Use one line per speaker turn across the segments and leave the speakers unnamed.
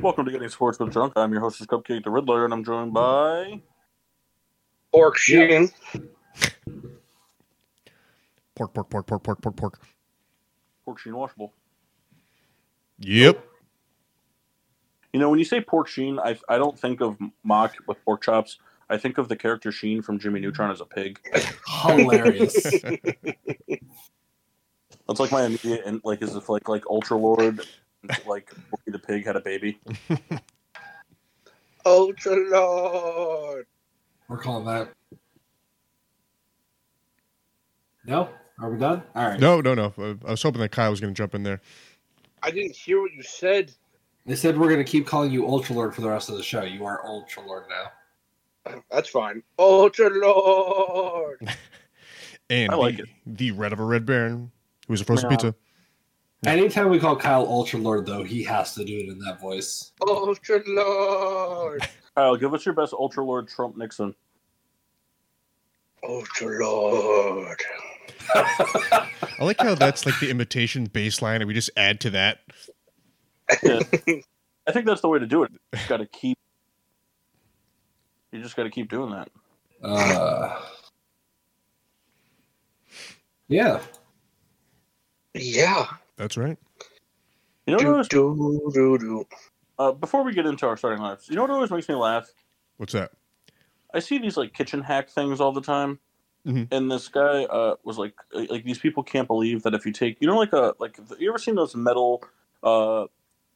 Welcome to Getting Sports with Drunk. I'm your hostess, Cupcake the Riddler, and I'm joined by
Pork sheen.
Pork, pork, pork, pork, pork, pork, pork.
Pork Sheen Washable.
Yep.
You know, when you say Pork Sheen, I, I don't think of Mock with pork chops. I think of the character Sheen from Jimmy Neutron as a pig.
Hilarious.
That's like my immediate and like is if like like Ultra Lord, like Porky the pig had a baby.
Ultra Lord.
We're calling that. No? Are we done? All right.
No, no, no. I- I was hoping that Kyle was going to jump in there.
I didn't hear what you said.
They said we're going to keep calling you Ultra Lord for the rest of the show. You are Ultra Lord now.
That's fine. Ultra Lord.
And
I like
the,
it.
the Red of a Red Baron, who was a frozen
Yeah.
pizza.
Anytime we call Kyle Ultra Lord, though, he has to do it in that voice.
Ultra Lord.
Kyle, give us your best Ultra Lord Trump Nixon.
Ultra Lord.
I like how that's like the imitation bass line, and we just add to that.
I think that's the way to do it. You just gotta keep You just gotta keep doing that.
Uh, yeah.
Yeah.
That's right.
You know what
Do,
always,
do, do, do.
uh, before we get into our starting lives, you know what always makes me laugh?
What's that?
I see these like kitchen hack things all the time,
Mhm.
and this guy uh, was like, like these people can't believe that if you take, you know, like a like you ever seen those metal, uh,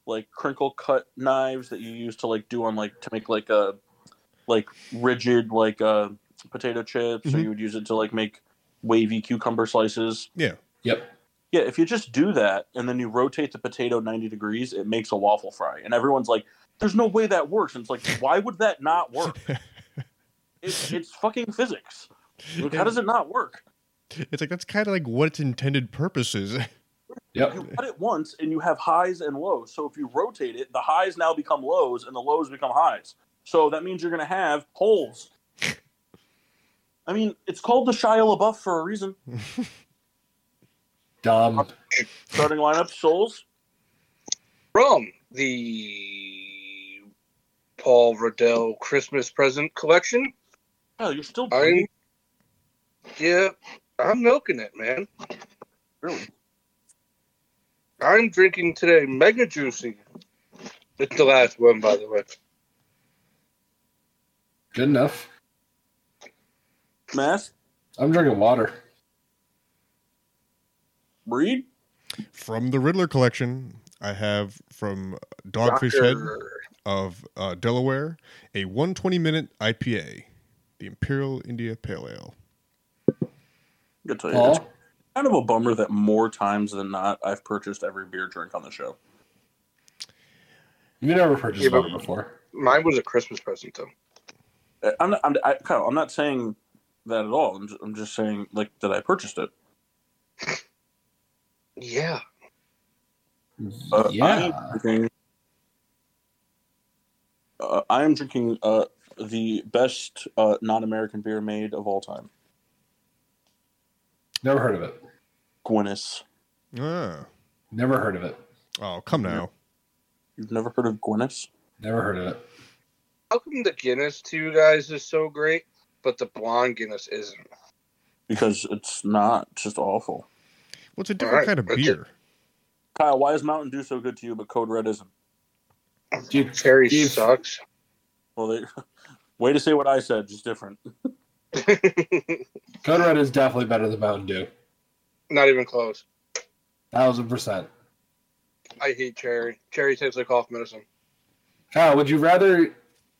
like crinkle cut knives that you use to like do on like to make like a, like rigid like uh potato chips, or
Mhm.
you would use it to like make wavy cucumber slices.
Yep.
Yeah, if you just do that and then you rotate the potato 90 degrees, it makes a waffle fry. And everyone's like, there's no way that works. And it's like, why would that not work? It's, it's fucking physics. Like, how does it not work?
It's like that's kind of like what its intended purpose is.
Yep.
You cut it once and you have highs and lows. So if you rotate it, the highs now become lows and the lows become highs. So that means you're going to have holes. I mean, it's called the Shia LaBeouf for a reason.
Dumb.
Starting lineup, Souls.
From the Paul Riddell Christmas present collection.
Oh, you're still
I'm. Yeah. I'm milking it, man.
really.
I'm drinking today Mega Juicy. It's the last one, by the way.
Good enough.
Mass,
I'm drinking water.
Breed,
From the Riddler collection, I have from Dogfish Head
Rocker.
of uh, Delaware a 120 minute IPA, the Imperial India Pale Ale.
good to you.
Paul?
kind of a bummer that more times than not I've purchased every beer drink on the show.
You've never purchased
Yeah, but-
water before.
Mine was a Christmas present, though.
I- I'm not, I'm, I, Kyle, I'm not saying that at all. I'm just, I'm just saying like that I purchased it.
Yeah.
Uh,
yeah.
I'm drinking, uh, I am drinking uh, the best uh, non-American beer made of all time,
Never heard of it.
Guinness.
Ah.
Never heard of it.
Oh, come now.
Mm-hmm.
You've never heard of Guinness?
Never heard of it.
How come the Guinness to you guys is so great, but the blonde Guinness isn't?
Because it's not it's just awful.
Well, it's a different
Alright,
kind of
that's it.
beer.
Kyle, why is Mountain Dew so good to you, but Code Red isn't?
Dude,
Cherry
You've-
sucks.
Well, they, way to say what I said, just different.
Code Red is definitely better than Mountain Dew.
Not even close.
Thousand percent.
I hate cherry. Cherry tastes like cough medicine.
Kyle, would you rather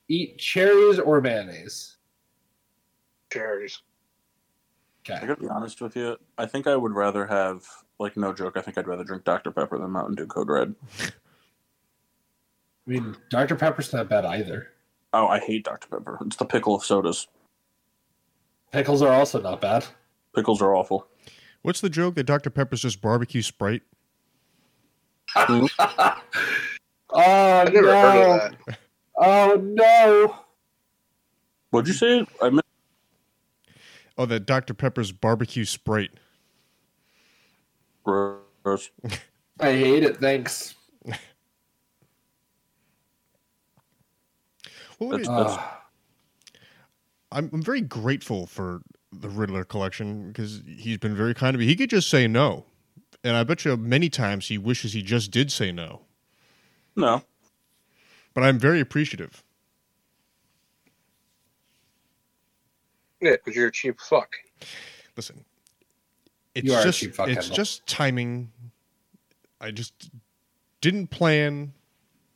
eat cherries or mayonnaise?
Cherries.
I
Okay.
gotta be honest with you. I think I would rather have, like, no joke. I think I'd rather drink Dr Pepper than Mountain Dew Code Red.
I mean, Dr. Pepper's not bad either.
Oh, I hate Dr. Pepper. It's the pickle of sodas.
Pickles are also not bad.
Pickles are awful.
What's the joke that Dr. Pepper's just barbecue Sprite?
oh,
I never
no.
heard of that.
Oh, no.
What'd you say? I meant
Oh, that Dr. Pepper's barbecue Sprite.
gross.
I hate it. Thanks.
Well, let me-
That's-
Uh,
I'm, I'm very grateful for the Riddler collection because he's been very kind to me. He could just say no. And I bet you many times he wishes he just did say no.
No.
But I'm very appreciative.
Yeah, because you're a cheap fuck.
Listen, it's
are a
just
cheap fuck,
it's
Kendall.
just timing. I just didn't plan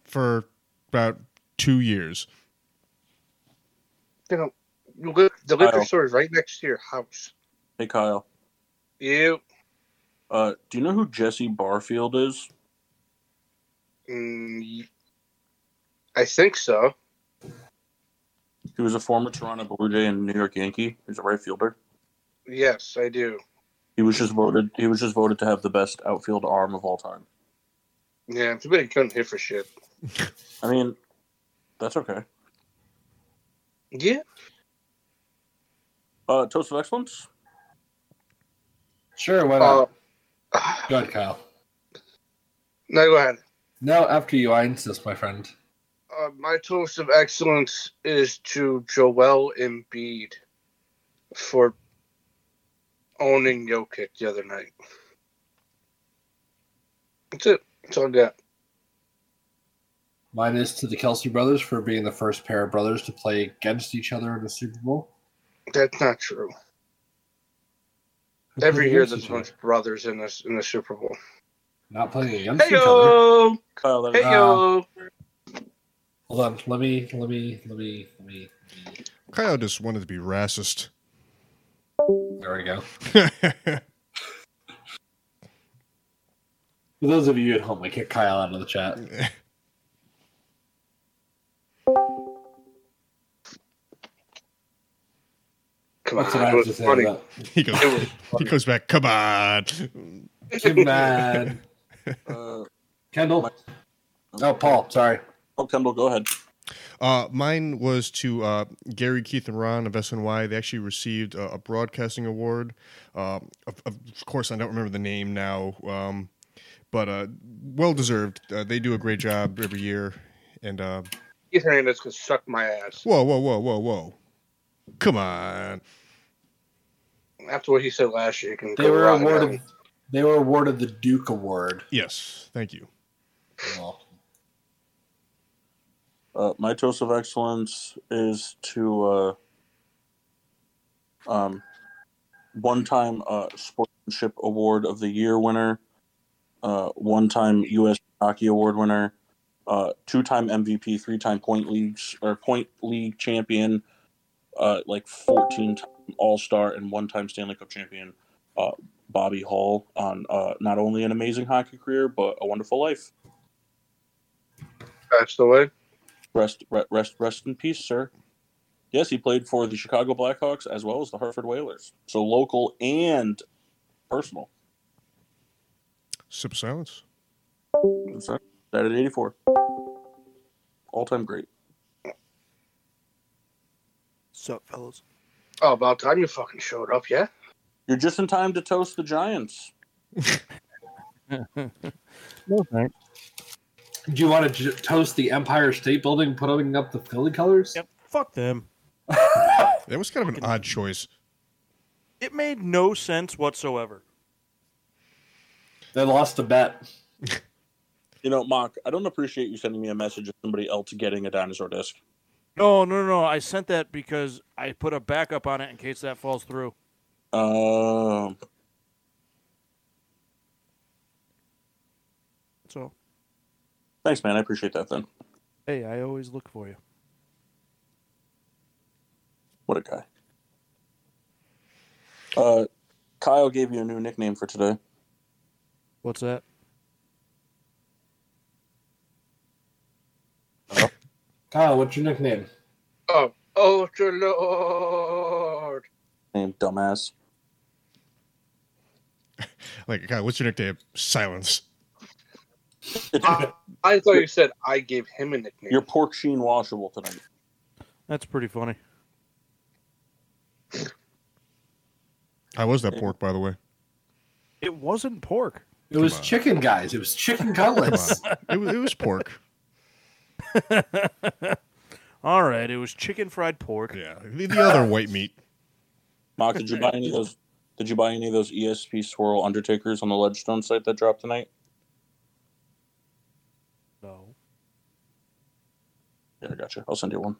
for about two years.
You know, you live, the liquor
Oh.
store is right next to your house.
Hey, Kyle.
You
Uh, do you know who Jesse Barfield is?
Mm, y- I think so.
He was a former Toronto Blue Jay and New York Yankee. He's a right fielder.
Yes, I do.
He was just voted. He was just voted to have the best outfield arm of all time.
Yeah, it's a bit he couldn't hit for shit.
I mean, that's okay.
Yeah.
Uh, toast of excellence.
sure, why
Uh,
not? Go ahead, Kyle.
no, Uh, go ahead.
No, after you, I insist, my friend.
Uh, my toast of excellence is to Joel Embiid for owning Jokic the other night. That's it. That's all I got.
Mine is to the Kelsey brothers for being the first pair of brothers to play against each other in the Super Bowl.
That's not true.
Who
Every
played
year
against
there's
each
a bunch
other?
of brothers in this in the Super Bowl.
Not playing against
Hey
each other.
yo,
Kyle,
Uh,
that
hey
is,
yo.
Hold on. Let me, let me, let me, let me.
Kyle just wanted to be racist.
There we go.
That's
For those of you at home, I kicked Kyle out of the chat.
Come
That's what
on,
I
it was
have to say
funny.
about
he goes.
It was
He
funny.
goes back. Come on.
Too bad.
uh,
Kendall. Oh, Paul. Sorry.
oh, Kendall, go ahead.
Uh, mine was to uh, Gary, Keith, and Ron of SNY. They actually received a, a broadcasting award. Uh, of, of course, I don't remember the name now, um, but uh, well deserved. Uh, they do a great job every year. And uh,
Keith Hernandez could suck my ass
whoa, whoa, whoa, whoa, whoa. Come on.
after what he said last year. You can
They
go
were
around and
awarded. They were awarded the Duke Award.
Yes. Thank you.
Well,
Uh, my toast of excellence is to uh, um, one-time uh, sportsmanship award of the year winner, uh, one-time U.S. Hockey Award winner, uh, two-time MVP, three-time point leagues or point league champion, uh, like fourteen-time All-Star and one-time Stanley Cup champion, uh, Bobby Hall, on uh, not only an amazing hockey career but a wonderful life.
passed away.
Rest, re- rest, rest in peace, sir. Yes, he played for the Chicago Blackhawks as well as the Hartford Whalers. So local and personal.
Sip of silence.
That at 84. All time great.
Sup, fellas?
Oh, about time you fucking showed up, yeah.
You're just in time to toast the Giants.
No, thanks.
do you want to j- toast the Empire State Building, putting up the Philly colors?
Yep. Fuck them.
That was kind of an odd choice.
It made no sense whatsoever.
They lost a bet.
You know, Mock, I don't appreciate you sending me a message of somebody else getting a dinosaur disc.
No, no, no. I sent that because I put a backup on it in case that falls through.
Um,
So,
thanks, man. I appreciate that then.
hey, I always look for you.
What a guy. Uh, Kyle gave you a new nickname for today.
What's that?
Kyle, what's your nickname?
Oh, Ultra Lord.
Name dumbass.
Like, God, what's your nickname? Silence.
I thought you said I gave him a nickname.
You're pork sheen washable tonight.
That's pretty funny.
How was that pork, by the way?
It wasn't pork.
It was
Come on.
chicken, guys. It was chicken
Come
cutlets.
on. It, was, it was pork.
All right, it was chicken fried pork.
Yeah. The, the other white meat.
Mark, did you buy any of those? Did you buy any of those ESP Swirl Undertakers on the Ledgestone site that dropped tonight?
No.
Yeah, I gotcha. I'll send you one.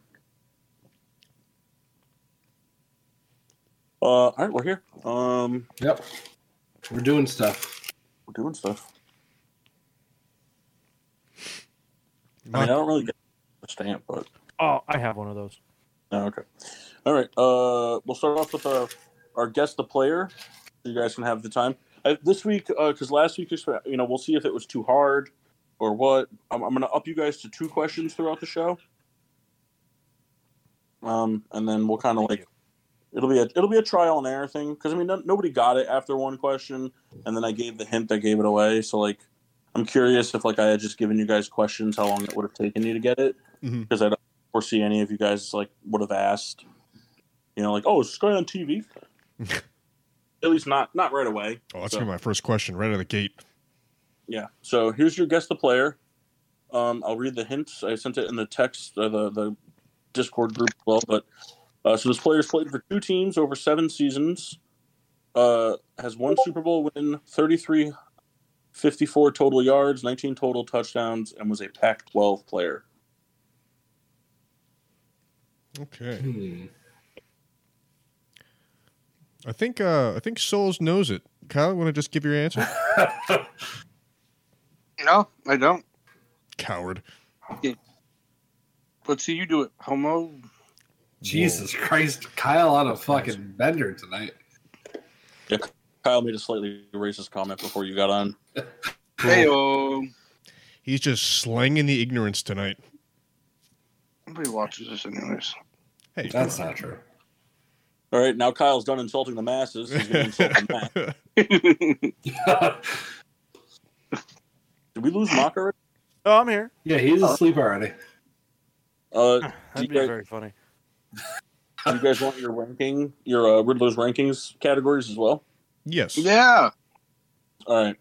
Uh, all right, we're here. Um,
yep. We're doing stuff.
we're doing stuff. I mean, I
Mark,
don't really get the stamp, but
Oh, I have one of those.
oh, okay. All right. Uh, we'll start off with our our guest, the player. So you guys can have the time I, this week because last week, you know, we'll see if it was too hard or what. I'm, I'm going to up you guys to two questions throughout the show. Um, and then we'll kind of like It'll be a it'll be a trial and error thing because I mean no, nobody got it after one question, and then I gave the hint that gave it away. So like, I'm curious if like I had just given you guys questions, how long it would have taken you to get it?
Mhm.
Because I don't foresee any of you guys like would have asked. You know, like oh, is this going on TV? At least not not right away.
oh, that's gonna be my first question right out of the gate.
Yeah. So here's your guess the player. Um, I'll read the hints. I sent it in the text, uh, the the Discord group as well. But uh, so this player's played for two teams over seven seasons. Uh, has one Super Bowl win, 33, 54 total yards, 19 total touchdowns, and was a Pac-12 player.
Okay.
Hmm.
I think uh I think Souls knows it. Kyle, want to just give your answer?
No, I don't.
Coward.
Let's see you do it, homo.
Jesus Christ. Kyle on a fucking bender tonight.
Kyle made a slightly racist comment before you got on.
Heyo.
He's just slanging the ignorance tonight.
Nobody watches this anyways.
Hey,
That's not true.
All right, now Kyle's done insulting the masses. He's going to insult the mass. Did we lose Mock already?
Oh, I'm here.
yeah, he's asleep already.
Uh,
That'd be
guys-
very funny.
Do you guys want your ranking, your uh, Riddler's rankings categories as well?
yes.
yeah.
All right.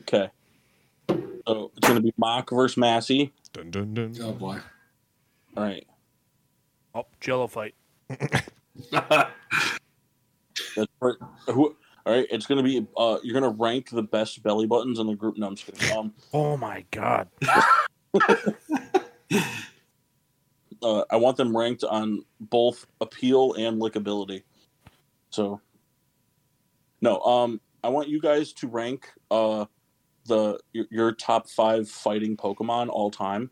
Okay. So it's going to be Mock versus Massey.
Dun, dun, dun.
Oh boy.
All right.
Oh, Jello fight.
That's right. Who, all right. It's going to be, uh, you're going to rank the best belly buttons in the group. No, I'm just kidding. Um,
Oh my god.
uh, I want them ranked on both appeal and lickability. So, no, um, I want you guys to rank uh, the your, your top five fighting Pokemon all time.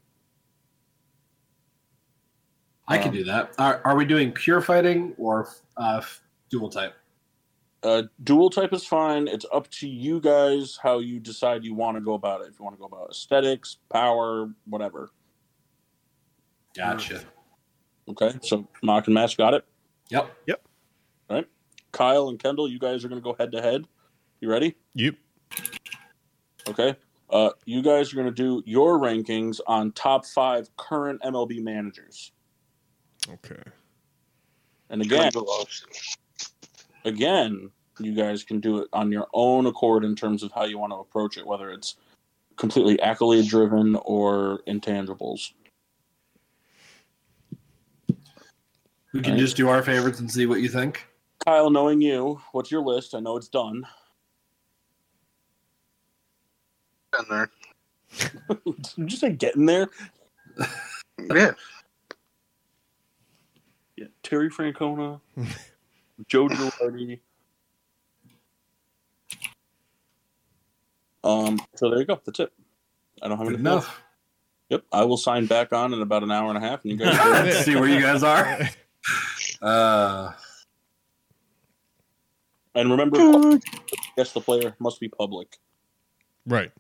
I can do that. Are, are we doing pure fighting or uh, dual type?
Uh, dual type is fine. It's up to you guys how you decide you want to go about it. If you want to go about aesthetics, power, whatever.
Gotcha.
Okay, so Mock and Match got it.
Yep.
Kyle and Kendall, you guys are going to go head to head. You ready?
Yep.
Okay. Uh, you guys are going to do your rankings on top five current MLB managers.
Okay.
And
Gonna
again,
go lost.
again, you guys can do it on your own accord in terms of how you want to approach it, whether it's completely accolade driven or intangibles.
We can just do our favorites and see what you think.
Kyle, knowing you, what's your list? I know it's done.
In there.
Did you say get in there?
Yeah.
Yeah, Terry Francona, Joe Girardi. Um, so there you go. That's it. I don't have
Good
anything else.
enough.
Yep, I will sign back on in about an hour and a half, and you guys. Are
Let's see where you guys are. Uh,
and remember, guess the player must be public.
Right.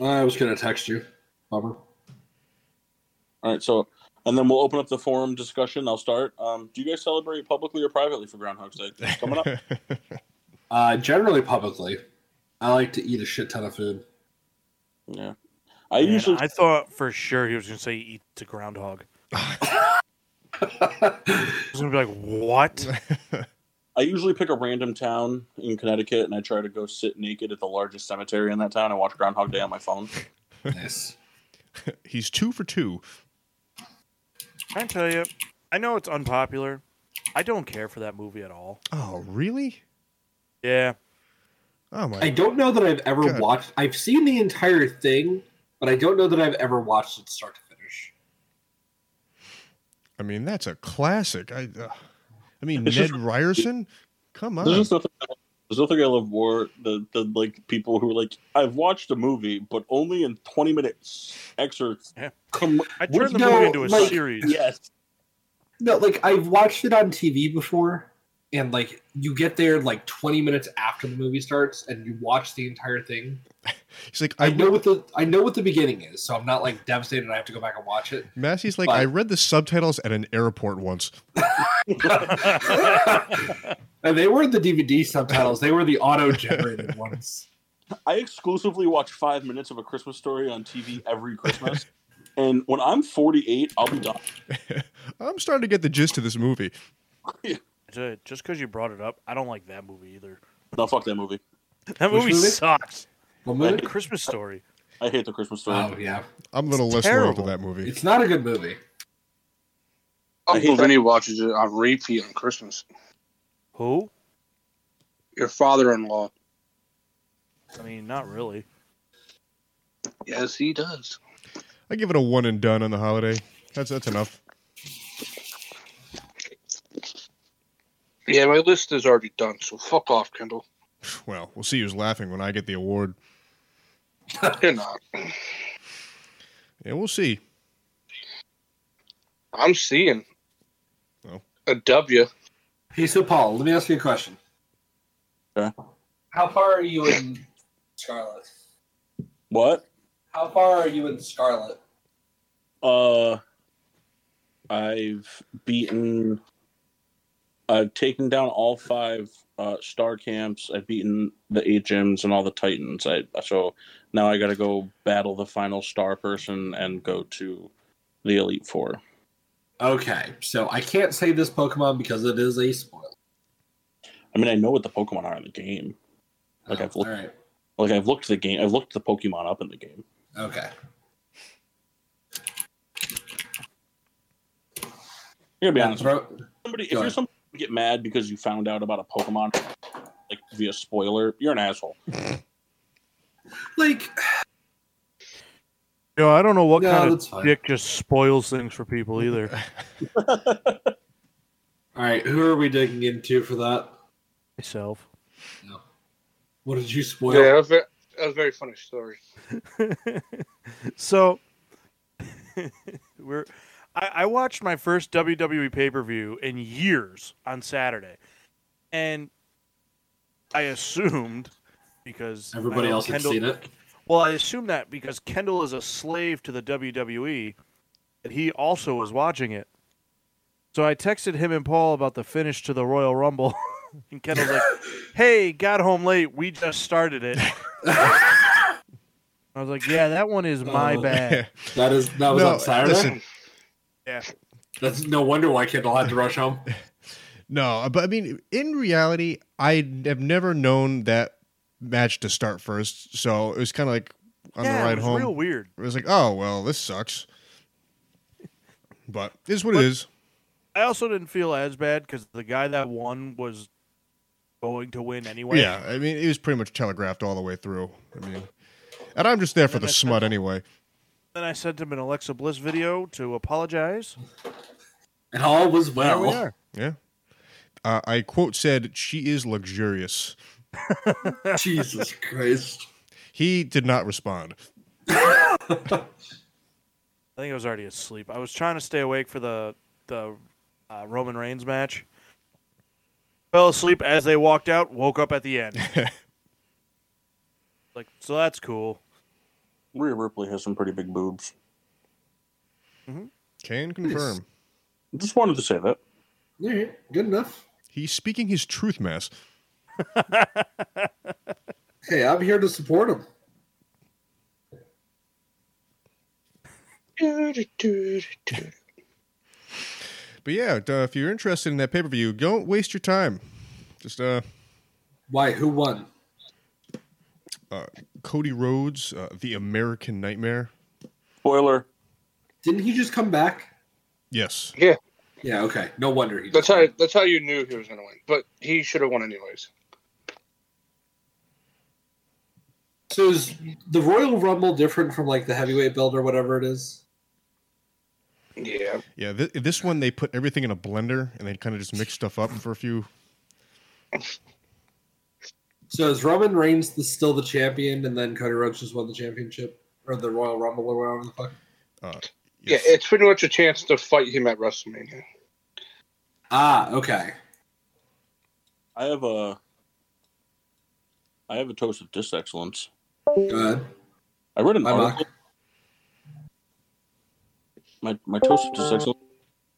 I was gonna text you. Bummer.
All right, so and then we'll open up the forum discussion. I'll start. Um, do you guys celebrate publicly or privately for Groundhog's Day? It's coming up.
Uh, generally publicly, I like to eat a shit ton of food.
Yeah, I
Man,
usually
I thought for sure he was going to say eat the groundhog. I was going to be like, what?
I usually pick a random town in Connecticut and I try to go sit naked at the largest cemetery in that town and watch Groundhog Day on my phone.
nice.
He's two for two.
I tell you, I know it's unpopular. I don't care for that movie at all.
Oh, really?
Yeah,
Oh my!
I don't know that I've ever
Good.
watched. I've seen the entire thing, but I don't know that I've ever watched it start to finish.
I mean, that's a classic. I, uh, I mean,
It's
Ned
just-
Ryerson. Come on.
There's just nothing. There's nothing I love more than, than like people who are like, I've watched a movie, but only in 20 minutes. Excerpts.
Yeah.
Come,
I turned the
No,
movie into a
like-
series.
yes.
No, like I've watched it on TV before, and like you get there like 20 minutes after the movie starts, and you watch the entire thing.
He's like, I,
I know what the I know what the beginning is, so I'm not like devastated. I have to go back and watch it.
Massey's like,
But-
I read the subtitles at an airport once.
and they weren't the DVD subtitles; they were the auto-generated ones.
I exclusively watch five minutes of a Christmas story on TV every Christmas. and when I'm 48, I'll be done.
I'm starting to get the gist of this movie.
I tell you, Just because you brought it up, I don't like that movie either.
No, fuck that movie.
That
Which
movie,
movie?
sucks.
What movie?
Christmas Story.
I hate the Christmas story.
Oh yeah,
I'm a little
It's
less
terrible.
loyal to that movie.
it's not a good movie.
I hate
Uncle
that.
Vinny watches it on repeat on Christmas.
Who?
Your father-in-law.
I mean, not really.
Yes, he does.
I give it a one and done on the holiday. That's that's enough.
Yeah, my list is already done, so fuck off, Kendall.
Well, we'll see who's laughing when I get the award.
You're not.
Yeah, we'll see.
I'm seeing
Oh.
a W.
Hey, so Paul, let me ask you a question.
Okay.
How far are you in Scarlet?
What?
How far are you in Scarlet?
Uh, I've beaten. I've taken down all five uh, star camps. I've beaten the eight gyms and all the titans. I so now I got to go battle the final star person and go to the elite four.
Okay, so I can't say this Pokemon because it is a spoiler.
I mean, I know what the Pokemon are in the game. Like, I've
all
looked-
right.
Like I've looked the game. I've looked the Pokemon up in the game.
Okay.
I'm gonna be
Now
honest.
throw-
Somebody, if
Go
you're
ahead.
somebody who get mad because you found out about a Pokemon like via spoiler, you're an asshole.
like,
You know, I don't know what
No,
kind
that's
of
fine.
dick just spoils things for people either.
all right, who are we digging into for that?
Myself.
What did you spoil?
Yeah, that was, ve- that was a very funny story.
So we're I, I watched my first WWE pay per view in years on Saturday. And I assumed because
Everybody
I know
else had
Kendall-
seen it.
Well, I assume that because Kendall is a slave to the WWE, that he also was watching it. So I texted him and Paul about the finish to the Royal Rumble, and Kendall's like, "Hey, got home late. We just started it." I was like, "Yeah, that one is my
Oh.
bad."
That is that was
No,
on Saturday.
listen.
Yeah.
That's no wonder why Kendall had to rush home.
No, uh, but I mean, in reality, I have never known that match to start first, so it was kind of like on
yeah,
the ride
it was
home.
real weird.
It was like, oh well, this sucks. But it is what
But-
it is.
I also didn't feel as bad because the guy that won was going to win anyway.
Yeah, I mean, it was pretty much telegraphed all the way through. I mean, and I'm just there for
And
the
then I
smut
said-
anyway.
Then I sent him an Alexa Bliss video to apologize.
And all was
There
well.
we are.
Oh, Yeah. Uh, I quote said, "She is luxurious."
Jesus Christ.
He did not respond.
I think I was already asleep. I was trying to stay awake for the the uh, Roman Reigns match. Fell asleep as they walked out. Woke up at the end. like so, that's cool.
Rhea Ripley has some pretty big boobs.
Can confirm.
Just wanted to say that.
All right, good enough.
He's speaking his truth, Mass.
Hey, I'm here to support him.
But yeah, uh, if you're interested in that pay per view, don't waste your time. Just uh,
Why? Who won?
Cody Rhodes, uh, the American Nightmare.
Spoiler.
Didn't he just come back?
Yes,
Yeah. Okay. No wonder he.
That's
Just
how that's how you knew he was gonna win. But he should have won anyways.
So is the Royal Rumble different from like the heavyweight belt or whatever it is?
Yeah.
yeah. Th- this one they put everything in a blender and they kind of just mix stuff up for a few.
So is Roman Reigns the, still the champion, and then Cody Rhodes just won the championship or the Royal Rumble or whatever the fuck?
Yes.
Yeah, it's pretty much a chance to fight him at WrestleMania.
Ah, okay.
I have a. I have a toast of dis excellence.
Good.
I read an
Hi, Mark.
article. My my toast of dis excellence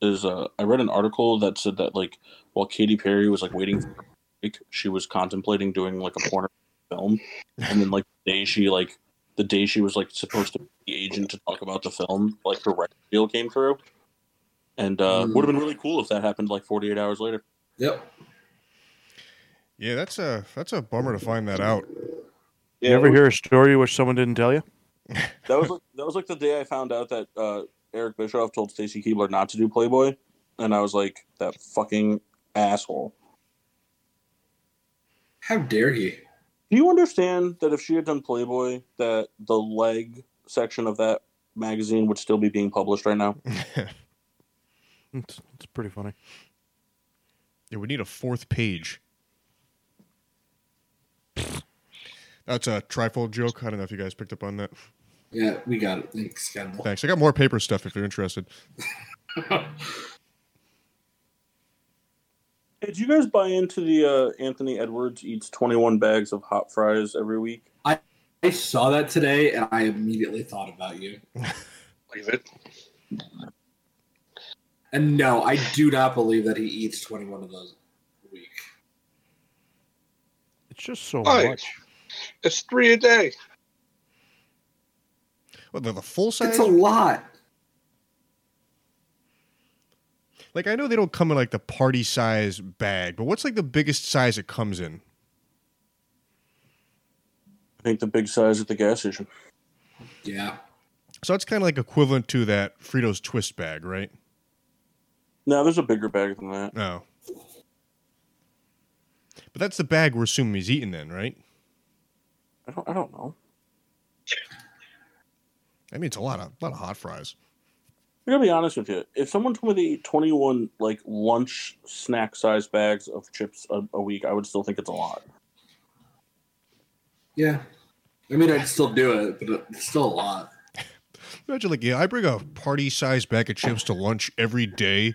is uh, I read an article that said that like while Katy Perry was like waiting for her break, she was contemplating doing like a porn film, and then like the day she like the day she was like supposed to be the agent to talk about the film, like her record deal came through, and uh,
Hmm.
would have been really cool if that happened like forty eight hours later.
Yep.
yeah, that's a that's a bummer to find that out.
you ever hear a story you wish someone didn't tell you?
That was like, that was like the day I found out that uh, Eric Bischoff told Stacy Keebler not to do Playboy, and I was like, that fucking asshole.
How dare he?
Do you understand that if she had done Playboy, that the leg section of that magazine would still be being published right now?
It's, it's pretty funny.
Yeah, we need a fourth page. That's a trifold joke. I don't know if you guys picked up on that.
Yeah, we got it. Thanks, Kendall.
Thanks. I got more paper stuff if you're interested.
Hey, do you guys buy into the uh, Anthony Edwards eats twenty one bags of hot fries every week?
I saw that today, and I immediately thought about you.
Leave it.
And no, I do not believe that he eats 21 of those a week.
It's just so
Why?
much.
It's three a day.
Well, the, the full size.
It's a lot.
Like I know they don't come in like the party size bag, but what's like the biggest size it comes in?
I think the big size at the gas station.
Yeah.
So it's kind of like equivalent to that Fritos twist bag, right?
No, there's a bigger bag than that.
No. But that's the bag we're assuming he's eating then, right?
I don't. I don't know.
I mean, it's a lot of lot of hot fries.
I gotta be honest with you. If someone told me they eat 21 like lunch snack size bags of chips a, a week, I would still think it's a lot.
Yeah. I mean, I'd still do it, but it's still a lot.
Imagine like, yeah, I bring a party size bag of chips to lunch every day.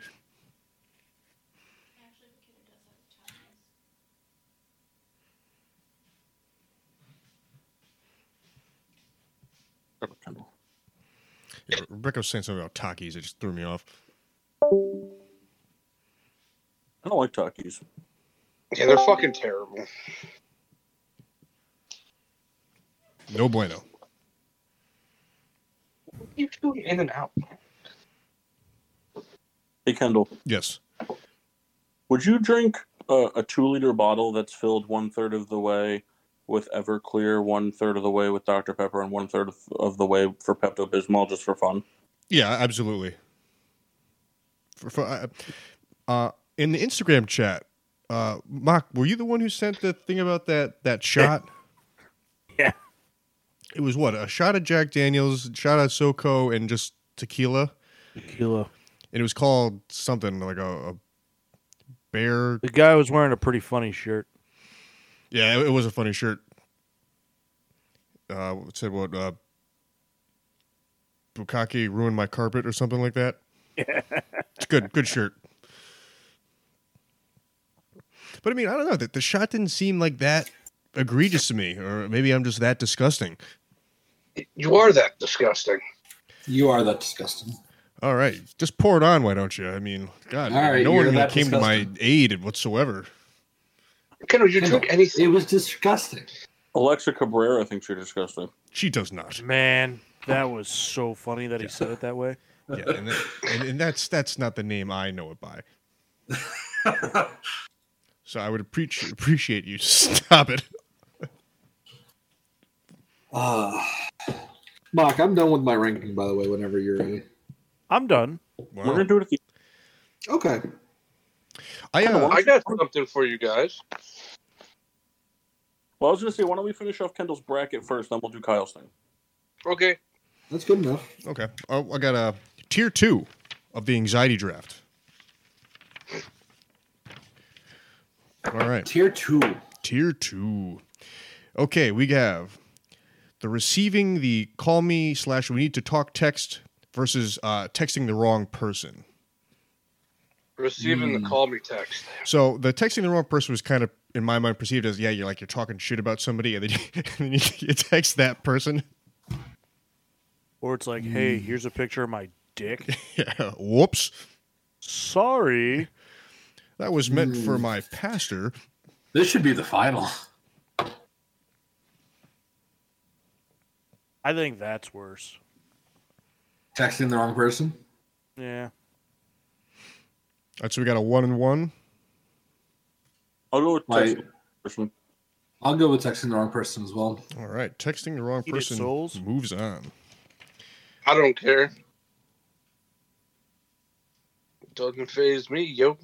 Yeah, Rebecca was saying something about Takis. It just threw me off.
I don't like Takis.
Yeah, they're fucking terrible.
No bueno.
You two in and out.
Hey Kendall,
Yes.
would you drink uh, a two liter bottle that's filled one third of the way with Everclear, one third of the way with Dr Pepper, and one third of, of the way for Pepto Bismol just for fun?
Yeah, absolutely. For, for, uh, uh, in the Instagram chat, uh, Mark, were you the one who sent the thing about that that shot?
Yeah.
It was what a shot of Jack Daniels, shot of SoCo, and just tequila,
Tequila.
and it was called something like a, a bear.
The guy was wearing a pretty funny shirt.
Yeah, it, it was a funny shirt. Uh, it said what? Uh, Bukaki ruined my carpet or something like that. it's good, good shirt. But I mean, I don't know. The, the shot didn't seem like that egregious to me, or maybe I'm just that disgusting.
You are that disgusting.
You are that disgusting.
All right, just pour it on, why don't you? I mean, God,
All right,
no
you're
one
that
came to my
disgusting.
aid whatsoever.
Kendall, you
Kendall,
drink anything?
It was disgusting.
Alexa Cabrera thinks you're disgusting.
She does not.
Man, that was so funny that he said it that way.
Yeah, and, that, and, and that's that's not the name I know it by. So I would appreciate appreciate you stop it.
Uh, Mark, I'm done with my ranking, by the way, whenever you're ready.
I'm done.
We're
Wow.
gonna do it at the
Okay.
I, uh,
I got something for you guys.
Well, I was gonna say, why don't we finish off Kendall's bracket first, then we'll do Kyle's thing.
Okay.
That's good enough.
okay, oh, I got a tier two of the anxiety draft. All right.
Tier two.
Tier two. Okay, we have the receiving the call me slash we need to talk text versus uh, texting the wrong person.
Receiving the call me text.
So the texting the wrong person was kind of in my mind perceived as yeah, you're like you're talking shit about somebody and then you, and then you, you text that person.
Or it's like, hey, here's a picture of my dick.
Yeah, whoops,
Sorry.
that was meant for my pastor.
This should be the final.
I think that's worse.
Texting the wrong person.
Yeah.
All right, so we got a one and one.
I'll go with
Like,
text person.
I'll go with texting the wrong person as well.
All right, texting the wrong
Heated
person
souls.
moves on.
I don't care. Doesn't phase me, yo.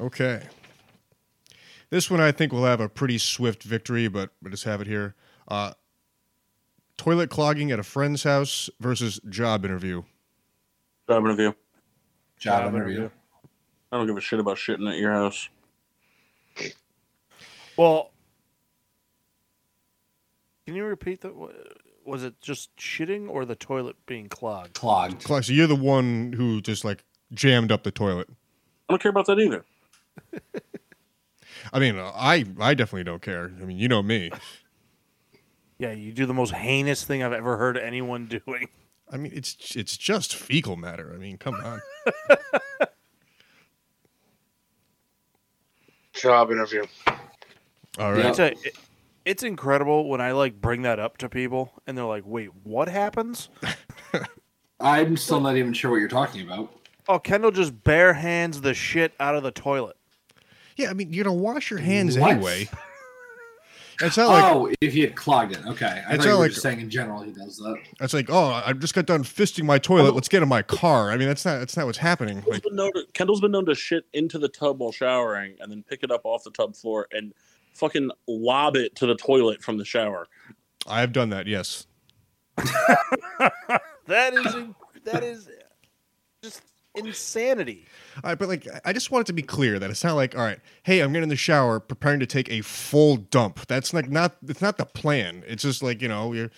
Okay. This one I think will have a pretty swift victory, but we'll just have it here. Uh, toilet clogging at a friend's house versus job interview.
Job interview.
Job
Job
interview.
interview.
I don't give a shit about shitting at your house.
Well, can you repeat that? Was it just shitting or the toilet being clogged?
Clogged.
Clog, so you're the one who just like jammed up the toilet.
I don't care about that either.
I mean, uh, I I definitely don't care. I mean, you know me.
Yeah, you do the most heinous thing I've ever heard anyone doing.
I mean, it's it's just fecal matter. I mean, come on.
Job interview.
All right.
It's a, it- it's incredible when I like bring that up to people and they're like, "Wait, what happens?"
I'm still not even sure what you're talking about.
Oh, Kendall just bare hands the shit out of the toilet.
Yeah, I mean, you're gonna wash your hands
What?
anyway. It's not like
oh, if he had clogged it. Okay. I
It's
thought you
not
were
like-
just saying in general he does that.
it's like oh, I just got done fisting my
Oh.
toilet. Let's get in my car. I mean, that's not that's not what's happening.
Kendall's
Like,
been, known to, Kendall's been known to shit into the tub while showering and then pick it up off the tub floor and fucking lob it to the toilet from the shower.
I've done that. Yes.
That is in- that is just insanity.
All right, but like, I- I just want it to be clear that it's not like, all right, hey, I'm getting in the shower, preparing to take a full dump. That's like not, it's not the plan. It's just like you know, you're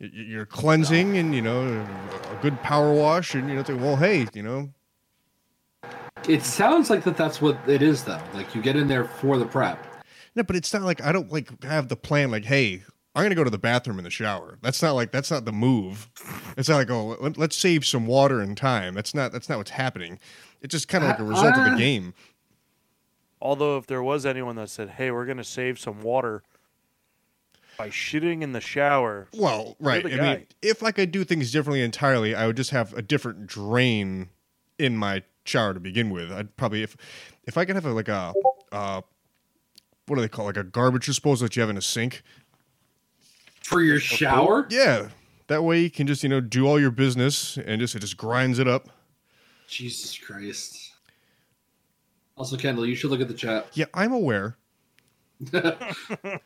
y- you're cleansing and you know, a good power wash, and you know, think, well, hey, you know,
It sounds like that that's what it is though. Like you get in there for the prep.
no, but it's not like I don't like have the plan. Like, hey, I'm gonna go to the bathroom in the shower. That's not like that's not the move. It's not like oh, let- let's save some water and time. That's not that's not what's happening. It's just kind of like a result of
Uh,
the game.
Although if there was anyone that said, "Hey, we're gonna save some water by shitting in the shower,"
Well, right. I
the
mean,
guy.
if I could do things differently entirely, I would just have a different drain in my shower to begin with. I'd probably if if I could have a, like a uh, what do they call it? like a garbage disposal that you have in a sink?
For your shower?
Yeah, that way you can just you know do all your business and just it just grinds it up.
Jesus Christ. Also, Kendall, you should look at the chat.
Yeah, I'm aware. I'm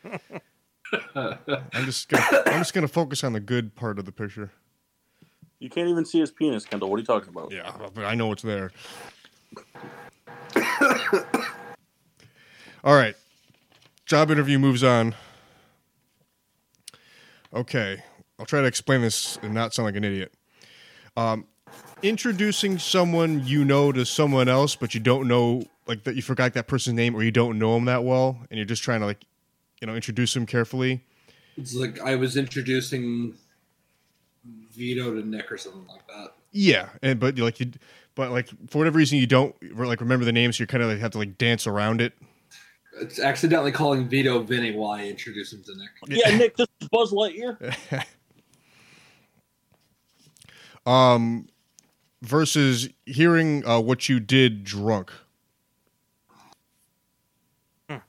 just gonna I'm just gonna focus on the good part of the picture.
You can't even see his penis, Kendall. What are you talking about?
Yeah, but I know it's there. All right. Job interview moves on. Okay. I'll try to explain this and not sound like an idiot. Um, introducing someone you know to someone else, but you don't know, like, that you forgot that person's name or you don't know him that well, and you're just trying to, like, you know, introduce him carefully.
It's like I was introducing veto to Nick or something like that.
Yeah, and but you like you, but like for whatever reason you don't re- like remember the names. So you kind of like have to like dance around it.
It's accidentally calling Vito Vinny while I introduce him to Nick.
Yeah, Nick, this is Buzz Lightyear.
um, versus hearing uh, what you did drunk.
Hmm.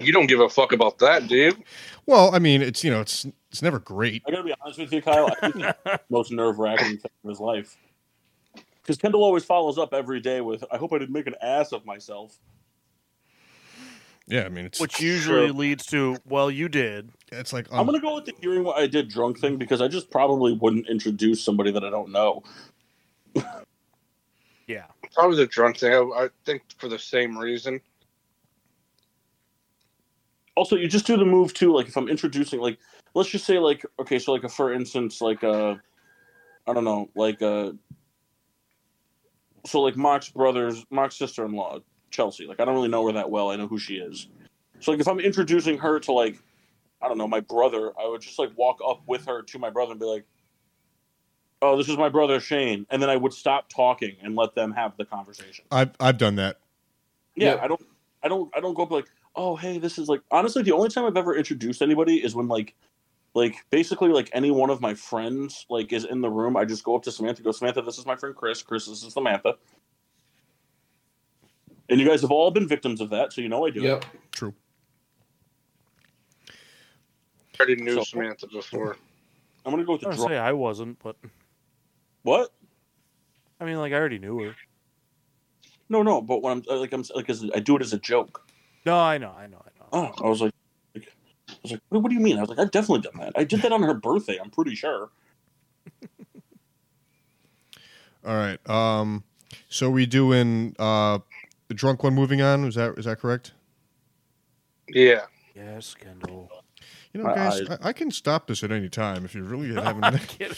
You don't give a fuck about that, dude.
Well, I mean, it's you know, it's it's never great.
I gotta be honest with you, Kyle. I think that's the most nerve wracking thing of his life. Because Kendall always follows up every day with, "I hope I didn't make an ass of myself."
Yeah, I mean, it's
which usually leads to well, you did.
it's like um,
I'm gonna go with the hearing what I did drunk thing because I just probably wouldn't introduce somebody that I don't know.
Yeah,
Probably the drunk thing. I, I think for the same reason.
Also, you just do the move too. Like if I'm introducing, like let's just say, like okay, so like a, for instance, like uh, I don't know, like uh, so like Mock's brothers, Mock's sister-in-law, Chelsea. Like I don't really know her that well. I know who she is. So like if I'm introducing her to like I don't know my brother, I would just like walk up with her to my brother and be like, "Oh, this is my brother Shane," and then I would stop talking and let them have the conversation.
I've I've done that.
Yeah,
Yeah.
I don't, I don't, I don't go up like, oh, hey, this is like. Honestly, the only time I've ever introduced anybody is when like, like basically like any one of my friends like is in the room. I just go up to Samantha, go Samantha, this is my friend Chris. Chris, this is Samantha. And you guys have all been victims of that, so you know I do. it.
Yep.
True.
I already knew
So-
Samantha before.
I'm gonna go with
I
the
don't
drunk.
say I wasn't, but
What?
I mean, like I already knew her.
No, no. But when I'm like, I'm like, as- I do it as a joke.
No, I know, I know, I know.
Oh, I was like, like- I was like, what, what do you mean? I was like, I've definitely done that. I did that on her birthday. I'm pretty sure.
All right. Um, so we doing uh the drunk one moving on. Is that is that correct?
Yeah.
Yes, Kendall.
You know,
My
guys,
eyes.
I, I can stop this at any time if you're really having.
I'm kidding.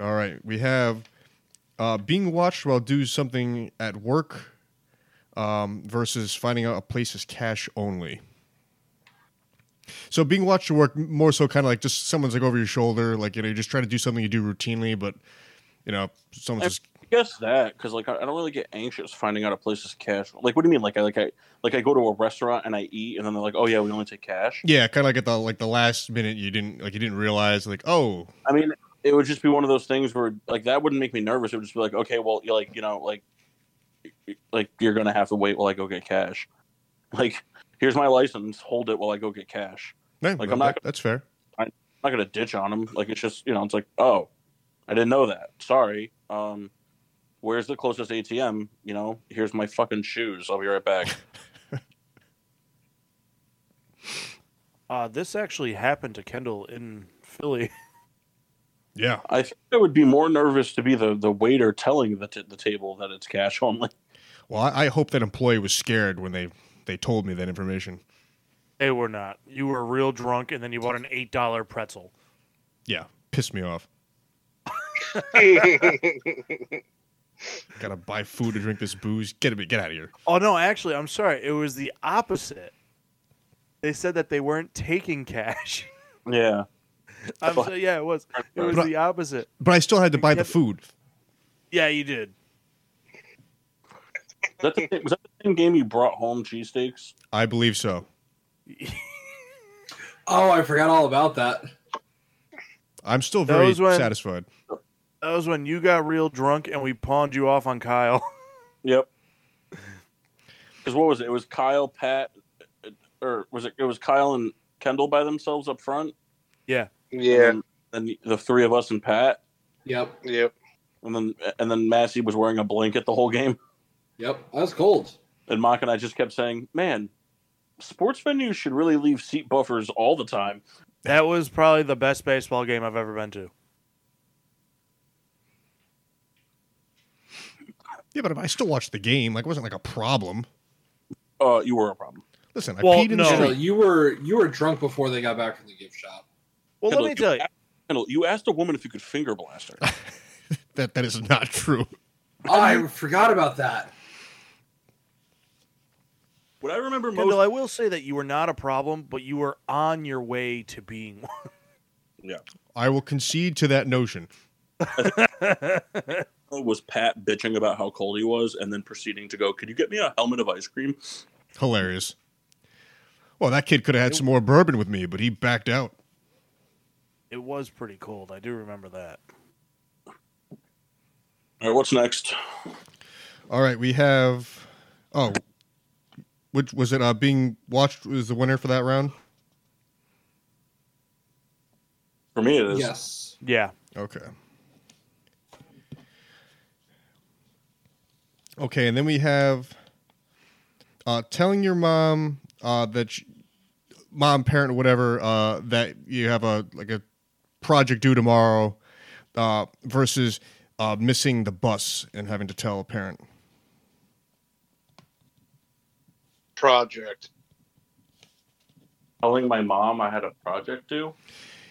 All right, we have uh, being watched while do something at work um, versus finding out a place is cash only. So being watched at work m- more so kind of like just someone's like over your shoulder, like you know, you're just trying to do something you do routinely, but you know, someone's
I-
just
guess that because like I, I don't really get anxious finding out a place is cash. Like, what do you mean? Like, I like I like I go to a restaurant and I eat, and then they're like, "Oh yeah, we only take cash."
yeah, kind of like at the like the last minute you didn't like you didn't realize like oh
I mean, it would just be one of those things where like that wouldn't make me nervous. It would just be like, okay, well, you like you know, like like you're gonna have to wait while I go get cash. Like, here's my license. Hold it while I go get cash.
no,
Like,
no,
I'm not-
that- that's fair.
I'm not gonna ditch on them. Like, it's just you know, it's like, oh, I didn't know that. Sorry. Um, where's the closest ATM? You know, here's my fucking shoes. I'll be right back.
Uh, this actually happened to Kendall in Philly.
Yeah,
I think I would be more nervous to be the, the waiter telling the, t- the table that it's cash only.
well I, I hope that employee was scared when they they told me that information.
They were not. You were real drunk, and then you bought an eight dollar pretzel.
Yeah, pissed me off. Gotta buy food to drink this booze. Get a get out of here.
Oh no, actually, I'm sorry. It was the opposite. They said that they weren't taking cash.
Yeah.
I'm so, yeah, it was. It was
But-
the opposite.
But I still had to buy the
Get-
food.
Yeah, you did.
Is that the same- was that the same game you brought home cheesesteaks?
I believe so.
Oh, I forgot all about that.
I'm still
That
very
was when-
satisfied.
That was when you got real drunk and we pawned you off on Kyle.
Yep. Because what was it? It was Kyle, Pat, uh, or was it? It was Kyle and Kendall by themselves up front.
Mm-hmm.
yeah.
And then the three of us and Pat,
Yep.
Yep.
and then and then Massey was wearing a blanket the whole game,
Yep. I was cold.
and Mock and I just kept saying, "Man, sports venues should really leave seat buffers all the time."
That was probably the best baseball game I've ever been to.
Yeah, but I still watched the game. Like it wasn't like a problem.
Uh, you were a problem.
Listen, I
Well,
peed in
no.
Oh.
the
Kendall,
street.
you were you were drunk before they got back from the gift shop.
Well,
Kendall,
let me tell you.
asked- Kendall, you asked a woman if you could finger blast her.
That that is not true.
I forgot about that.
What I remember most.
Kendall, I will say that you were not a problem, but you were on your way to being one.
I will concede to that notion.
was Pat bitching about how cold he was and then proceeding to go, Can you get me a helmet of ice cream?
Hilarious. Well, that kid could have had some more bourbon with me, but he backed out.
it was pretty cold. I do remember that.
All right, what's next?
All right, we have. Oh, which was it? Uh, being watched was the winner for that round.
For me, it is.
Yes.
Yeah.
Okay. Okay, and then we have uh, telling your mom uh, that sh mom, parent, whatever, uh, that you have a like a project due tomorrow, uh, versus uh, missing the bus and having to tell a parent.
project.
Telling my mom I had a project due.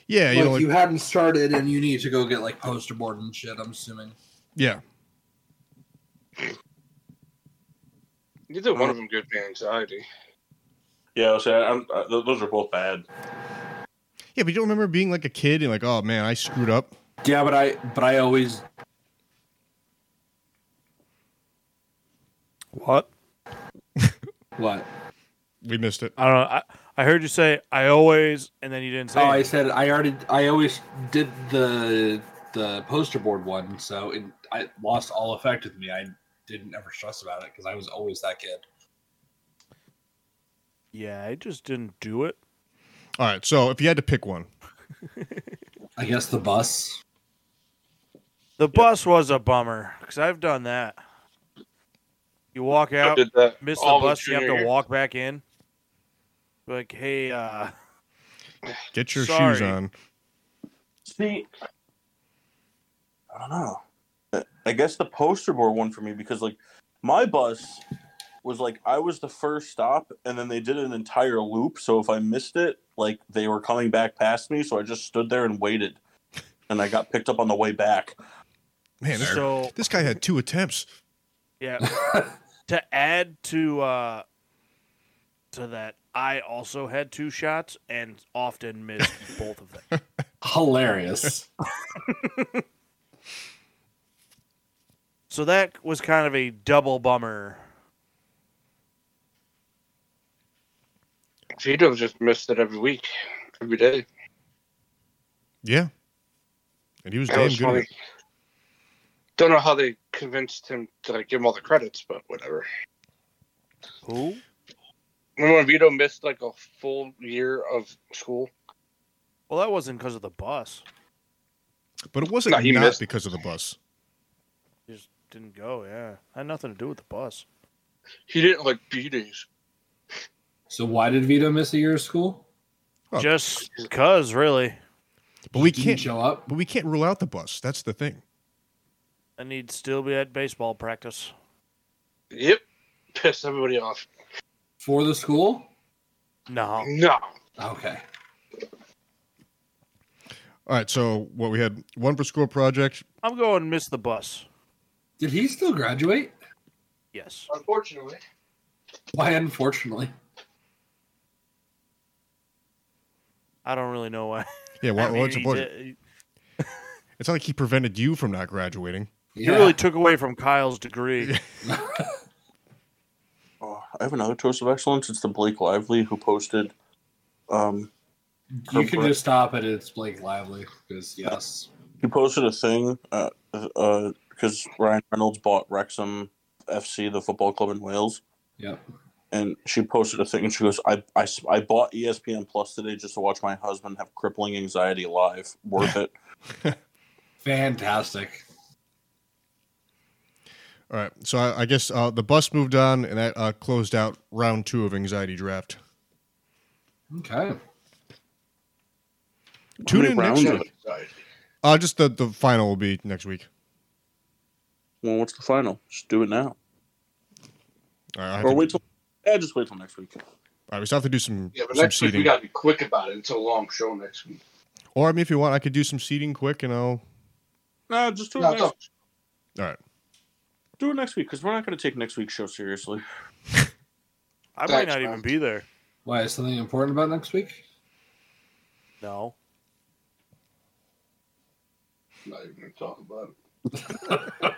Yeah, you
like
know, like,
you hadn't started and you need to go get like poster board and shit, I'm assuming.
yeah,
Neither one of
Mm-hmm.
them gives me anxiety.
Yeah, so I, I'm, uh, th- those are both bad.
yeah. But you don't remember being like a kid and like, oh man, I screwed up.
Yeah, but I but I always
What?
what?
We missed it.
I don't know. I, I heard you say I always, and then you didn't say.
Oh, I
it.
said I already I always did the the poster board one, so it I lost all effect with me. I didn't ever stress about it because I was always that kid.
yeah, I just didn't do it.
All right, so if you had to pick one,
I guess the bus.
The bus was a bummer because I've done that. You walk
I
out,
did that.
miss the
all of
bus, you have
junior
to
year.
walk back in. Like, hey, uh,
get your shoes
Sorry.
on.
See, I don't know. I- I guess the poster board one for me because like my bus was like I was the first stop, and then they did an entire loop. So if I missed it, like they were coming back past me, so I just stood there and waited, and I got picked up on the way back.
Man, this,
so
this guy had two attempts.
yeah. to add to uh, to that, I also had two shots and often missed both of them.
Hilarious.
So that was kind of a double bummer.
Tito just missed it every week, every day.
Yeah. And he was
That
damn
was
good. at
funny.
it.
Don't know how they convinced him to like give him all the credits, but whatever.
Who?
Remember when Vito missed like a full year of school?
Well, that wasn't because of the bus.
But it wasn't
No, he
not
missed.
because of the bus.
It just didn't go. Yeah, had nothing to do with the bus.
He didn't like beatings.
so why did Vito miss a year of school?
Oh.
Just cause, really.
But we
He
can't
show up.
but we can't rule out the bus. That's the thing.
And he'd still be at baseball practice.
Yep. Pissed everybody off.
for the school.
No,
No.
Okay.
All right, so what we had one for school project.
I'm going miss the bus.
Did he still graduate?
Yes,
Unfortunately.
Why, unfortunately.
I don't really know why.
Yeah, why,
I mean,
what's
he
your point?
did-
It's not like he prevented you from not graduating.
he really took away from Kyle's degree.
Oh, I have another toast of excellence. It's the Blake Lively who posted. Um,
you can just stop it. It's Blake Lively because yes,
he posted a thing uh, uh, because Ryan Reynolds bought Wrexham FC, the football club in Wales.
yep.
and she posted a thing and she goes I, I, I bought E espn plus today just to watch my husband have crippling anxiety live worth it
Fantastic.
All right, so I, I guess uh, the bus moved on, and that uh, closed out round two of anxiety draft.
Okay.
Tune
many
in next
rounds are
week. Uh, just the, the final will be next week.
well what's the final just do it now
All right, I have
or
to-
wait till yeah just wait till next week
all right, we still have to do some,
Yeah, but
some
next week we
seating.
gotta be quick about it. It's a long show next week.
or I mean, if you want, I could do some seating quick, and I'll
no just do it,
No,
next,
don't.
All right.
do it next week because we're not going to take next week's show seriously
I might
Thanks,
not
man.
even be there.
Why is something important about next week?
No.
I'm not even going to talk about it.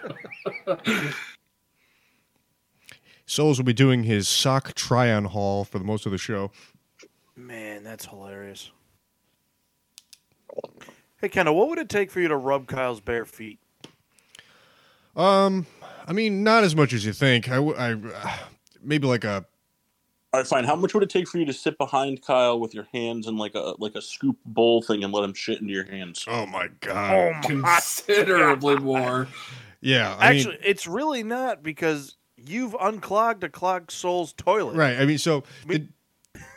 Souls will be doing his sock try on haul for the most of the show.
Man, that's hilarious. Hey, Kendall, what would it take for you to rub Kyle's bare feet?
Um, I mean, not as much as you think. I, w- I uh, maybe like a
All right, fine. How much would it take for you to sit behind Kyle with your hands in like a like a scoop bowl thing and let him shit into your hands?
oh my god,
Considerably more.
yeah. I mean,
Actually, it's really not because you've unclogged a clogged soul's toilet.
Right. I mean, so,
We-
the,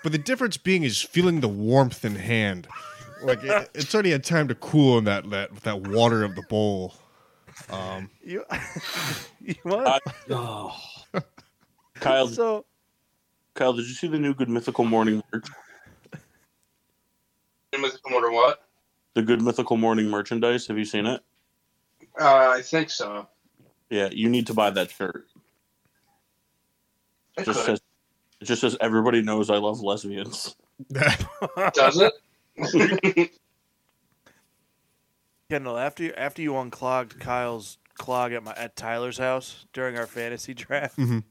but the difference being is feeling the warmth in hand. Like it, it's already had time to cool in that that that water of the bowl. Um,
You, you want
Oh,
Kyle,
so
Kyle, did you see the new Good Mythical Morning merch?
I wonder what?
The Good Mythical Morning merchandise? Have you seen it?
Uh, I think so.
Yeah, you need to buy that shirt.
I
It just
could.
says, it just says everybody knows I love lesbians.
Does it?
Kendall, after you, after you unclogged Kyle's clog at my at Tyler's house during our fantasy draft,
Mhm.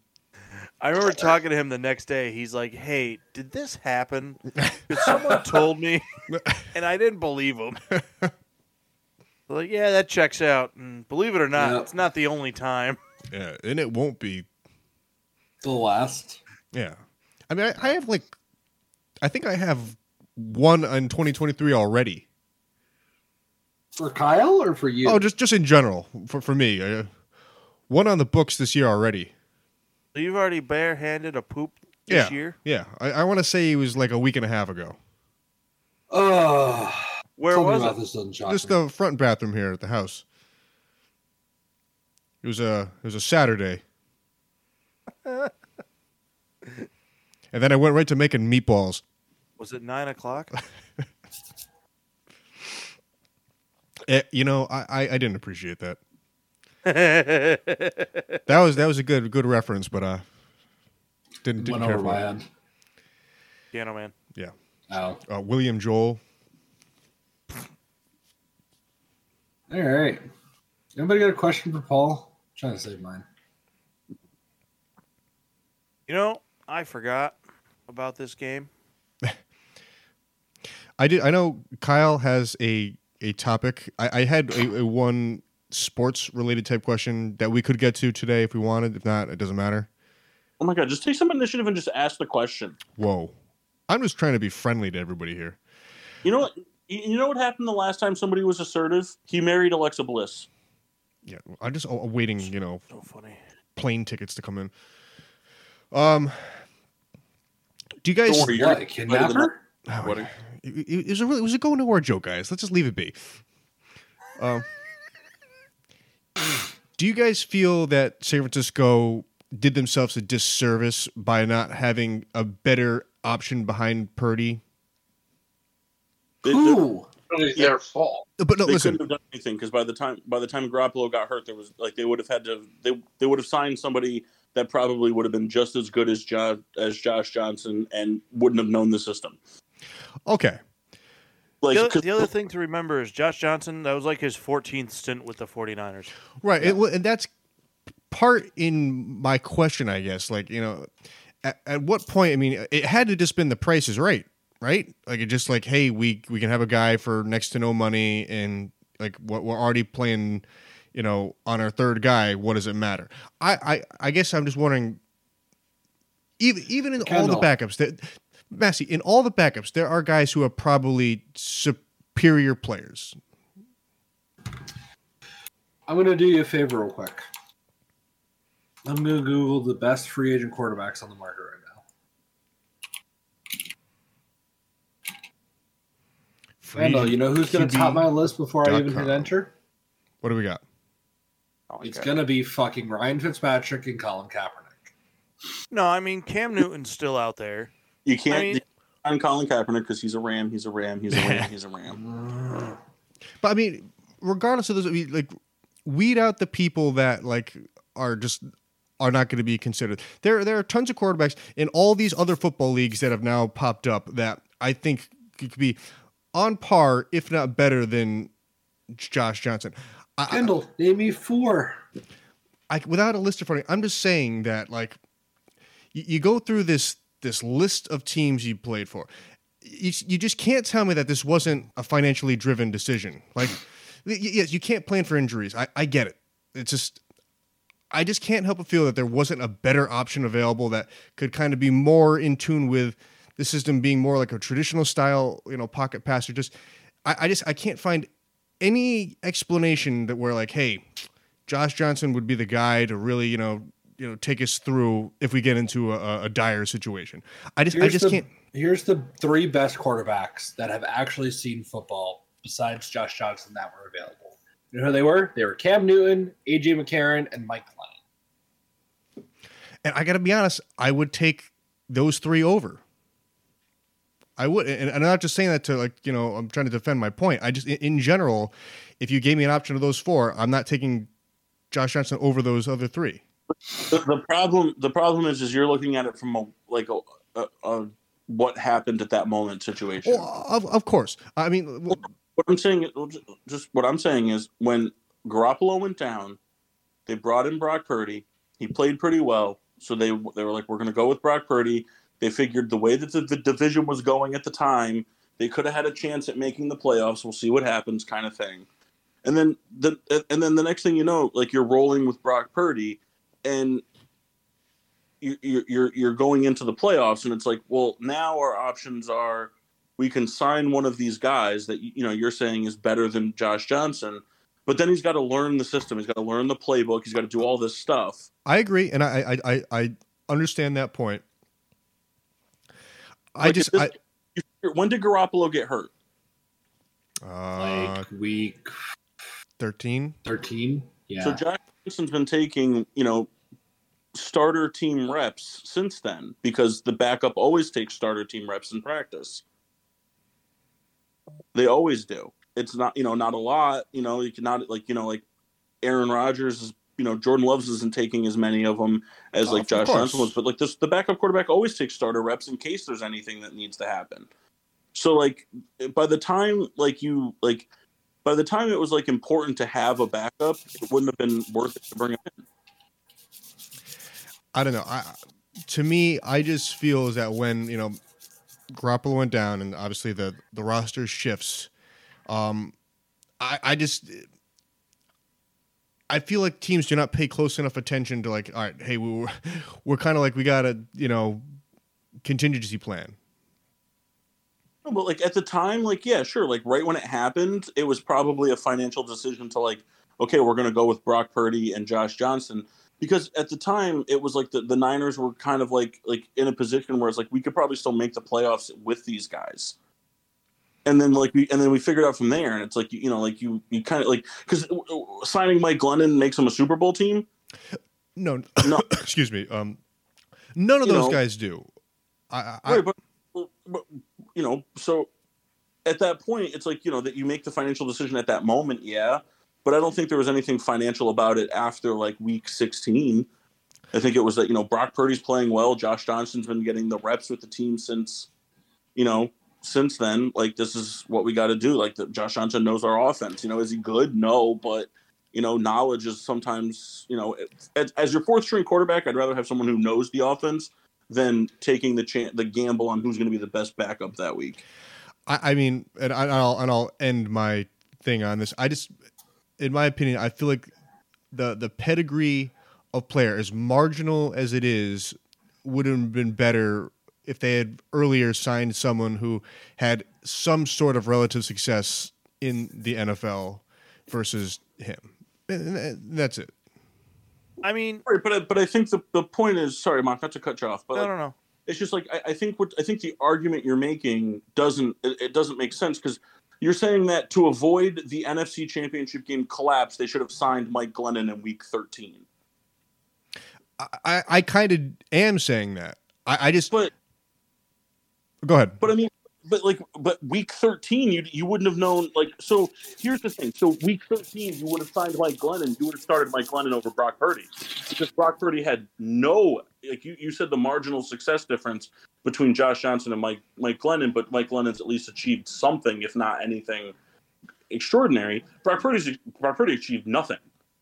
I remember talking to him the next day. He's like, "Hey, did this happen? 'Cause someone told me, and I didn't believe him." I'm like, yeah, that checks out. And believe it or not,
Yeah.
it's not the only time.
yeah, and it won't be.
the last.
Yeah. I mean, I, I have like, I think I have one in 2023 already.
For Kyle or for you?
Oh, just just in general for for me, uh, one on the books this year already.
So you've already barehanded a poop this year.
Yeah, I, I want to say it was like a week and a half ago.
Ugh.
Where
Something
was
about
it?
this doesn't shock
just
me.
the front bathroom here at the house. It was a it was a Saturday. and then I went right to making meatballs.
Was it nine o'clock?
Eh, you know, I, I, I didn't appreciate that.
That's
That was that was a good good reference, but uh didn't didn't
went
care
over my
for it.
head.
Piano man.
Oh,
Uh, William Joel.
all right. Anybody got a question for Paul? I'm trying to save mine.
You know, I forgot about this game.
I did I know Kyle has a a topic. I, I had a, a one sports related type question that we could get to today if we wanted. If not, it doesn't matter.
Oh my god, just take some initiative and just ask the question.
Whoa. I'm just trying to be friendly to everybody here.
You know what? you- You know what happened the last time somebody was assertive? He married Alexa Bliss.
Yeah, I'm just a- awaiting, you know,
So funny.
plane tickets to come in. Um, do you guys?
Don't worry, you're
What, a
better than
kidnapper?
Oh,
What
it, it, it was a really, it was a going nowhere joke, guys. Let's just leave it be. Um, do you guys feel that San Francisco did themselves a disservice by not having a better option behind Purdy?
They-
Who?
really
Yeah.
their fault.
Uh, But no,
they
listen.
couldn't have done anything because by the time by the time Garoppolo got hurt, there was like they would have had to they they would have signed somebody that probably would have been just as good as Josh as Josh Johnson and wouldn't have known the system.
Okay,
Like
the, other,
'cause-
the other thing to remember is Josh Johnson, that was like his 14th stint with the 49ers.
Right. It, well, and that's part in my question, I guess. Like, you know, at, at what point, I mean, it had to just been the price is right, right? Like, it just like, hey, we, we can have a guy for next to no money and like what we're already playing, you know, on our third guy. What does it matter? I, I, I guess I'm just wondering, even, even in all
Kendall.
the backups that Massey, in all the backups, there are guys who are probably superior players.
I'm going to do you a favor real quick. I'm going to Google the best free agent quarterbacks on the market right now.
Free-
Randall, you know who's going to
QB.
top my list before I
dot
even hit
com.
enter?
what do we got?
It's going to be fucking Ryan Fitzpatrick and Colin Kaepernick.
No, I mean, Cam Newton's still out there.
you can't
I mean-
on Colin Kaepernick because he's a Ram, he's a Ram, he's a Ram, he's a Ram.
Mm. But I mean, regardless of those, I mean, like weed out the people that like are just are not going to be considered. There, there are tons of quarterbacks in all these other football leagues that have now popped up that I think could be on par, if not better, than Josh Johnson. I, I-
Kendall, name me four.
I, without a list in front of me, I'm just saying that like you, you go through this this list of teams you played for. You, you just can't tell me that this wasn't a financially driven decision. Like, y- yes, you can't plan for injuries. I, I get it. It's just, I just can't help but feel that there wasn't a better option available that could kind of be more in tune with the system being more like a traditional style, you know, pocket passer. Just, I, I just, I can't find any explanation that we're like, hey, Josh Johnson would be the guy to really, you know, you know, take us through if we get into a, a dire situation. I just, I just
the,
can't.
Here's the three best quarterbacks that have actually seen football besides Josh Johnson that were available. You know who they were? They were Cam Newton, AJ McCarron, and Mike Glennon.
And I got to be honest, I would take those three over. I would, and, and I'm not just saying that to like you know, I'm trying to defend my point. I just, in, in general, if you gave me an option of those four, I'm not taking Josh Johnson over those other three.
The, the problem the problem is is you're looking at it from a like a, a, a what happened at that moment situation.
Well, of, of course. I mean, w-
What I'm saying, is- well, ju- just what I'm saying is, when Garoppolo went down, they brought in Brock Purdy. He played pretty well, so they they were like, we're going to go with Brock Purdy. They figured the way that the, the division was going at the time, they could have had a chance at making the playoffs. We'll see what happens, kind of thing. And then the and then the next thing you know, like you're rolling with Brock Purdy, and you- you- you're you're going into the playoffs, and it's like, well, now our options are we can sign one of these guys that you know you're saying is better than Josh Johnson, but then he's got to learn the system. He's got to learn the playbook. He's got to do all this stuff.
I agree, and I, I, I, I understand that point. I
Like,
just,
at
I,
this- when did Garoppolo get hurt?
uh,
like week
thirteen.
13. Yeah.
So Josh Johnson's been taking you know starter team reps since then because the backup always takes starter team reps in practice. They always do. It's not you know not a lot. You know you cannot like you know like Aaron Rodgers is. You know, Jordan Loves isn't taking as many of them as
Oh,
like
of
Josh
course.
Johnson was, but like this, the backup quarterback always takes starter reps in case there's anything that needs to happen. So like, by the time like you like, by the time it was like important to have a backup, it wouldn't have been worth it to bring him
I don't know. I, to me, I just feel is that when you know Garoppolo went down, and obviously the the roster shifts. Um, I, I just. I feel like teams do not pay close enough attention to like, all right, hey, we were, we're kind of like we got a you know contingency plan.
No, but like at the time, like yeah, sure, like right when it happened, it was probably a financial decision to like, okay, we're gonna go with Brock Purdy and Josh Johnson because at the time it was like the, the Niners were kind of like like in a position where it's like we could probably still make the playoffs with these guys. And then like we and then we figured out from there, and it's like you, you know like you you kind of like because signing Mike Glennon makes them a Super Bowl team.
No,
No.
excuse me. Um, none of
You
those
know.
guys do. I, I,
right, but, but you know, so at that point, it's like you know that you make the financial decision at that moment, yeah. But I don't think there was anything financial about it after like week sixteen. I think it was that you know Brock Purdy's playing well. Josh Johnson's been getting the reps with the team since, you know, since then. Like this is what we got to do. Like the, Josh Johnson knows our offense. You know, is he good? No, but you know, knowledge is sometimes you know, as, as your fourth string quarterback, I'd rather have someone who knows the offense than taking the chan the gamble on who's going to be the best backup that week.
I, I mean, and I, I'll and I'll end my thing on this. I just, in my opinion, I feel like the the pedigree of player, as marginal as it is, would have been better if they had earlier signed someone who had some sort of relative success in the NFL versus him. And- and That's it.
I mean,
Right, but I, but I think the, the point is sorry, Mark, not to cut you off, but
no,
like,
no, no.
it's just like I, I think what I think the argument you're making doesn't it, it doesn't make sense because you're saying that to avoid the NFC Championship game collapse, they should have signed Mike Glennon in Week 13.
I I, I kind of am saying that. I, I just
But
go ahead.
But I mean, but like but week 13 you you wouldn't have known like so here's the thing so week 13 you would have signed mike glennon you would have started mike glennon over brock purdy because brock purdy had no like you, you said the marginal success difference between josh johnson and mike mike glennon but mike glennon's at least achieved something if not anything extraordinary brock purdy's brock purdy achieved nothing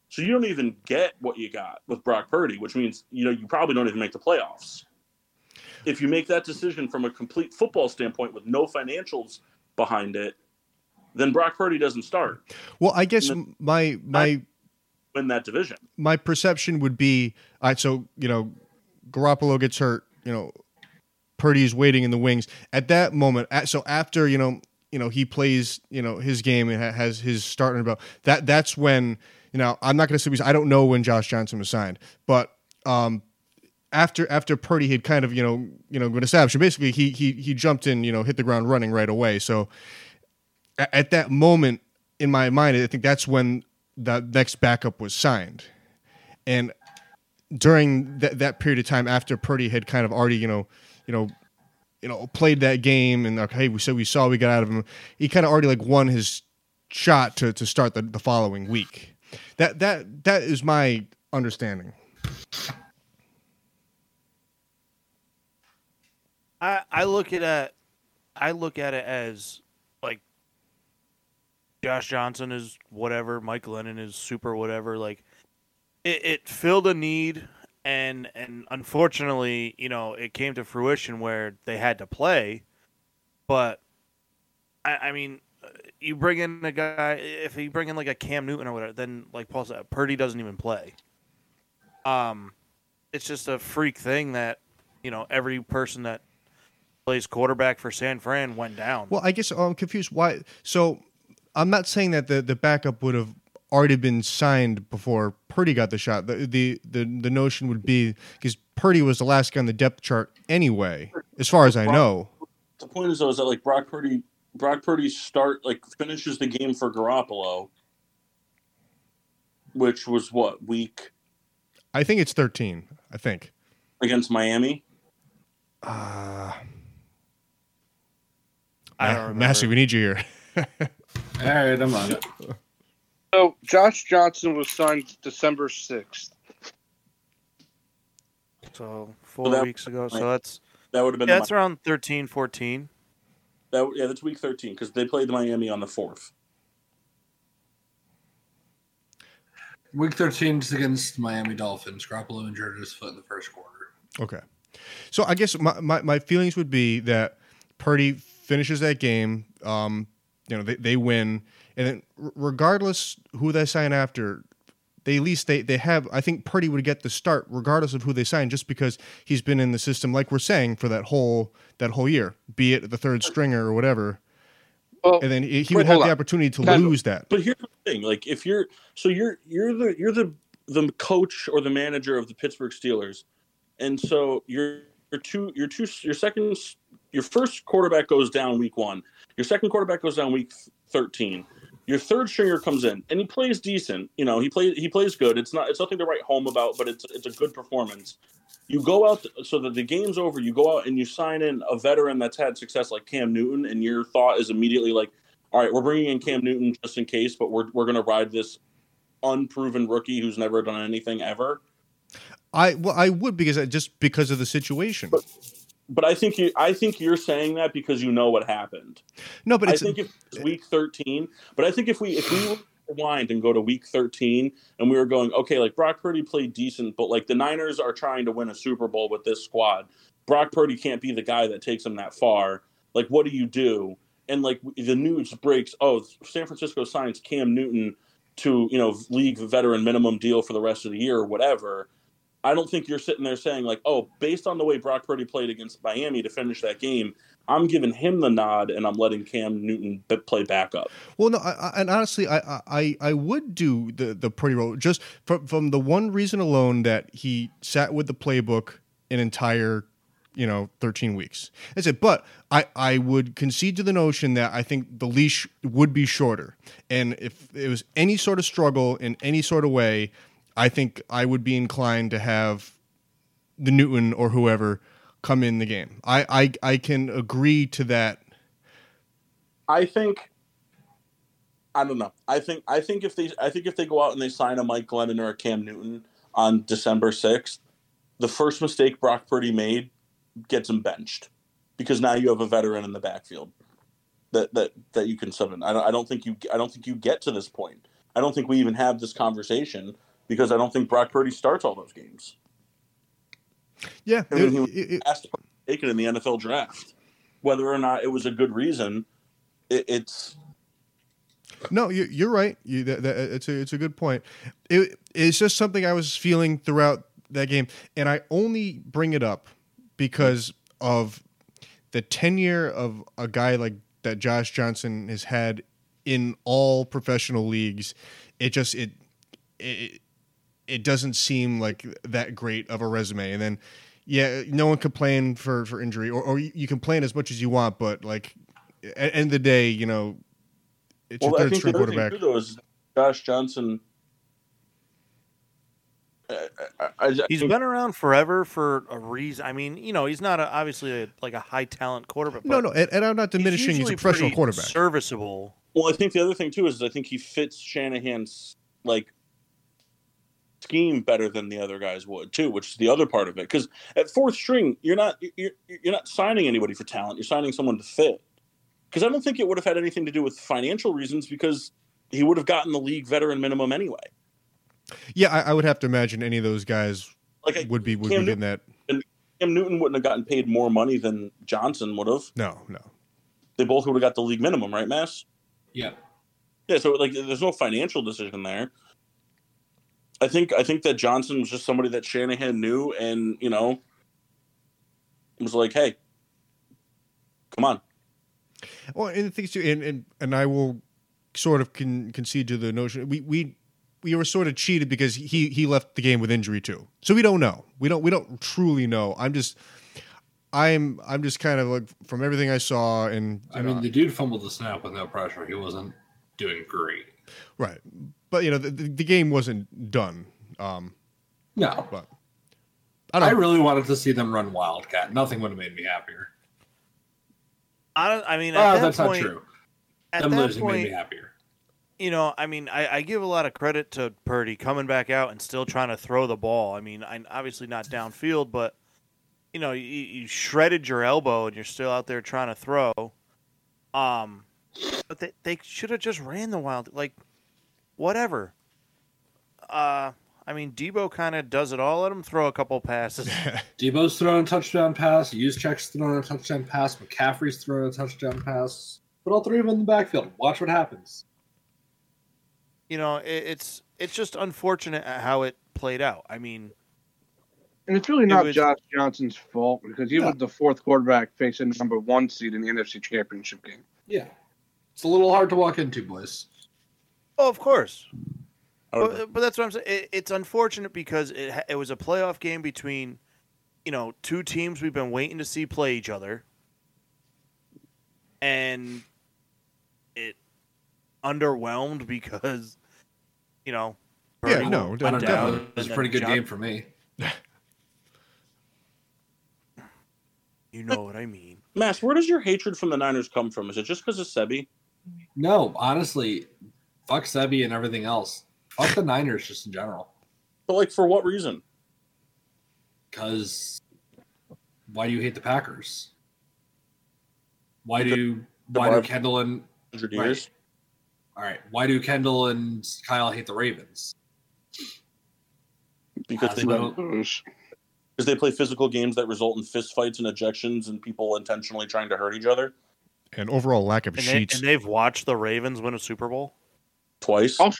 so you don't even get what you got with brock purdy which means you know you probably don't even make the playoffs if you make that decision from a complete football standpoint with no financials behind it, then Brock Purdy doesn't start
Well, I guess my my
win that division.
my perception would be, I so you know, Garoppolo gets hurt. You know, Purdy's waiting in the wings at that moment. At, so after you know, you know he plays you know his game and ha- has his starting about that. That's when you know I'm not going to say because I don't know when Josh Johnson was signed, but um, after after Purdy had kind of you know you know been established, and basically he he he jumped in you know hit the ground running right away. So a- at that moment in my mind, I think that's when the next backup was signed, and during that that period of time after Purdy had kind of already you know you know you know played that game and like hey we said we saw we got out of him, he kind of already like won his shot to to start the, the following week. That that that is my understanding.
I, I look at it, I look at it as like Josh Johnson is whatever, Mike Lennon is super whatever. Like it, it filled a need, and and unfortunately, you know, it came to fruition where they had to play. But I, I mean, uh, you bring in a guy if you bring in like a Cam Newton or whatever, then like Paul said, Purdy doesn't even play. Um, it's just a freak thing that you know every person that plays quarterback for San Fran went down.
Well, I guess oh, I'm confused. Why? So I'm not saying that the, the backup would have already been signed before Purdy got the shot. The the the, the notion would be because Purdy was the last guy on the depth chart anyway, as far as I know.
The point is though is that like Brock Purdy Brock Purdy start like finishes the game for Garoppolo, which was what, week
I think it's 13. I think.
against Miami?
Uh,
I don't remember.
Massey, we need you here.
All right, I'm on it.
So Josh Johnson was signed December sixth.
So four
So that-
weeks ago. So that's
That would have been
yeah,
the
that's around 13, 14.
That, yeah, that's week 13 because they played Miami on the 4th.
Week 13 is against Miami Dolphins. Garoppolo injured his foot in the first quarter.
Okay. So I guess my, my, my feelings would be that Purdy finishes that game. Um, you know, they, they win. And then r- regardless who they sign after, they at least they, they have I think Purdy would get the start regardless of who they sign, just because he's been in the system, like we're saying, for that whole that whole year, be it the third stringer or whatever.
Well,
And then he he
Wait,
would have
hold
the
on.
opportunity to
Kendall.
lose that.
But here's the thing: like, if you're so you're you're the you're the the coach or the manager of the Pittsburgh Steelers, and so your your two your two your second your first quarterback goes down week one. Your second quarterback goes down week thirteen. Your third stringer comes in and he plays decent. You know he plays he plays good. It's not it's nothing to write home about, but it's it's a good performance. You go out so that the game's over. You go out and you sign in a veteran that's had success like Cam Newton, and your thought is immediately like, all right, we're bringing in Cam Newton just in case, but we're, we're going to ride this unproven rookie who's never done anything ever.
I well I would because I, just because of the situation.
But- But I think you, I think you're saying that because you know what happened.
no, but
I
it's
think if it's week 13, but I think if we if we rewind and go to week 13 and we were going, okay, like Brock Purdy played decent, but like the Niners are trying to win a Super Bowl with this squad. Brock Purdy can't be the guy that takes them that far. Like, what do you do? And like the news breaks, oh, San Francisco signs Cam Newton to you know league veteran minimum deal for the rest of the year or whatever. I don't think you're sitting there saying like, oh, based on the way Brock Purdy played against Miami to finish that game, I'm giving him the nod and I'm letting Cam Newton b- play backup.
Well, no, I, I, and honestly, I, I- I, I would do the the pretty role just from from the one reason alone that he sat with the playbook an entire, you know, thirteen weeks. That's it. But I, I would concede to the notion that I think the leash would be shorter, and if it was any sort of struggle in any sort of way, I think I would be inclined to have the Newton or whoever come in the game. I, I, I can agree to that
I think I don't know. I think I think if they I think if they go out and they sign a Mike Glennon or a Cam Newton on December sixth, the first mistake Brock Purdy made gets him benched because now you have a veteran in the backfield that that that you can summon. I don't, I don't think you I don't think you get to this point. I don't think we even have this conversation because I don't think Brock Purdy starts all those games.
Yeah,
I mean,
it- it- it-
asked to be taken in the NFL draft. Whether or not it was a good reason, it, it's
no, you, you're right. You, that, that, it's a it's a good point. It, it's just something I was feeling throughout that game, and I only bring it up because of the tenure of a guy like that Josh Johnson has had in all professional leagues. It just it it it doesn't seem like that great of a resume, and then. Yeah, no one complained for, for injury, or, or you complain as much as you want, but like, at end of the day, you know, it's
well.
your
I
third
think the
string
other thing
quarterback.
too, though, is Josh Johnson. I, I, I, I
He's
think-
been around forever for a reason. I mean, you know, he's not a, obviously a, like a high talent quarterback.
No,
but
no, and, and I'm not
he's
diminishing. He's,
usually
a professional
pretty
quarterback.
Serviceable.
Well, I think the other thing too is I think he fits Shanahan's like scheme better than the other guys would too, which is the other part of it. Because at fourth string, you're not you're you're not signing anybody for talent. You're signing someone to fit. Because I don't think it would have had anything to do with financial reasons. Because he would have gotten the league veteran minimum anyway.
yeah, I, I would have to imagine any of those guys
Like I,
would be would
Cam
be in that.
Cam Newton wouldn't have gotten paid more money than Johnson would have.
No, no.
They both would have got the league minimum, right, Mass?
Yeah.
Yeah, so like there's no financial decision there. I think I think that Johnson was just somebody that Shanahan knew and, you know, was like, "Hey, come on."
Well, and the things too, and and, and I will sort of con- concede to the notion we we we were sort of cheated because he he left the game with injury too. So we don't know. We don't we don't truly know. I'm just. I'm I'm just kind of like from everything I saw and
I mean, the dude fumbled the snap with no pressure. He wasn't doing great.
right, but you know the, the, the game wasn't done. Um,
No,
I
I
don't.
really wanted to see them run Wildcat. Nothing would have made me happier.
I, don't- I mean, at
Ah,
that
that's
point,
not true.
At
Them
that
losing
point,
made me happier.
you know, I mean, I, I give a lot of credit to Purdy coming back out and still trying to throw the ball. I mean, I, obviously not downfield, but you know, you, you shredded your elbow and you're still out there trying to throw. Um, but they they should have just ran the wild like, whatever. Uh, I mean, Debo kind of does it all. Let him throw a couple passes.
Debo's throwing a touchdown pass. Yuzchek's throwing a touchdown pass. McCaffrey's throwing a touchdown pass. Put all three of them in the backfield. Watch what happens.
you know, it, it's it's just unfortunate at how it played out. I mean,
And it's really
It
not
was-
Josh Johnson's fault because he
No.
was the fourth quarterback facing the number one seed in the NFC Championship game.
Yeah. It's a little hard to walk into, boys.
oh, of course,
I would-
But, but that's what I'm saying. It, it's unfortunate because it ha- it was a playoff game between, you know, two teams we've been waiting to see play each other, and it underwhelmed because, you know,
Yeah,
Purdy
no,
went
I don't
down,
know. It was
and
a
then
pretty good
John-
game for me.
You know what I mean?
Mass, where does your hatred from the Niners come from? Is it just because of Sebi?
No, honestly, fuck Sebi and everything else. Fuck the Niners just in general.
But like for what reason?
Because why do you hate the Packers? Why do why do
Devon-
Kendall and
Hundred
Right.
years.
all right? Why do Kendall and Kyle hate the Ravens?
Because they
I
because
don't-
they play physical games that result in fist fights and ejections and people intentionally trying to hurt each other
and overall lack of
And, they,
sheets.
and they've watched the Ravens win a Super Bowl.
twice.
Also,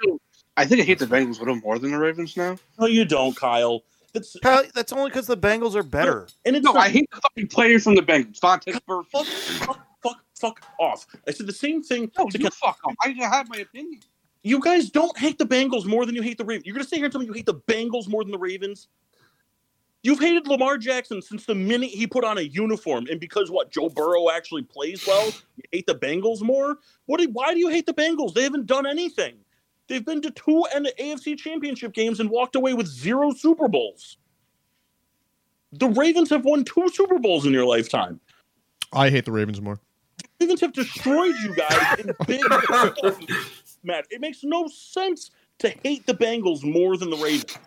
I think I hate the Bengals a little more than the Ravens now.
No, you don't, Kyle. That's
Kyle, that's only because the Bengals are better.
and it's
No,
not-
I hate the fucking players from the Bengals. Vontae
fuck,
Burfict.
fuck, fuck, fuck off. I said the same thing.
No,
to
you fuck off. I have my opinion.
You guys don't hate the Bengals more than you hate the Ravens. You're gonna sit here and tell me you hate the Bengals more than the Ravens. You've hated Lamar Jackson since the minute he put on a uniform, and because what Joe Burrow actually plays well, you hate the Bengals more. What? Do, why do you hate the Bengals? They haven't done anything. They've been to two and AFC Championship games and walked away with zero Super Bowls. The Ravens have won two Super Bowls in your lifetime.
I hate the Ravens more.
They've Ravens have destroyed you guys in big match. It makes no sense to hate the Bengals more than the Ravens.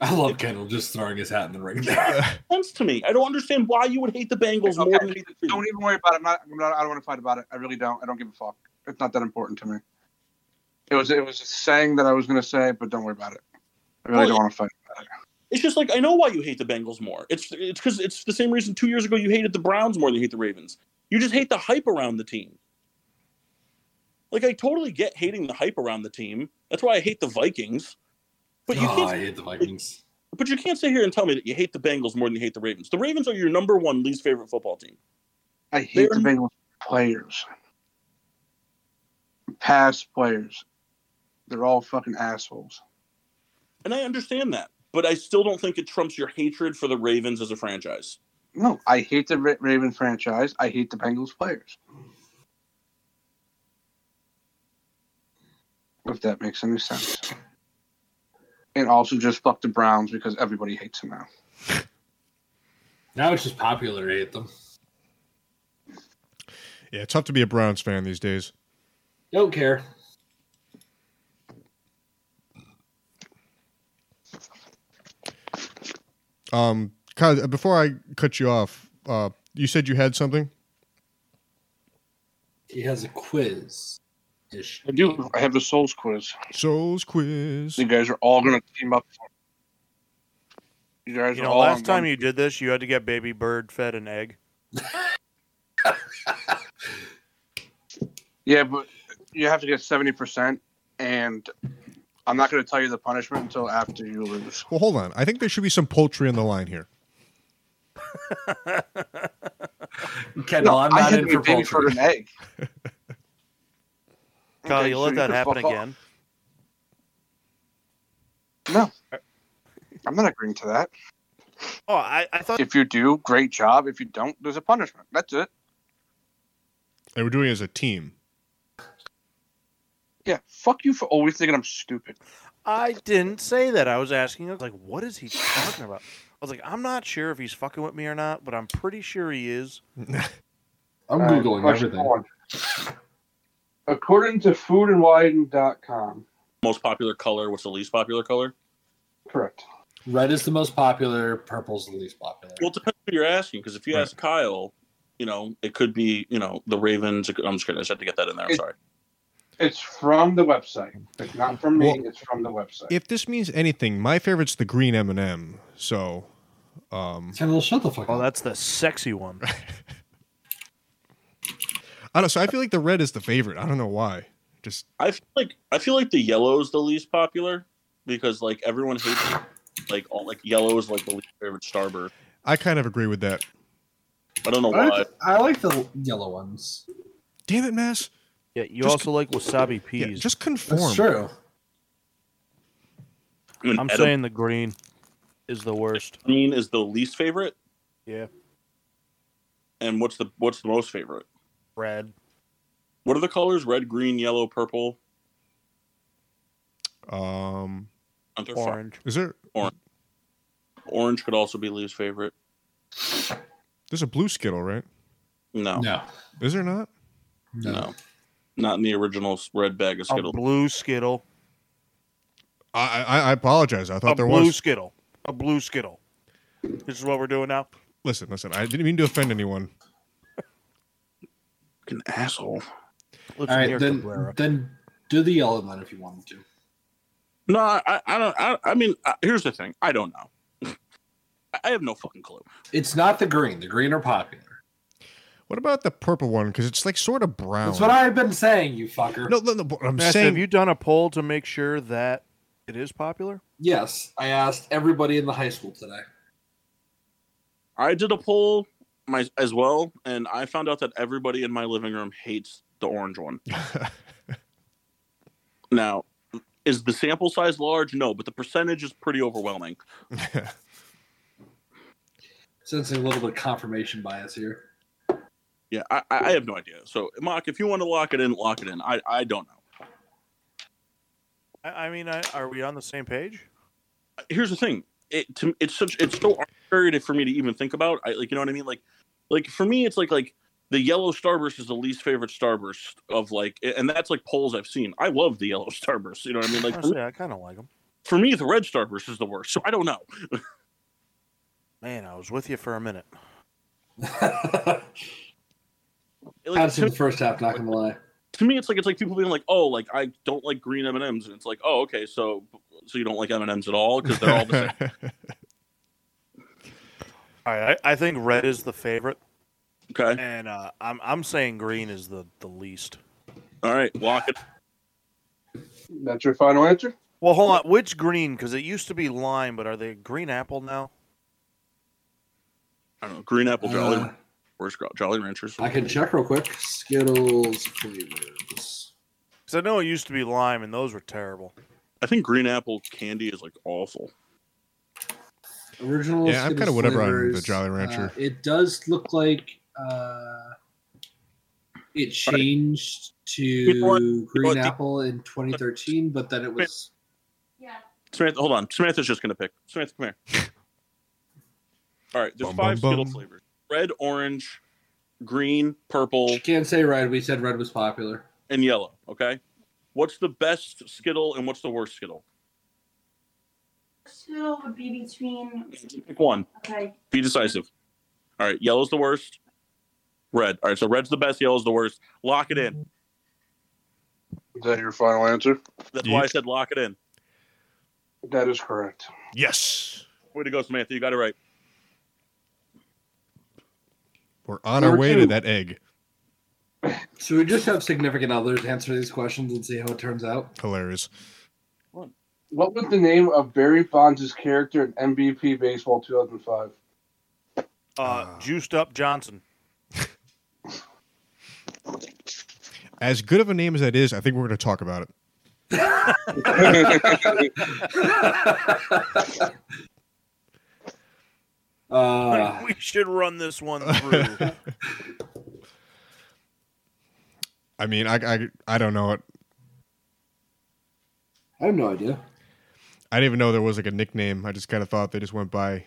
I love Kendall just throwing his hat in the ring. There.
Sense to me. I don't understand why you would hate the Bengals
Okay,
more than you do.
Don't even worry about it. I'm not, I'm not, I don't want to fight about it. I really don't. I don't give a fuck. It's not that important to me. It was it was a saying that I was going to say, but don't worry about it. I really
Well,
don't want to fight.
It's just like I know why you hate the Bengals more. It's it's because it's the same reason two years ago you hated the Browns more than you hate the Ravens. You just hate the hype around the team. Like I totally get hating the hype around the team. That's why I hate the Vikings. But you
oh,
can't
I hate the Vikings.
But you can't sit here and tell me that you hate the Bengals more than you hate the Ravens. The Ravens are your number one least favorite football team.
I hate
They're-
the Bengals players, past players. They're all fucking assholes.
And I understand that. But I still don't think it trumps your hatred for the Ravens as a franchise.
No, I hate the Ra- Raven franchise. I hate the Bengals players. If that makes any sense. And also just fuck the Browns because everybody hates them now.
Now it's just popular to hate them.
Yeah, it's tough to be a Browns fan these days.
Don't care.
Um, Kyle, before I cut you off, uh, you said you had something.
He has a quiz. Ish.
I do. I have the Souls quiz.
Souls quiz.
You guys are all gonna team up. For it. You guys
You
are
know,
all
last
on
time
one-
you did this, you had to get baby bird fed an egg.
Yeah, but you have to get seventy percent, and I'm not gonna tell you the punishment until after you lose.
Well, hold on. I think there should be some poultry on the line here.
Kendall, I'm
I
not
had
in
to
for
be baby
poultry.
an egg.
Kyle,
Okay,
you
so
let that
can
happen
fuck off.
again.
I'm not agreeing to that.
Oh, I, I thought
If you do, great job. If you don't, there's a punishment. That's it.
And we're doing it as a team.
Yeah, fuck you for always thinking I'm stupid.
I didn't say that. I was asking, I was like, what is he talking about? I was like, I'm not sure if he's fucking with me or not, but I'm pretty sure he is.
I'm
All right,
googling
question
everything.
one. According to foodandwine.com,
Most popular color, what's the least popular color?
correct.
Red is the most popular. Purple's the least popular.
Well, it depends who you're asking, because if you
Right.
ask Kyle, you know, it could be, you know, the Ravens. it could- I'm just kidding. I just had to get that in there. I'm
It-
sorry.
It's from the website. It's not from me.
Well-
it's from the website.
If this means anything, my favorite's the green M and m So, um,
Kendall, shut the fuck
Oh,
up.
that's the sexy one.
I don't. So I feel like the red is the favorite. I don't know why. Just
I feel like I feel like the yellow is the least popular because like everyone hates it. like all like yellow is like the least favorite starburst.
I kind of agree with that.
I don't know
I
why.
like, I like the yellow ones.
Damn it, Mass.
Yeah, you
Just-
also like wasabi
Yeah,
peas.
just conform.
That's true.
I mean,
I'm
edible
saying the green is the worst.
green is the least favorite.
Yeah.
And what's the what's the most favorite?
Red.
What are the colors? Red, green, yellow, purple.
Um,
Aren't there five?
Orange.
is there?
Orange could also be least favorite.
There's a blue Skittle, right?
No, no,
No.
Is there not?
No.
not in the original s- red bag of
A
Skittles.
blue skittle.
I I, I apologize. I thought
A
there
blue
was.
skittle. A blue skittle. This is what we're doing now.
Listen, listen. I didn't mean to offend anyone.
Fucking asshole.
Listen
All right,
here,
then
Cabrera.
then do the yellow one if you wanted to.
No, I, I don't. I, I mean, I, here's the thing. I don't know. I- I have no fucking clue.
It's not the green. The green are popular.
What about the purple one? Because it's like sort of brown.
That's what I've been saying, you fucker.
Oh. No, no, no, but I'm
Matt,
saying.
have you done a poll to make sure that it is popular?
Yes, I asked everybody in the high school today.
I did a poll my as well, and I found out that everybody in my living room hates the orange one. Now, is the sample size large? No, but the percentage is pretty overwhelming.
Sensing a little bit of confirmation bias here.
Yeah, I, I I have no idea. So, Mock, if you want to lock it in, lock it in. I, I don't know.
I, I mean, I, are we on the same page?
here's the thing. It to, it's such it's so arbitrary to, for me to even think about. I like you know what I mean. Like like for me, it's like like the yellow starburst is the least favorite starburst of like, and that's like polls I've seen. I love the yellow starburst. You know what I mean? Like
Honestly, I kind of like them.
for me, the red starburst is the worst. So I don't know.
Man, I was with you for a minute.
Like,
That's
to,
the first half. Not gonna lie.
to me, it's like it's like people being like, oh, like I don't like green M and M's, and it's like, oh, okay, so so you don't like M and M's at all because they're all the same.
All right, I, I think red is the favorite,
Okay,
and uh, I'm I'm saying green is the the least.
all right, lock it.
That's your final answer?
Well, hold on. Which green? Because it used to be lime, but are they green apple now?
I don't know. Green apple jolly,
Uh,
where's Gro- Jolly Ranchers?
I can check real quick. Skittles flavors.
Because I know it used to be lime, and those were terrible.
I think green apple candy is like awful.
Original.
Yeah, I'm
Skittles
kinda whatever on the
flavors.
Jolly Rancher.
Uh, it does look like uh, it changed to
know what? know
green
what?
apple in 2013, but then it was.
Samantha, hold on. Samantha's just gonna pick. Samantha, come here. All right, there's
Bum,
five
bum,
Skittle
bum.
flavors: red, orange, green, purple,
She can't say red. We said red was popular.
and yellow. Okay, what's the best Skittle and what's the worst Skittle?
Two would be between.
Pick one.
Okay.
Be decisive. All right, yellow's the worst. Red. All right, so red's the best. Yellow's the worst. Lock it in.
Is that your final answer?
That's
Yeah.
why I said lock it in.
That is correct.
yes,
Way to go, Samantha. You got it right.
we're on our way to
Number two.
that egg.
So we just have significant others answer these questions and see how it turns out.
Hilarious.
What was the name of Barry Bonds' character in MVP Baseball 2005?
Uh,
Ah.
Juiced up Johnson.
As good of a name as that is, I think we're going to talk about it.
Ah.
Uh,
we should run this one through.
I mean, I, I, I don't know it.
I have no idea.
I didn't even know there was like a nickname. I just kind of thought they just went by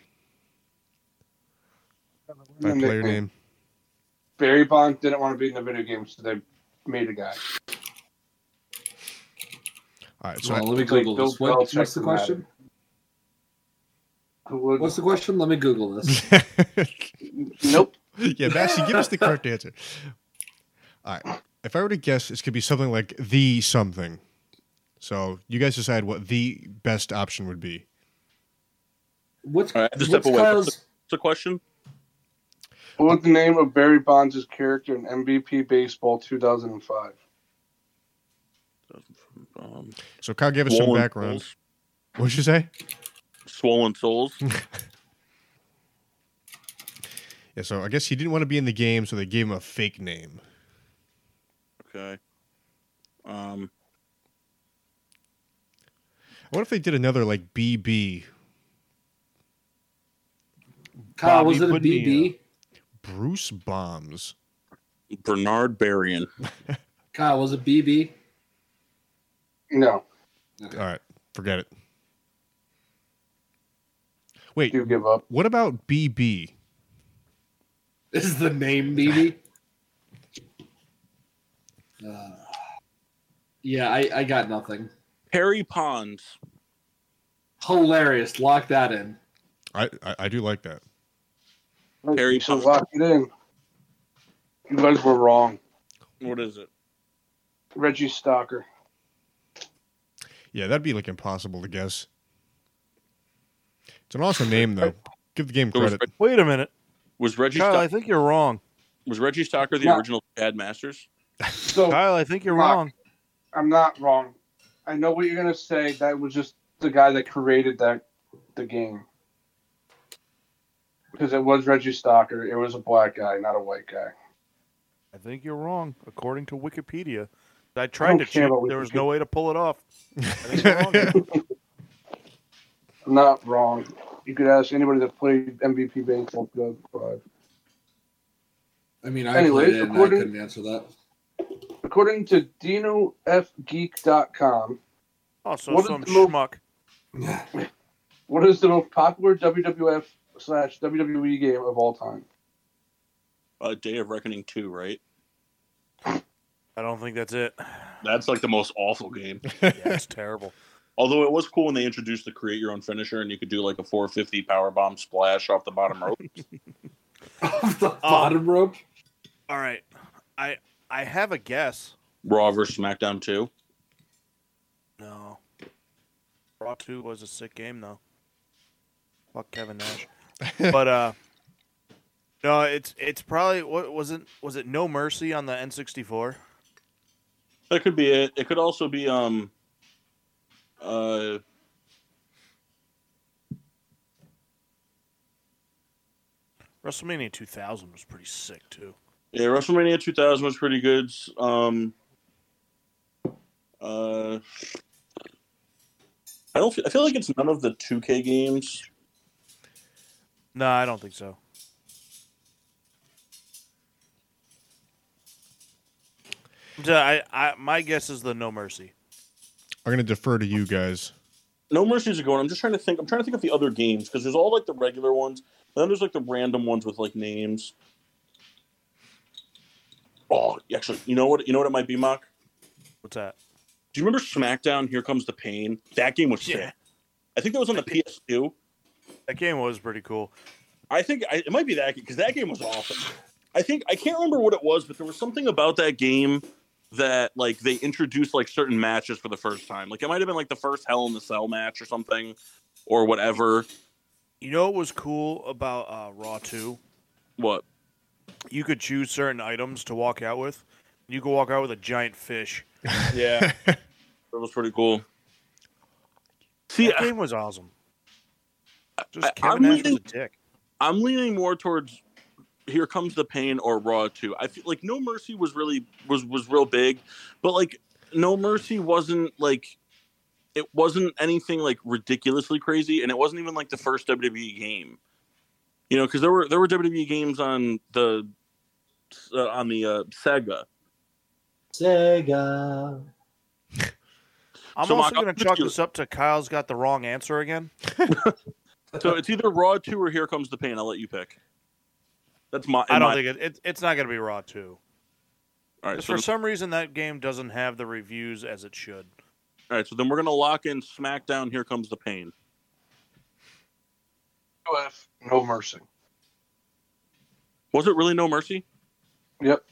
by player name.
Barry Bonds didn't want to be in the video games, so they made a guy.
All right, so
Well, let me
It's like
Google
Bill
this. What,
Belichick
what's the
from
question?
Who would?
What's the question? Let me Google this.
I,
Nope.
yeah, Bastion, give us the correct answer. All right, if I were to guess, this could be something like the something. So you guys decide what the best option would be.
What's,
All right, I have to step
what's
away.
Kyle's?
It's a question.
What was the name of Barry Bonds' character in MVP Baseball 2005?
Um,
So Kyle gave us some
swollen
background.
souls.
What'd you say?
Swollen souls.
Yeah, so I guess he didn't want to be in the game, so they gave him a fake name.
Okay. Um.
What if they did another like BB
Kyle, was it
Bobby
a BB?
Bruce Bombs?
Bernard Berrien.
Kyle, was it BB?
No,
All right, forget it. Wait,
you give up.
what about BB?
Is the name BB? Uh, yeah, I, I got nothing.
Harry Pons.
Hilarious. Lock that in.
I, I, I do like that.
Barry
so
Bonds.
lock it in. You guys were wrong.
What is it?
Reggie Stocker.
Yeah, that'd be like impossible to guess. It's an awesome name though. Give the game
It was,
credit.
Reg-
Wait a minute,
was Reggie
Kyle. I
Stock-
think you're wrong.
was Reggie Stocker the
Yeah.
original Chad Masters?
So
Kyle, I think you're
Oh. Fuck.
wrong.
I'm not wrong. I know what you're gonna say. That was just the guy that created that the game. Because it was Reggie Stocker. It was a black guy, not a white guy.
I think you're wrong, according to Wikipedia. I
don't
tried
care
to check.
about
There was no way to pull it off.
I'm not wrong. You could ask anybody that played MVP baseball. Good five.
I mean, I
Anyways,
played it and I
according-
couldn't answer that.
According to DinoFGeek.com,
Oh, so
What is
some
the most-
schmuck.
what E is the most popular WWF slash WWE game of all time?
uh, Day of Reckoning two, right?
I don't think that's it.
That's like the most awful game.
Yeah, it's terrible.
Although it was cool when they introduced the create your own finisher and you could do like a 450 power bomb splash off the bottom rope.
the
Oh.
bottom rope.
All right, I I have a guess.
Raw versus SmackDown two.
No, Raw two was a sick game though. Fuck Kevin Nash. but uh, no, it's it's probably what wasn't was it No Mercy on the N64?
That could be it. It could also be um uh
WrestleMania 2000 was pretty sick too.
yeah, WrestleMania 2000 was pretty good. Um uh I don't feel, I feel like it's none of the 2K games.
No, I don't think so. So I, I my guess is the No Mercy.
I'm gonna defer to you guys.
No Mercy's a good one. I'm just trying to think. I'm trying to think of the other games because there's all like the regular ones, and then there's like the random ones with like names. Oh, actually, you know what? You know what it might be, Mock.
What's that?
Do you remember SmackDown? Here comes the pain. That game was sick.
Yeah.
I think that was on the PS2.
That game was pretty cool.
I think I, it might be that game because that game was awesome. I think I can't remember what it was, but there was something about that game that like they introduced like certain matches for the first time. Like it might have been like the first Hell in the Cell match or something, or whatever.
You know what was cool about uh, Raw 2?
What?
You could choose certain items to walk out with. You could walk out with a giant fish.
Yeah, that was pretty cool. See,
That game was awesome.
I-
Just
I'm
Kevin Nash was
leaning-
a dick.
I'm leaning more towards "Here Comes the Pain" or "Raw" too. I feel like "No Mercy" was really was was real big, but like "No Mercy" wasn't like it wasn't anything like ridiculously crazy, and it wasn't even like the first WWE game. You know, because there were there were WWE games on the uh, on the uh, Sega.
Sega.
I'm
So,
also
Mark,
going
I'll
to chalk
put you-
this up to Kyle's got the wrong answer again.
So it's either Raw two or Here Comes the Pain. I'll let you pick. That's my.
I don't
my-
think it, it, it's not going to be Raw 2.
All right,
'Cause
so
for some reason, that game doesn't have the reviews as it should.
all right, so then we're gonna lock in SmackDown. Here comes the pain.
UF, no mercy.
Was it really No Mercy?
Yep.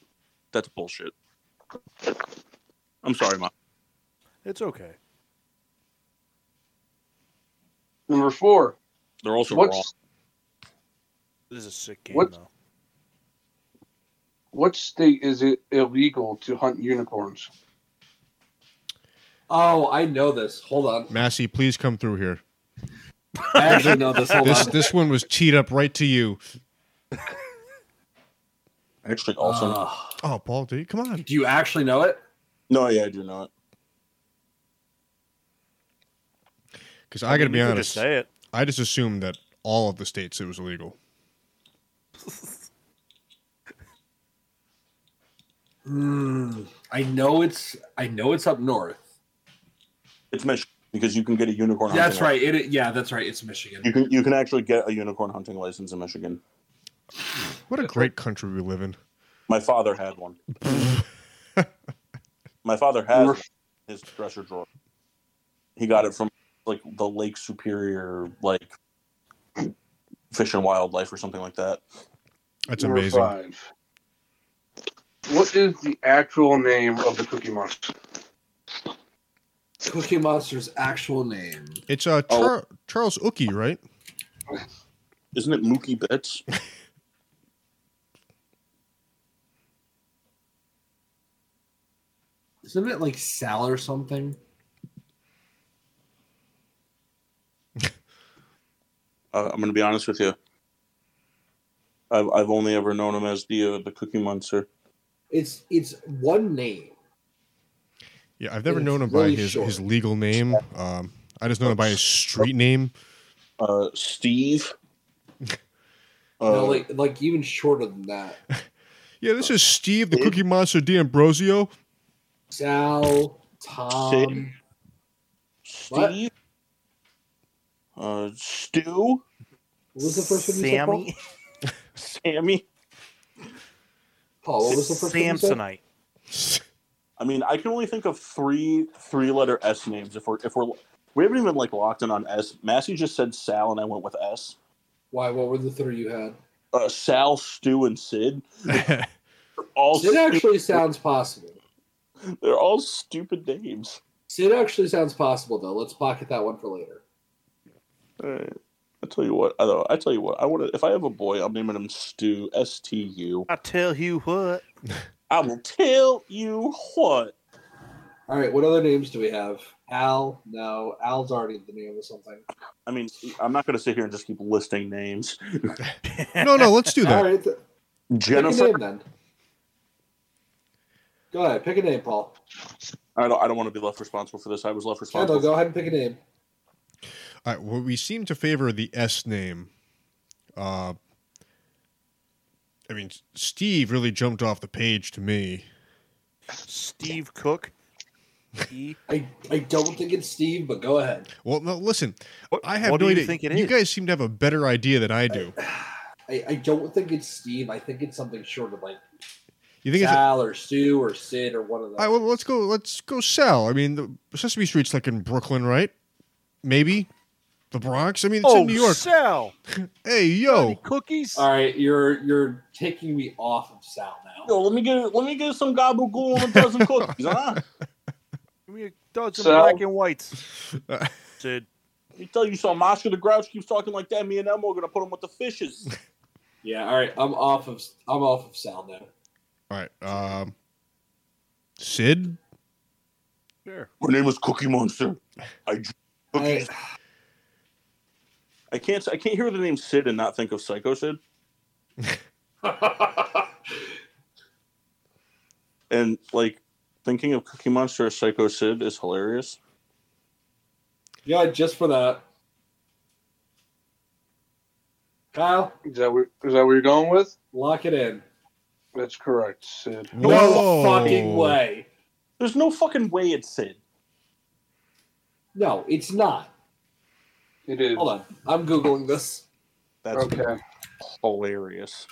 That's bullshit. I'm sorry, Mom.
It's okay.
Number four.
They're also wrong.
What's
This is a sick game,
What-
though.
what state is it illegal to hunt unicorns?
Oh, I know this. Hold on.
Massey, please come through here.
I actually know this. Hold
This
on.
this one was teed up right to you.
Actually, also
Uh,
Oh, Paul, dude, come on.
do you actually know it?
no. Yeah, I do not.
Because I gotta
mean,
be
you could Just
honest,
say it.
I just assumed that all of the states it was illegal.
Hmm. I know it's. I know it's up north.
It's Michigan because you can get a unicorn.
That's
hunting
right. It. Yeah, that's right. It's
li-
Michigan.
You can you can actually get a unicorn hunting license in Michigan.
What a great country we live in.
My father had one. My father has one in his dresser drawer. He got it from like the Lake Superior, like Fish and Wildlife or something like that.
That's
Number
amazing.
five. What is the actual name of the Cookie Monster?
Cookie Monster's actual name.
It's uh,
Oh.
Char- Charles Ookie, right?
Isn't it Mookie Betts?
Isn't it like Sal or something?
Uh, I'm going to be honest with you. I've, I've only ever known him as the uh, the Cookie Monster.
It's it's one name.
Yeah, I've never
It's
known him
really
by his,
short.
his legal name. Um, I just know him by his street name.
Uh, Steve. Uh,
no, like like even shorter than that.
Yeah, this is Steve, the Cookie Monster D'Ambrosio.
Sal, Tom.
Sid.
What?
Steve. Uh, Stu.
What was the first one you said? Paul?
Sammy.
Oh, what was the first one you said?
Samsonite.
I mean, I can only think of three three letter S names. If we're if we're we haven't even like locked in on S. Massey just said Sal, and I went with S.
Why? What were the three you had?
Uh, Sal, Stu, and Sid. All
Sid
stu-
actually sounds possible.
they're all stupid names.
Sid actually sounds possible though. Let's pocket that one for later.
Alright. I tell you what, I know. I tell you what, I want to. If I have a boy, I'm naming him Stu. S T U.
I tell you what.
I will tell you what.
All right, what other names do we have? Al? No, Al's already the name of something.
I mean, I'm not going to sit here and just keep listing names.
no, no, let's do that.
All right, th- pick a
Jennifer.
name then. Go ahead, pick a name, Paul.
I don't. I don't want to be left responsible for this. I was left
Kendall,
responsible.
go ahead and pick a name.
All right. Well, we seem to favor the S name. Uh, I mean, Steve really jumped off the page to me.
Steve Cook. E.
I, I don't think it's Steve, but go ahead.
Well, no, listen,
What,
I have
what
no
do
idea.
you think it
you
is?
guys seem to have a better idea than I do.
I, I don't think it's Steve. I think it's something short of like
You think it's? All
Sal or Stu or Sid or one of
right.
them.
Well, let's go. Let's go. Sell. I mean, the Sesame Street's like in Brooklyn, right? Maybe the Bronx. I mean, it's
oh,
in New York.
Sal.
Hey,
Any
yo.
cookies.
All right, you're you're taking me off of Sal now.
Yo, let me get let me get some gabagool and a dozen cookies, huh?
Give me a dozen
Sal.
black and whites. Sid.
Let me tell you something. Oscar the Grouch keeps talking like that. Me and Elmo are gonna put him with the fishes.
Yeah, all right, I'm off of I'm off of Sal now.
All right. Um, Sid.
Sure.
My name is Cookie Monster. I drink
I,
cookies. I can't I can't hear the name Sid and not think of Psycho Sid. And like thinking of Cookie Monster as Psycho Sid is hilarious.
yeah, just for that. Kyle,
Is that where, is that where you're going with?
lock it in.
That's correct, Sid.
No fucking way.
There's no fucking way it's Sid.
No, it's not.
It is.
Hold on, I'm googling this.
That's
Okay.
hilarious.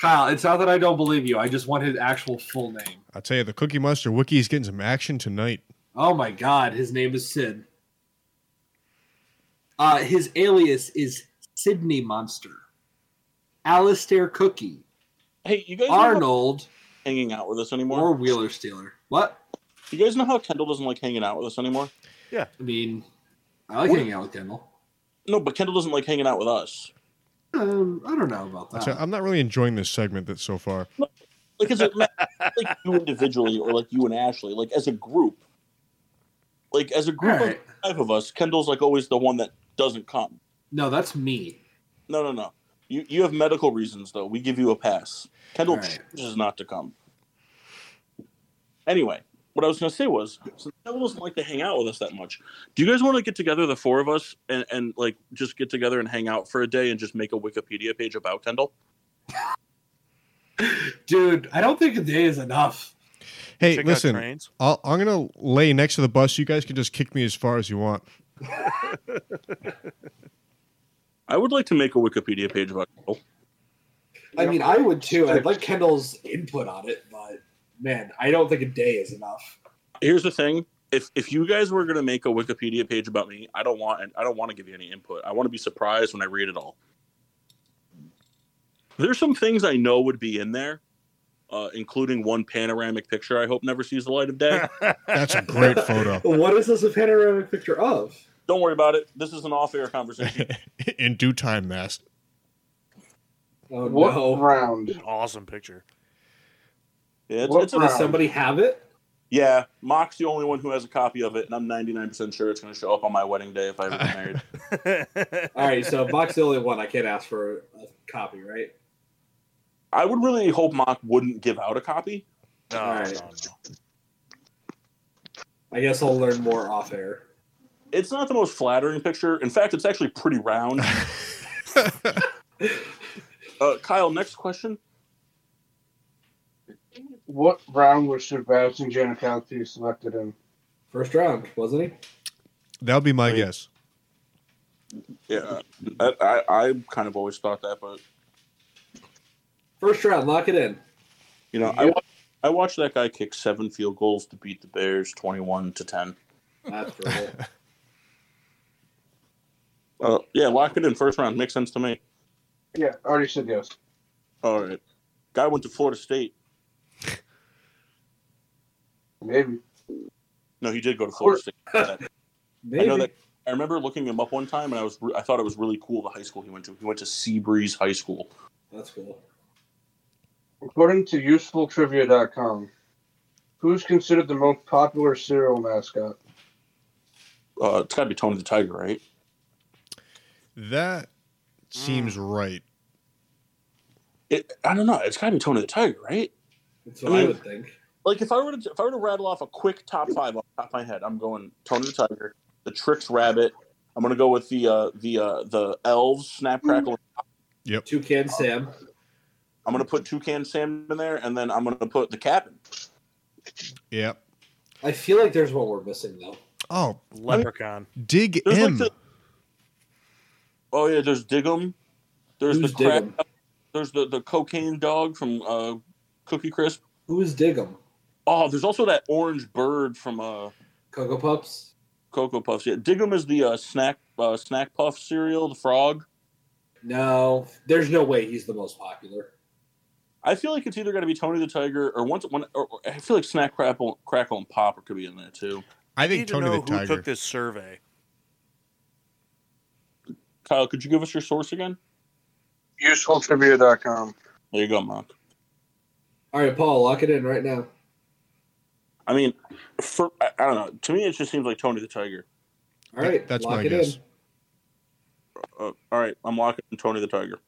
Kyle, it's not that I don't believe you. I just want his actual full name.
I tell you, the Cookie Monster Wiki is getting some action tonight.
Oh my God, his name is Sid. Uh, his alias is Sydney Monster, Alistair Cookie,
Hey, you guys are not
Arnold,
hanging out with us
or
anymore.
Wheeler Stealer. What?
You guys know how Kendall doesn't like hanging out with us anymore?
I mean, I like hanging out with Kendall.
No, but Kendall doesn't like hanging out with us.
Um, I don't know about
I tell you,
that.
I'm not really enjoying this segment that so far.
like as a like you individually or like you and Ashley, like as a group, like as a
All
group
right.
of five of us, Kendall's like always the one that doesn't come.
No, that's me.
No, no, no. You you have medical reasons though. We give you a pass. Kendall
All right.
chooses not to come. Anyway, what I was gonna say was since Kendall doesn't like to hang out with us that much, do you guys want to get together, the four of us, and, and like just get together and hang out for a day and just make a Wikipedia page about Kendall?
Dude, I don't think a day is enough.
Hey,
Check out
listen,
trains.
I'll, I'm gonna lay next to the bus. You guys can just kick me as far as you want.
I would like to make a Wikipedia page about Kendall.
I mean, I would too. I'd like Kendall's input on it, but man, I don't think a day is enough.
here's the thing if if you guys were going to make a wikipedia page about me i don't want i don't want to give you any input i want to be surprised when i read it all there's some things i know would be in there uh, including one panoramic picture i hope never sees the light of day
That's a great photo.
What is this a panoramic picture of?
don't worry about it this is an off-air conversation
In due time, Mass.
Oh
What
no.
round?
Awesome picture.
yeah, it's,
What
it's
round?
a,
Does somebody have it?
yeah mock's the only one who has a copy of it and i'm 99% sure it's going to show up on my wedding day if i ever get married
All right, so Box the only one I can't ask for a copy, right?
i would really hope mock wouldn't give out a copy
No,
All right.
no, no.
I guess I'll learn more off air.
it's not the most flattering picture in fact it's actually pretty round Uh, Kyle, next question.
What round was Sebastian Janikowski selected in?
First round, wasn't he?
That'll be my guess.
Yeah, I, I, I kind of always thought that, but
First round, lock it in.
You know, I wa- I watched that guy kick seven field goals to beat the Bears twenty-one to ten.
That's brilliant.
Uh, yeah, lock it in first round makes sense to me.
Yeah, I already said yes.
All right, guy went to Florida State.
Maybe.
No, he did go to Florida State.
Maybe.
I know that. I remember looking him up one time, and I was re- I thought it was really cool the high school he went to. He went to Seabreeze High School.
That's cool.
According to usefultrivia.com, who's considered the most popular cereal mascot?
Uh, it's got to be Tony the Tiger, right?
That
Mm.
seems right.
It, I don't know. It's got to be Tony the Tiger, right?
That's what
I
I,
mean-
would think.
Like if I were to if I were to rattle off a quick top five off the top of my head, I'm going Tony the Tiger, the Tricks Rabbit. I'm gonna go with the uh, the uh, the Elves Snap Crackle.
Toucan Sam.
I'm gonna put Toucan Sam in there, and then I'm gonna put the Captain.
Yep.
I feel like there's one we're missing though.
Oh,
Leprechaun.
dig
There's like
M.
the- oh yeah, there's Diggum. There's
Who's
the crack,
Diggum?
There's the the cocaine dog from uh, Cookie Crisp.
Who is Diggum?
Oh, there's also that orange bird from uh,
Cocoa Pups.
Cocoa Puffs. Yeah, Diggum is the uh, snack uh, snack puff cereal, the frog.
No, there's no way he's the most popular.
I feel like it's either going to be Tony the Tiger or once one. Or, or- I feel like Snack Crackle, Crackle and Pop could be in there too.
I
We
think
need to
Tony
know
the
who
Tiger.
took this survey.
Kyle, could you give us your source again?
Usefultrivia.com.
There you go, Mark.
All right, Paul, lock it in right now.
I mean, for I, I don't know. To me, it just seems like Tony the Tiger.
All right,
That's
lock
my
it
guess.
in.
Uh, all right, I'm locking in Tony the Tiger.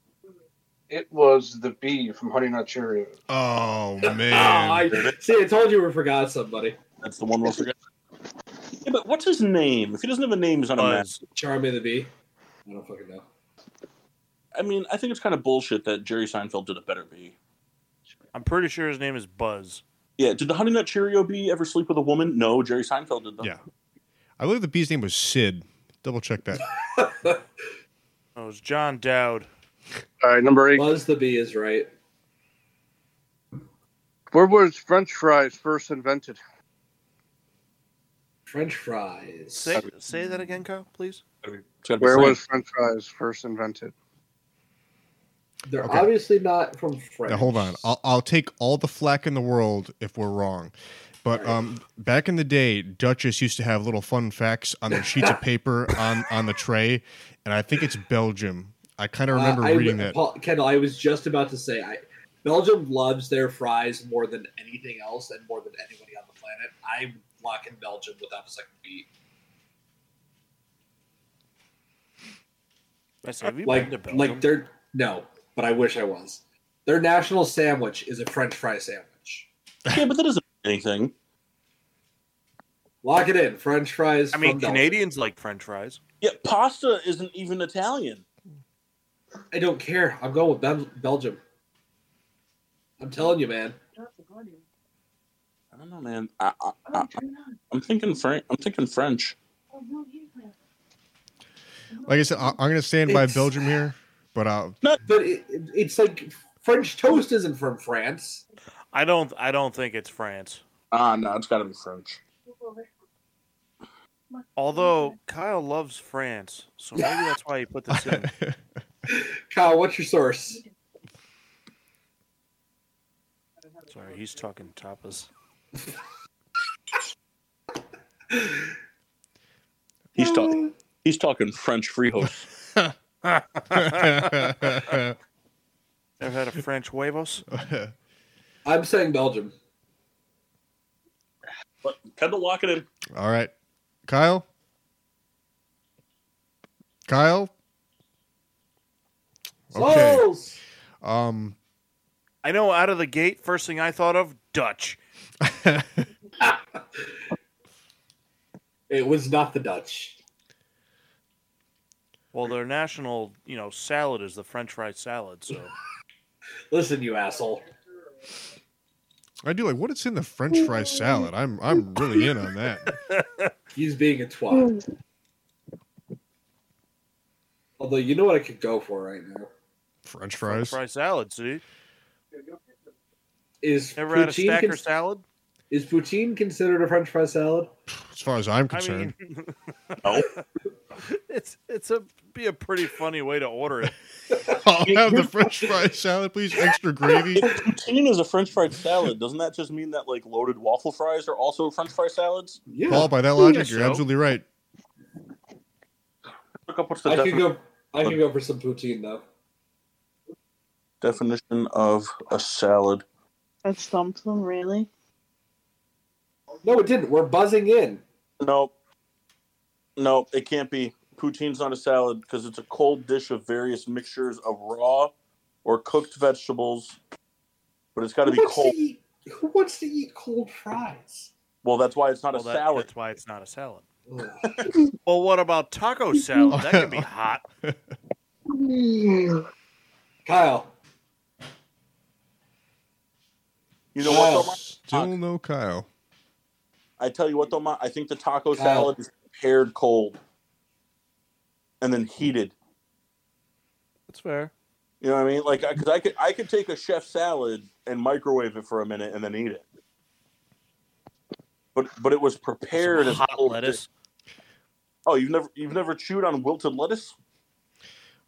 It was the bee from Honey Nut Cheerios.
Oh man.
Oh, I, see, I told you we forgot somebody.
That's the one we'll forget. Yeah, but what's his name? If he doesn't have a name, he's on a map.
Buzz.
Charmy the Bee. I don't fucking know.
I mean, I think it's kind of bullshit that Jerry Seinfeld did a better bee.
I'm pretty sure his name is Buzz.
Yeah, did the Honey Nut Cheerio bee ever sleep with a woman? No, Jerry Seinfeld did. Though.
yeah. I believe the bee's name was Sid. Double check that.
Oh, it was John Dowd.
All right, number eight.
Buzz the Bee is right.
Where was French fries first invented?
French fries.
Say, say that again, Kyle, please.
It's gotta be
Where
Frank.
was French fries first invented?
They're
Okay.
obviously not from France.
Now hold on. I'll, I'll take all the flack in the world if we're wrong. But um, back in the day, Duchess used to have little fun facts on their sheets of paper on, on the tray, and I think it's Belgium. I kind of
Uh,
remember
I-
reading that.
Paul, Kendall, I was just about to say, I, Belgium loves their fries more than anything else and more than anybody on the planet. I'm locking Belgium without a second beat.
I said, have you
like,
been to Belgium?
like they're no, but I wish I was. Their national sandwich is a French fry sandwich.
Yeah, but that doesn't mean anything.
Lock it in, French fries.
I mean,
from Belgium.
Canadians like French fries.
Yeah, pasta isn't even Italian.
I don't care. I'm going with Bel- Belgium. I'm telling you, man.
I don't know, man. I, I, I, I'm thinking Frank. I'm thinking French.
Oh,
Like I said, I, I'm going to stand by
It's-
Belgium here, but I'll,
But it, it- it's like French toast isn't from France.
I don't. I don't think it's France.
Ah, no, it's got to be French.
Although Kyle loves France, so maybe that's why he put this in.
Kyle, what's your source?
Sorry, he's talking tapas.
He's talking. He's talking French freehold.
Ever had a French huevos?
I'm saying Belgium.
but Kendall, lock it in.
all right. Kyle? Kyle? Okay.
Souls.
Um,
I know. Out of the gate, first thing I thought of Dutch.
It was not the Dutch.
Well, their national, you know, salad is the French fry salad. So
Listen, you asshole.
I do like what it's in the French fry salad. I'm I'm really in on that.
He's being a twat. Although you know what I could go for right now.
French
French
fries.
fry salad. See,
Is
Ever had a
poutine,
stacker
con-
salad?
is poutine considered a French fry salad?
As far as I'm
I mean,
concerned,
Oh.
No.
it's it's a be a pretty funny way to order it.
I will have the French fry salad, please. Extra gravy.
If poutine is a French fried salad, doesn't that just mean that like loaded waffle fries are also French fry salads?
Yeah.
Paul, by that
I
logic,
guess
you're
so.
absolutely right.
Look up what's the
I could
definition.
go. I could go for some poutine though.
definition of a salad.
That stumped them, really?
No, it didn't. We're buzzing in.
Nope. Nope, it can't be. Poutine's not a salad because it's a cold dish of various mixtures of raw or cooked vegetables, but it's got to
Who
be
wants
cold.
to eat? Who wants to eat cold fries?
Well, that's why it's not
Well,
a
that-
salad.
that's why it's not a salad.
Ugh.
Well, what about taco salad? That can be hot.
Kyle,
You know what,
Wow.
though, Mike?
Still no Kyle.
I tell you what, though, Mike, I think the taco
Kyle.
salad is prepared cold and then heated.
That's fair.
You know what I mean? Like, because I could, I could take a chef salad and microwave it for a minute and then eat it. But, but it was prepared
Some
as a
hot
cold dish.
lettuce.
Oh, you've never you've never chewed on wilted lettuce?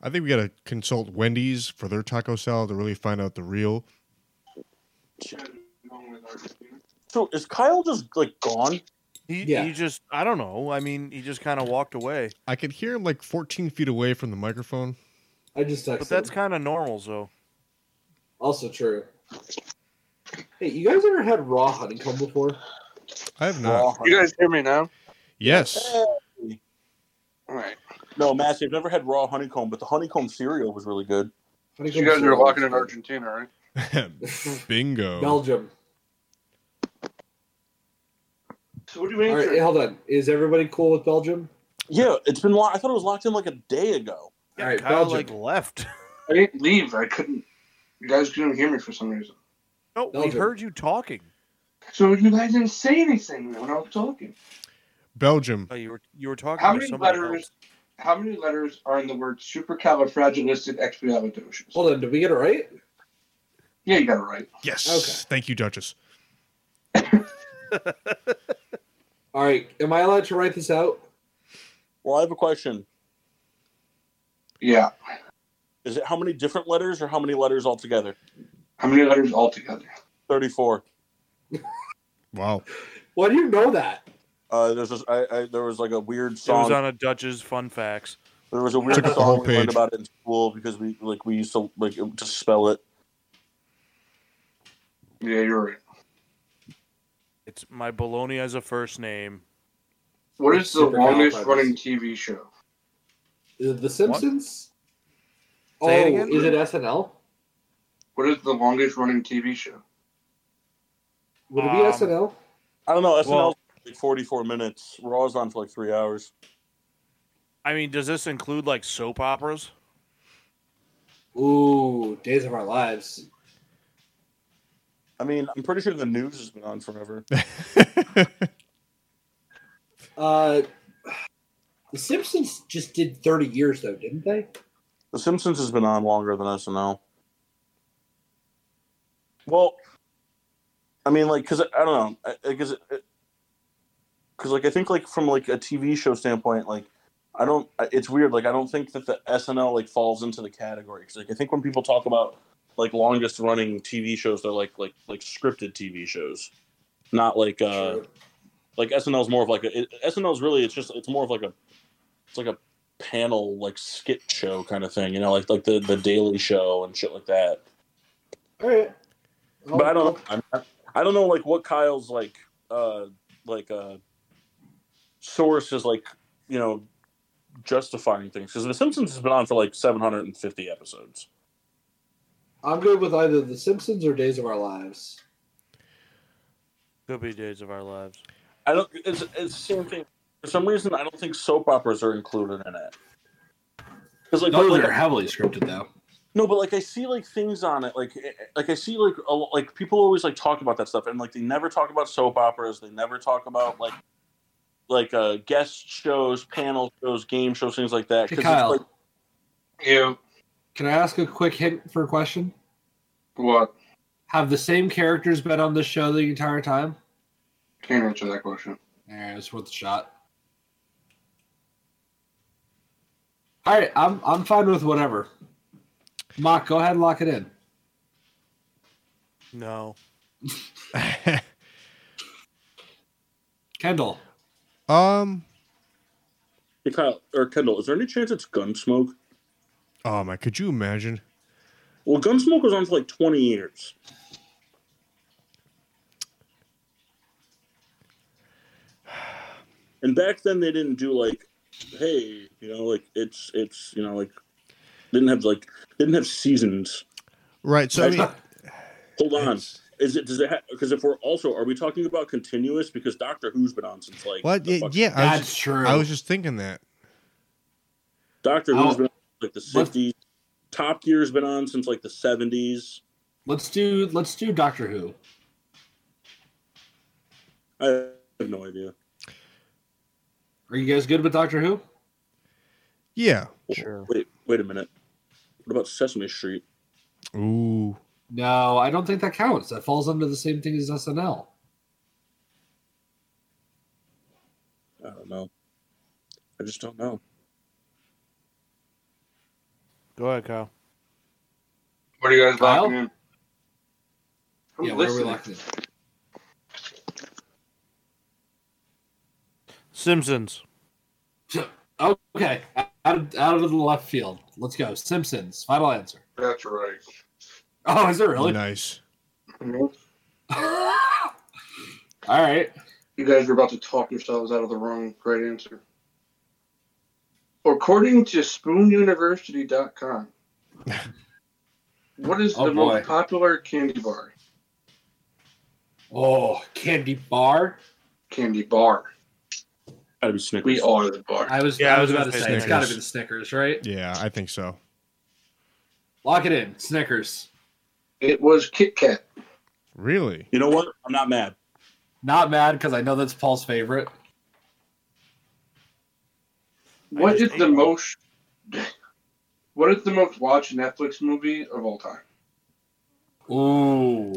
I think we got to consult Wendy's for their taco salad to really find out the real.
So is Kyle just like gone?
He,
Yeah.
he just I don't know. I mean, he just kind of walked away.
I could hear him like 14 feet away from the microphone.
I just texted.
But that's kind of normal, though.
also true. Hey, you guys ever had raw honeycomb before?
I have
Raw
not.
honey.
You guys hear me now?
Yes.
All right.
No, Massey, I've never had raw honeycomb, but the honeycomb cereal was really good.
Honeycomb
You guys are
cereal.
walking in Argentina, right?
Bingo.
Belgium.
So what do you
All
mean?
right, hey, hold on. Is everybody cool with Belgium?
Yeah, it's been. Lo- I thought it was locked in like a day ago.
Yeah,
All right,
Kyle
Belgium.
like left.
I didn't leave. I couldn't. You guys couldn't hear me for some reason.
No, we
Belgium.
heard you talking.
So you guys didn't say anything when I was talking.
Belgium.
Oh, you were you were talking
How
to
many
somebody
letters-
else.
How many letters are in the word supercalifragilisticexpialidocious?
Hold on. Did we get it right?
Yeah, you got it right.
Yes.
Okay.
Thank you, Duchess.
All right. Am I allowed to write this out?
Well, I have a question.
Yeah.
Is it how many different letters or how many letters altogether?
How many letters altogether?
Thirty-four.
Wow.
Why do you know that?
Uh, there's this, I, I, there was like a weird
It was
song.
on a Dutch's fun facts.
there was a weird
Took up the
song
whole
we learned
page.
about it in school because we like we used to like just spell it.
Yeah, you're right.
It's my bologna as a first name.
What is the
Supercalifragilistic-
longest running TV show?
Is it The Simpsons?
Say it
oh,
again?
is it SNL?
What is the longest running TV show?
Would it be
Um,
SNL?
I don't know. SNL's
Well-
like forty-four minutes. Raw's on for like three hours.
I mean, does this include like soap operas?
Ooh, Days of Our Lives.
I mean, I'm pretty sure the news has been on forever.
Uh, The Simpsons just did 30 years though, didn't they?
The Simpsons has been on longer than SNL. Well, I mean, like, cause I I don't know, I, I guess, it- cause like I think like from like a TV show standpoint, like I don't, I- it's weird. Like I don't think that the SNL like falls into the category. 'Cause, like I think when people talk about like longest running TV shows, they're like like like scripted TV shows, not like uh
True.
like SNL is more of like a it, SNL is really it's just it's more of like a it's like a panel like skit show kind of thing, you know, like like the the Daily Show and shit like that.
All right.
But I don't know, I'm- I don't know like what Kyle's like uh like uh source is like you know justifying things because The Simpsons has been on for like 750 episodes.
I'm good with either The Simpsons or Days of Our Lives.
Could be Days of Our Lives.
I don't it's, it's the same thing. For some reason, I don't think soap operas are included in it. Because like,
Those
like
are heavily scripted though.
No, but like I see like things on it, like eh, like I see like a, like people always like talk about that stuff, and like they never talk about soap operas. They never talk about like like uh, guest shows, panel shows, game shows, things like that.
Hey,
'Cause it's,
Kyle,
like,
Yeah.
can I ask a quick hint for a question?
What?
Have the same characters been on this show the entire time?
Can't answer that question.
All right, it's worth a shot. All right, I'm I'm fine with whatever. Mock, go ahead and lock it in.
No.
Kendall,
um.
Hey, Kyle or Kendall, is there any chance it's Gunsmoke?
Oh my! Could you imagine?
Well, Gunsmoke was on for like twenty years. And back then they didn't do like, hey, you know, like it's it's you know like didn't have like didn't have seasons.
Right. So I mean,
Hold on,
it's-
is it does it because if we're also are we talking about continuous because Doctor Who's been on since like
what?
the
Yeah,
fuck-
yeah, I was,
that's true.
I was just thinking that.
Doctor Who's
Oh.
been on since, like the
What?
sixties. Top Gear's been on since like the seventies.
let's do let's do Doctor Who.
I have no idea.
Are you guys good with Doctor Who?
Yeah.
Sure.
Wait, wait a minute. What about Sesame Street?
Ooh.
No, I don't think that counts. That falls under the same thing as SNL.
I don't know. I just don't know.
Go ahead, Kyle.
What are you guys
Kyle?
locking in? I'm
yeah, where are we
listening.
locked in?
Simpsons.
Okay, out of, out of the left field. Let's go. Simpsons. Final answer.
That's right.
Oh, is it really?
Nice.
All right.
You guys are about to talk yourselves out of the wrong right answer. According to SpoonUniversity.com, what is
Oh,
the
boy.
most popular candy bar?
Oh, candy bar.
Candy bar.
Gotta be Snickers.
We are the bar.
I was.
Yeah,
I was about to say it's
Snickers.
got to be the Snickers, right?
Yeah, I think so.
Lock it in. Snickers.
It was Kit Kat.
Really?
You know what? I'm not mad.
Not mad because I know that's Paul's favorite.
What
just
is
ate
the
one.
most? What is the most watched Netflix movie of all time?
Ooh.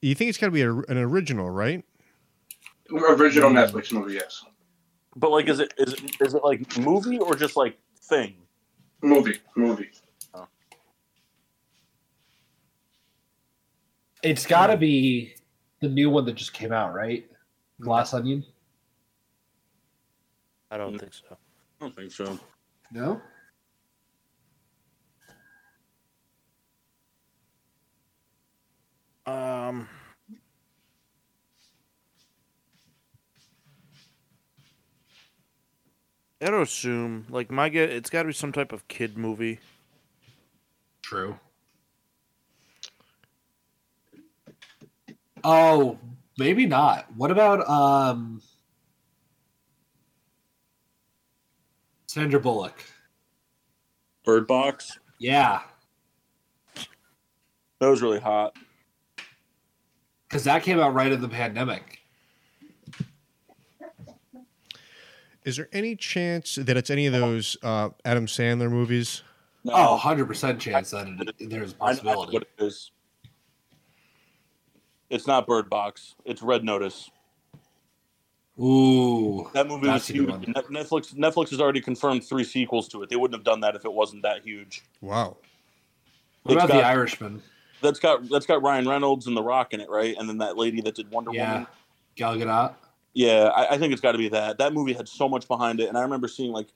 You think it's got to be a, an original, right?
Original
Hmm.
Netflix movie, yes.
But like, is it is it, is it like movie or just like thing?
Movie, movie.
It's got to be the new one that just came out, right? Glass Onion.
I don't think so.
I don't think so.
No.
Um, I would assume, like my get, it's got to be some type of kid movie.
True. Oh, maybe not. What about um Sandra Bullock?
Bird Box.
Yeah,
That was really hot.
because that came out right in the pandemic.
Is there any chance that it's any of those uh, Adam Sandler movies?
No,
Oh, 100% chance that it, there's a
I, I know
possibility.
what it is. It's not Bird Box. It's Red Notice.
Ooh.
That movie
That's
was
a good
huge.
one.
Ne- Netflix Netflix has already confirmed three sequels to it. They wouldn't have done that if it wasn't that huge.
Wow.
It's
What about
got-
The Irishman?
That's got that's got Ryan Reynolds and The Rock in it, right? And then that lady that did Wonder
Yeah.
Woman.
Gal Gadot?
Yeah, I, I think it's got to be that. That movie had so much behind it, and I remember seeing like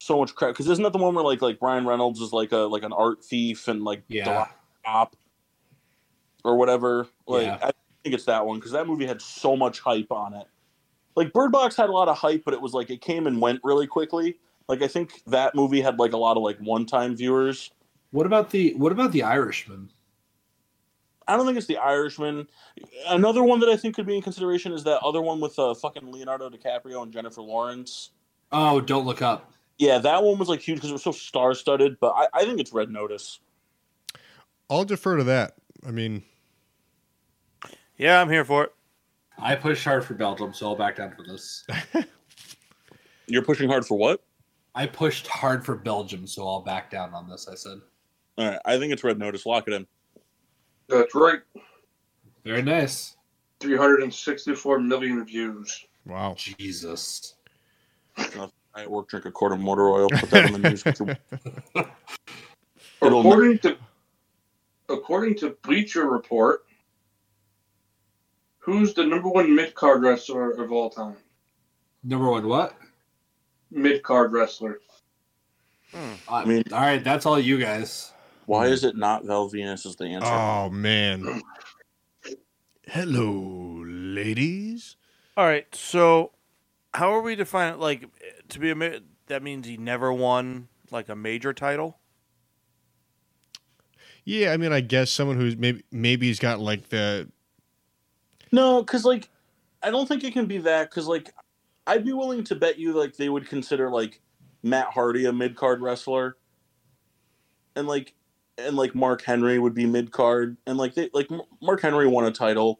so much crap. Because isn't that the one where like like Ryan Reynolds is like a like an art thief and like the
Yeah.
cop or whatever? Like
Yeah.
I think it's that one because that movie had so much hype on it. Like Bird Box had a lot of hype, but it was like it came and went really quickly. Like I think that movie had like a lot of like one time viewers.
What about the what about The Irishman?
I don't think it's the Irishman. Another one that I think could be in consideration is that other one with uh, fucking Leonardo DiCaprio and Jennifer Lawrence.
Oh, Don't Look Up.
Yeah, that one was like huge because it was so star studded. But I, I think it's Red Notice.
I'll defer to that. I mean,
Yeah, I'm here for it.
I pushed hard for Belgium, so I'll back down for this.
You're pushing hard for what?
I pushed hard for Belgium, so I'll back down on this. I said,
All right, I think it's Red Notice. Lock it in.
That's right.
Very nice.
364 million views.
Wow.
Jesus.
I work, drink a quart of motor oil, put that in the news. with your- It'll
According to according to Bleacher Report, who's the number one mid card wrestler of all time?
Number one, what?
Mid card wrestler.
I
mean-
Uh, all right, that's all you guys.
Why is it not Val Venus is the answer?
Oh man. Hello, ladies.
All right, so how are we defining like to be a ma- that means he never won like a major title?
Yeah, I mean, I guess someone who's maybe maybe he's got like the
No, because like I don't think it can be that. Because like I'd be willing to bet you like they would consider like Matt Hardy a mid card wrestler, and like and like Mark Henry would be mid card, and like they like M- Mark Henry won a title.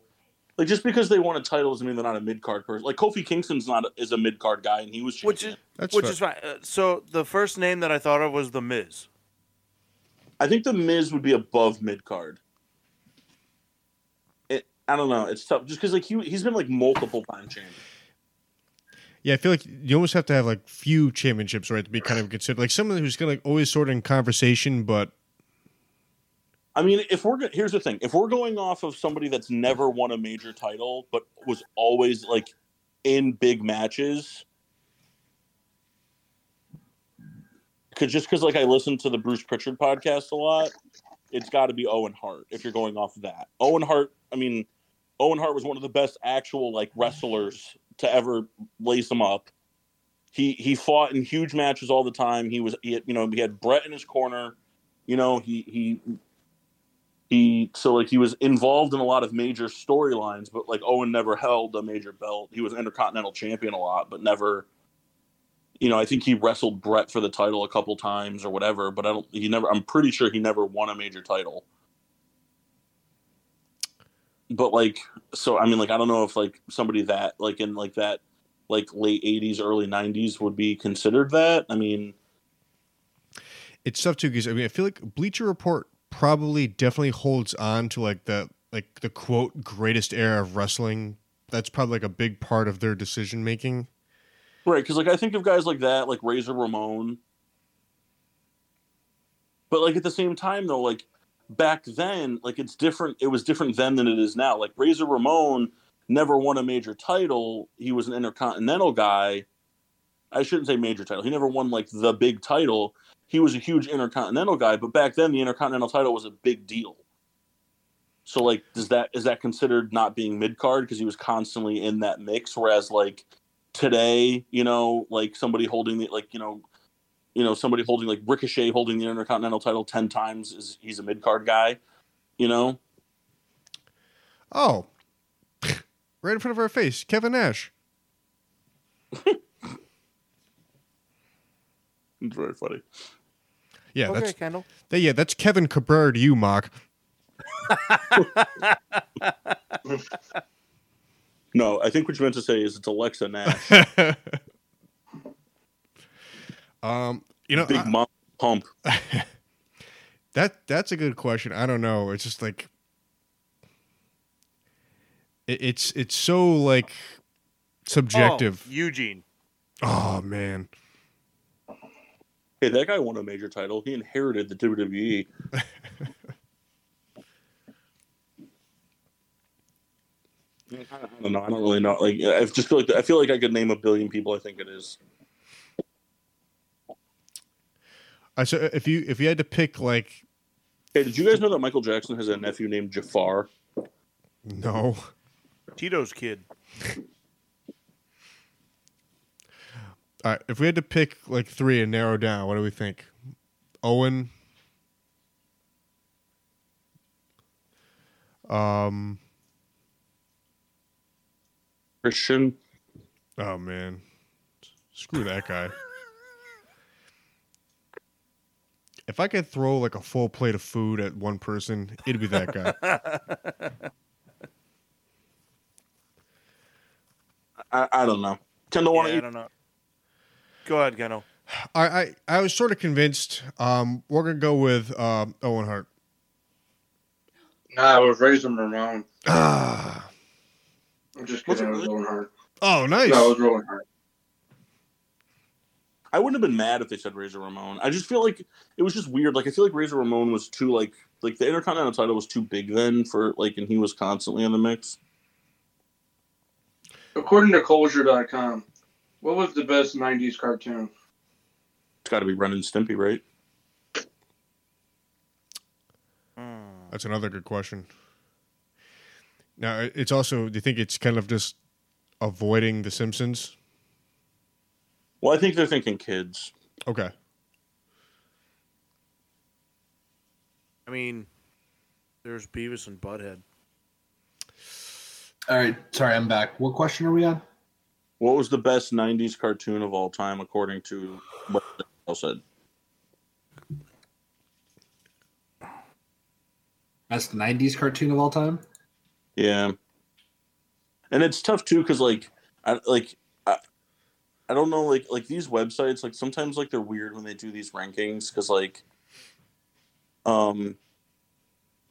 Like just because they won a title doesn't mean they're not a mid card person. Like Kofi Kingston's not is a mid card guy, and he was
Which
champion.
is
that's
which
fair.
is fine. Uh, so the first name that I thought of was the Miz.
I think the Miz would be above mid card. It I don't know. It's tough just because like he he's been like multiple time champion.
yeah. I feel like you almost have to have like few championships right to be kind of considered like someone who's gonna like always sort of in conversation, but
I mean, if we're go- here's the thing: if we're going off of somebody that's never won a major title but was always like in big matches, because just because like I listen to the Bruce Pritchard podcast a lot, it's got to be Owen Hart. If you're going off that, Owen Hart. I mean, Owen Hart was one of the best actual like wrestlers to ever lace them up. He he fought in huge matches all the time. He was he had, you know he had Brett in his corner. You know he he he so like he was involved in a lot of major storylines, but like Owen never held a major belt. He was Intercontinental Champion a lot, but never. You know, I think he wrestled Brett for the title a couple times or whatever, but I don't. He never. I'm pretty sure he never won a major title. But like, so I mean, like, I don't know if like somebody that like in like that like late '80s, early '90s would be considered that. I mean,
it's tough too because I mean I feel like Bleacher Report probably definitely holds on to like the like the quote greatest era of wrestling. That's probably like a big part of their decision making.
Right, because like I think of guys like that, like Razor Ramon. But like at the same time though, like back then, like it's different it was different then than it is now. Like Razor Ramon never won a major title. He was an intercontinental guy. I shouldn't say major title. He never won like the big title. He was a huge intercontinental guy, but back then the intercontinental title was a big deal. So like does that is that considered not being mid card because he was constantly in that mix whereas like today, you know, like somebody holding the like, you know, you know, somebody holding like Ricochet holding the Intercontinental title ten times is he's a mid card guy, you know?
Oh, right in front of our face, Kevin Nash.
It's very funny.
Yeah,
okay,
that's
Kendall.
that, yeah, that's Kevin Cabrera to you, Mock.
No, I think what you meant to say is it's Alexa Nash,
um, you know,
big
I-
mom pump.
That that's a good question. I don't know. It's just like it, it's it's so like
Oh,
subjective.
Eugene.
Oh, man.
Hey, that guy won a major title. He inherited the E. WWE. I don't know. I don't really know. Like, I just feel like I feel like I could name a billion people. I think it is.
I so if you if you had to pick like
Hey, did you guys know that Michael Jackson has a nephew named Jafar?
no,
Tito's kid.
All right, if we had to pick like three and narrow down, what do we think? Owen, um,
Christian.
oh man, screw that guy. if I could throw like a full plate of food at one person, it'd be that guy.
I, I don't know. Kendall, want
Yeah,
to
I don't know. Go ahead, Kendall.
I, I I was uh, sort of convinced. Um, we're gonna go with um, Owen Hart.
Nah, I would raise him around.
Ah.
I'm just
Was
kidding.
it
I was
really?
rolling hard.
Oh, nice.
No, I was rolling hard.
I wouldn't have been mad if they said Razor Ramon. I just feel like it was just weird. Like I feel like Razor Ramon was too like like the Intercontinental title was too big then for like, and he was constantly in the mix.
According to Culture.com, what was the best 90s cartoon?
It's got to be Ren and Stimpy, right?
Mm.
That's another good question. Now, it- it's also, do you think it's kind of just avoiding The Simpsons?
Well, I think they're thinking kids.
Okay.
I mean, there's Beavis and Butthead.
All right, sorry, I'm back. What question are we on?
What was the best '90s cartoon of all time, according to what Al said?
Best '90s cartoon of all time.
Yeah, and it's tough too because like, I like, I, I don't know, like, like these websites, like sometimes like they're weird when they do these rankings because like, um,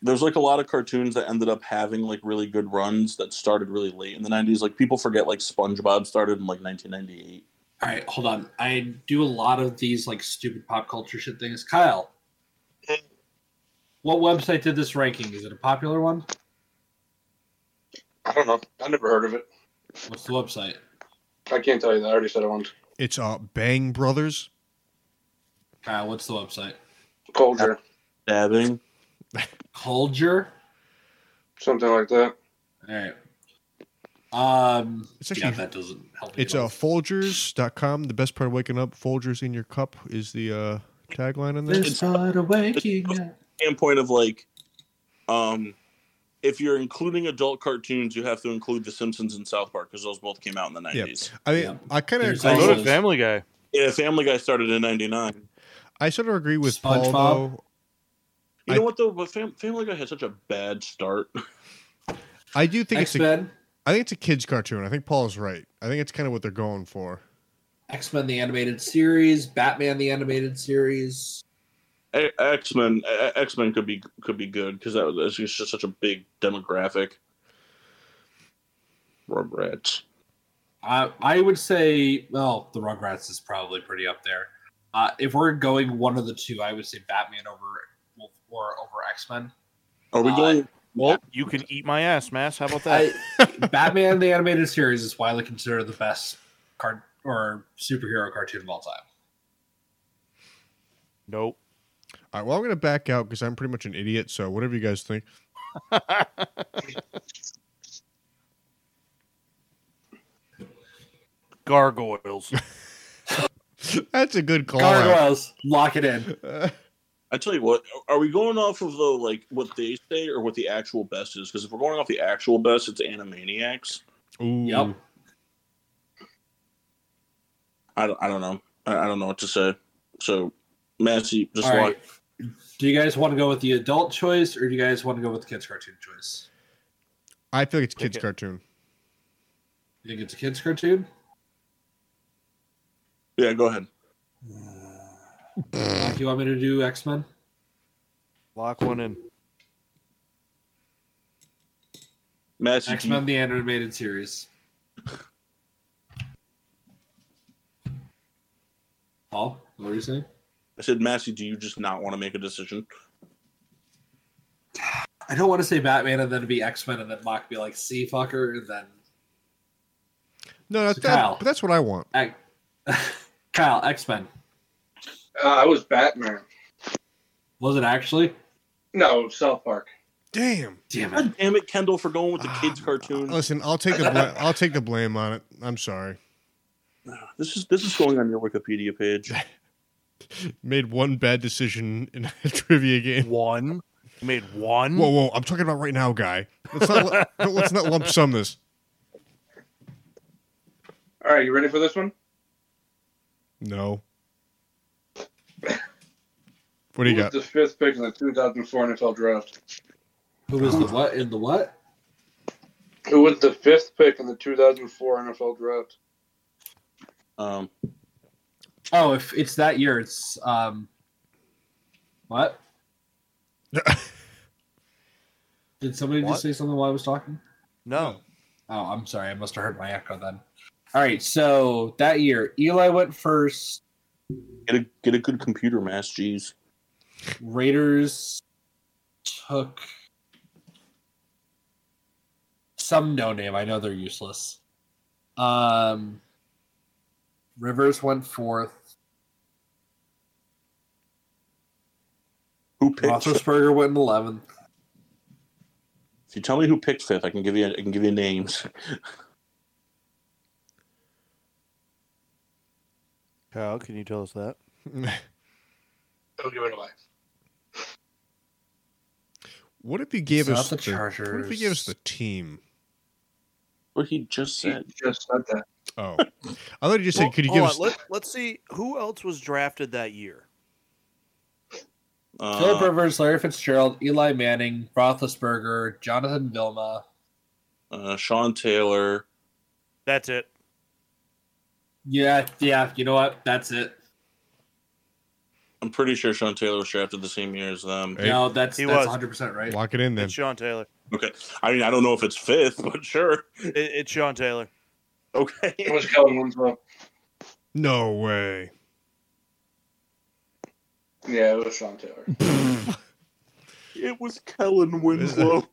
there's like a lot of cartoons that ended up having like really good runs that started really late in the '90s. Like people forget like SpongeBob started in like 1998.
All right, hold on. I do a lot of these like stupid pop culture shit things. Kyle, what website did this ranking? Is it a popular one?
I don't know. I never heard of it.
What's the website?
I can't tell you that. I already said it once.
It's uh, Bang Brothers.
Kyle, what's the website?
Culture.
Dabbing.
Culture.
Something like that.
All right. Um,
It's
yeah,
actually-
that doesn't help. me
It's
at
uh,
all.
Folgers.com. The best part of waking up, Folgers in your cup is the uh, tagline on this.
It's-
This side of waking up.
standpoint of like, um, if you're including adult cartoons, you have to include The Simpsons and South Park because those both came out in the
Yeah.
'90s.
I mean,
yeah.
I kind of
There's
I
I
agree.
also-
go to
noticed-
Family Guy.
Yeah, Family Guy started in '99.
I sort of agree with Paul
SpongeBob.
though.
You
I-
know what though? But Fam- Family Guy had such a bad start.
I do think
X
it's a,
Men.
I think it's a kids cartoon. I think Paul's right. I think it's kind of what they're going for.
X Men the animated series, Batman the animated series.
X Men, X Men could be could be good because that was it's just such a big demographic. Rugrats.
I I would say, well, the Rugrats is probably pretty up there. Uh, if we're going one of the two, I would say Batman over Wolf or over X Men.
Are we
Uh,
going?
Well, you can eat my ass, Mass. How about that?
I Batman the animated series is widely considered the best card or superhero cartoon of all time.
nope.
All right, well, I'm going to back out because I'm pretty much an idiot. So whatever you guys think.
Gargoyles.
That's a good call. out.
Gargoyles, lock it in.
Uh,
I tell you what, are we going off of though like what they say or what the actual best is? Because if we're going off the actual best, it's Animaniacs.
ooh.
Yep.
I don't, I don't know. I, I don't know what to say. So, Massey, just
All
watch.
right. Do you guys want to go with the adult choice or do you guys want to go with the kids cartoon choice?
I feel like it's a
Take
kids
it.
cartoon.
You think it's a kids cartoon?
Yeah, go ahead.
Mike, you want me to do X Men?
Lock one in.
Massey,
X
do you,
Men the animated series. Paul, what were you saying?
I said, Massey, do you just not want to make a decision?
I don't want to say Batman and then be X Men and then Mock be like, see, fucker, and then
No, that's
Kyle.
that, but that's what I want.
Kyle, X Men.
Uh, I was Batman.
Was it actually?
No, South Park.
Damn.
Damn it.
God damn it, Kendall, for going with the
Ah,
kids' cartoon.
Listen, I'll take the bla- I'll take the blame on it. I'm sorry.
This is this is going on your Wikipedia page.
Made one bad decision in a trivia game.
One. You made one.
Whoa, whoa! I'm talking about right now, guy. Let's not let's not lump sum this.
All right, you ready for this one?
No. What do you
Who
got?
was the fifth pick in the 2004 NFL draft?
Who was the what in the what?
Who was the fifth pick in the 2004 NFL draft?
Um,
Oh, if it's that year, it's um, what? Did somebody
What?
just say something while I was talking?
No.
Oh, I'm sorry. I must have heard my echo then. All right. So that year, Eli went first.
Get a get a good computer, Mass. Jeez.
Raiders took some no name. I know they're useless. Um, Rivers went fourth.
Who picked? fifth?
Roethlisberger went eleventh.
If you tell me who picked fifth, I can give you I can give you names.
Kyle, can you tell us that?
Don't give it away.
what if he gave
It's
us
not the
What if he gave us
Chargers.
the team?
What he just said.
He just said that.
Oh, I thought he just
Well,
said, "Could you
hold
give
on,
us?"
Let, let's see who else was drafted that year.
Uh,
Philip Rivers, Larry Fitzgerald, Eli Manning, Roethlisberger, Jonathan Vilma,
uh, Sean Taylor.
That's it.
Yeah, yeah. You know what? That's it.
I'm pretty sure Sean Taylor was drafted the same year as them.
Hey.
No, that's
He
that's
was.
100 percent right.
Lock it in then.
It's Sean Taylor.
I mean, I don't know if it's fifth, but sure.
It, it's Sean Taylor.
It
Okay.
was Kellen Winslow.
No way.
Yeah, it was Sean Taylor.
It was Kellen
Winslow.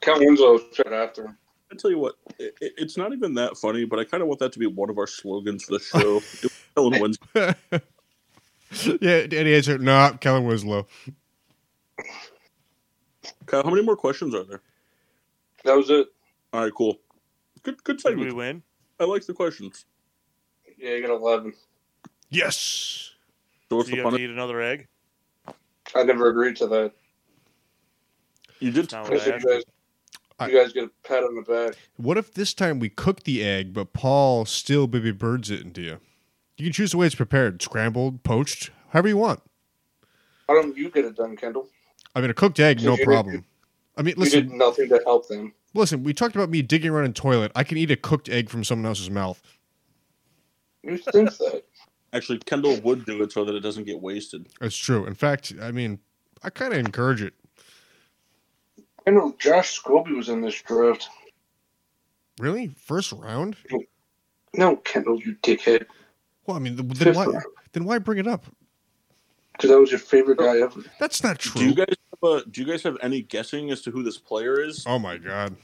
Kellen Winslow was right after him.
I tell you what, it, it- it's not even that funny, but I kind of want that to be one of our slogans for the show. It was Kellen Winslow.
yeah, and he answered, "Nah, Kellen Winslow."
Kyle, how many more questions are there?
That was it.
All right, cool. Good, good
Did we
segment.
win?
I like the questions.
Yeah, you got 11.
Yes.
So what's
Do you
the
have to
pun?
eat another egg?
I never agreed to that.
You did.
That's not
I
what I
said
asked.
you guys,
I-
you guys get a pat on the back.
What if this time we cook the egg, but Paul still baby birds it into you? You can choose the way it's prepared: scrambled, poached, however you want.
Why don't you get it done, Kendall?
I mean, a cooked egg,
So
no
you did-
problem. I mean,
You
listen,
did nothing to help them.
listen. We talked about me digging around in toilet. I can eat a cooked egg from someone else's mouth.
You think that.
Actually, Kendall would do it so that it doesn't get wasted.
That's true. In fact, I mean, I kind of encourage it.
I know Josh Scobie was in this draft.
Really, first round?
No, Kendall, you dickhead.
Well, I mean, th- then
Fifth
why?
round.
Then why bring it up?
Because that was your favorite guy ever.
That's not
Do
true.
you guys have a, do you guys have any guessing as to who this player is?
oh my god.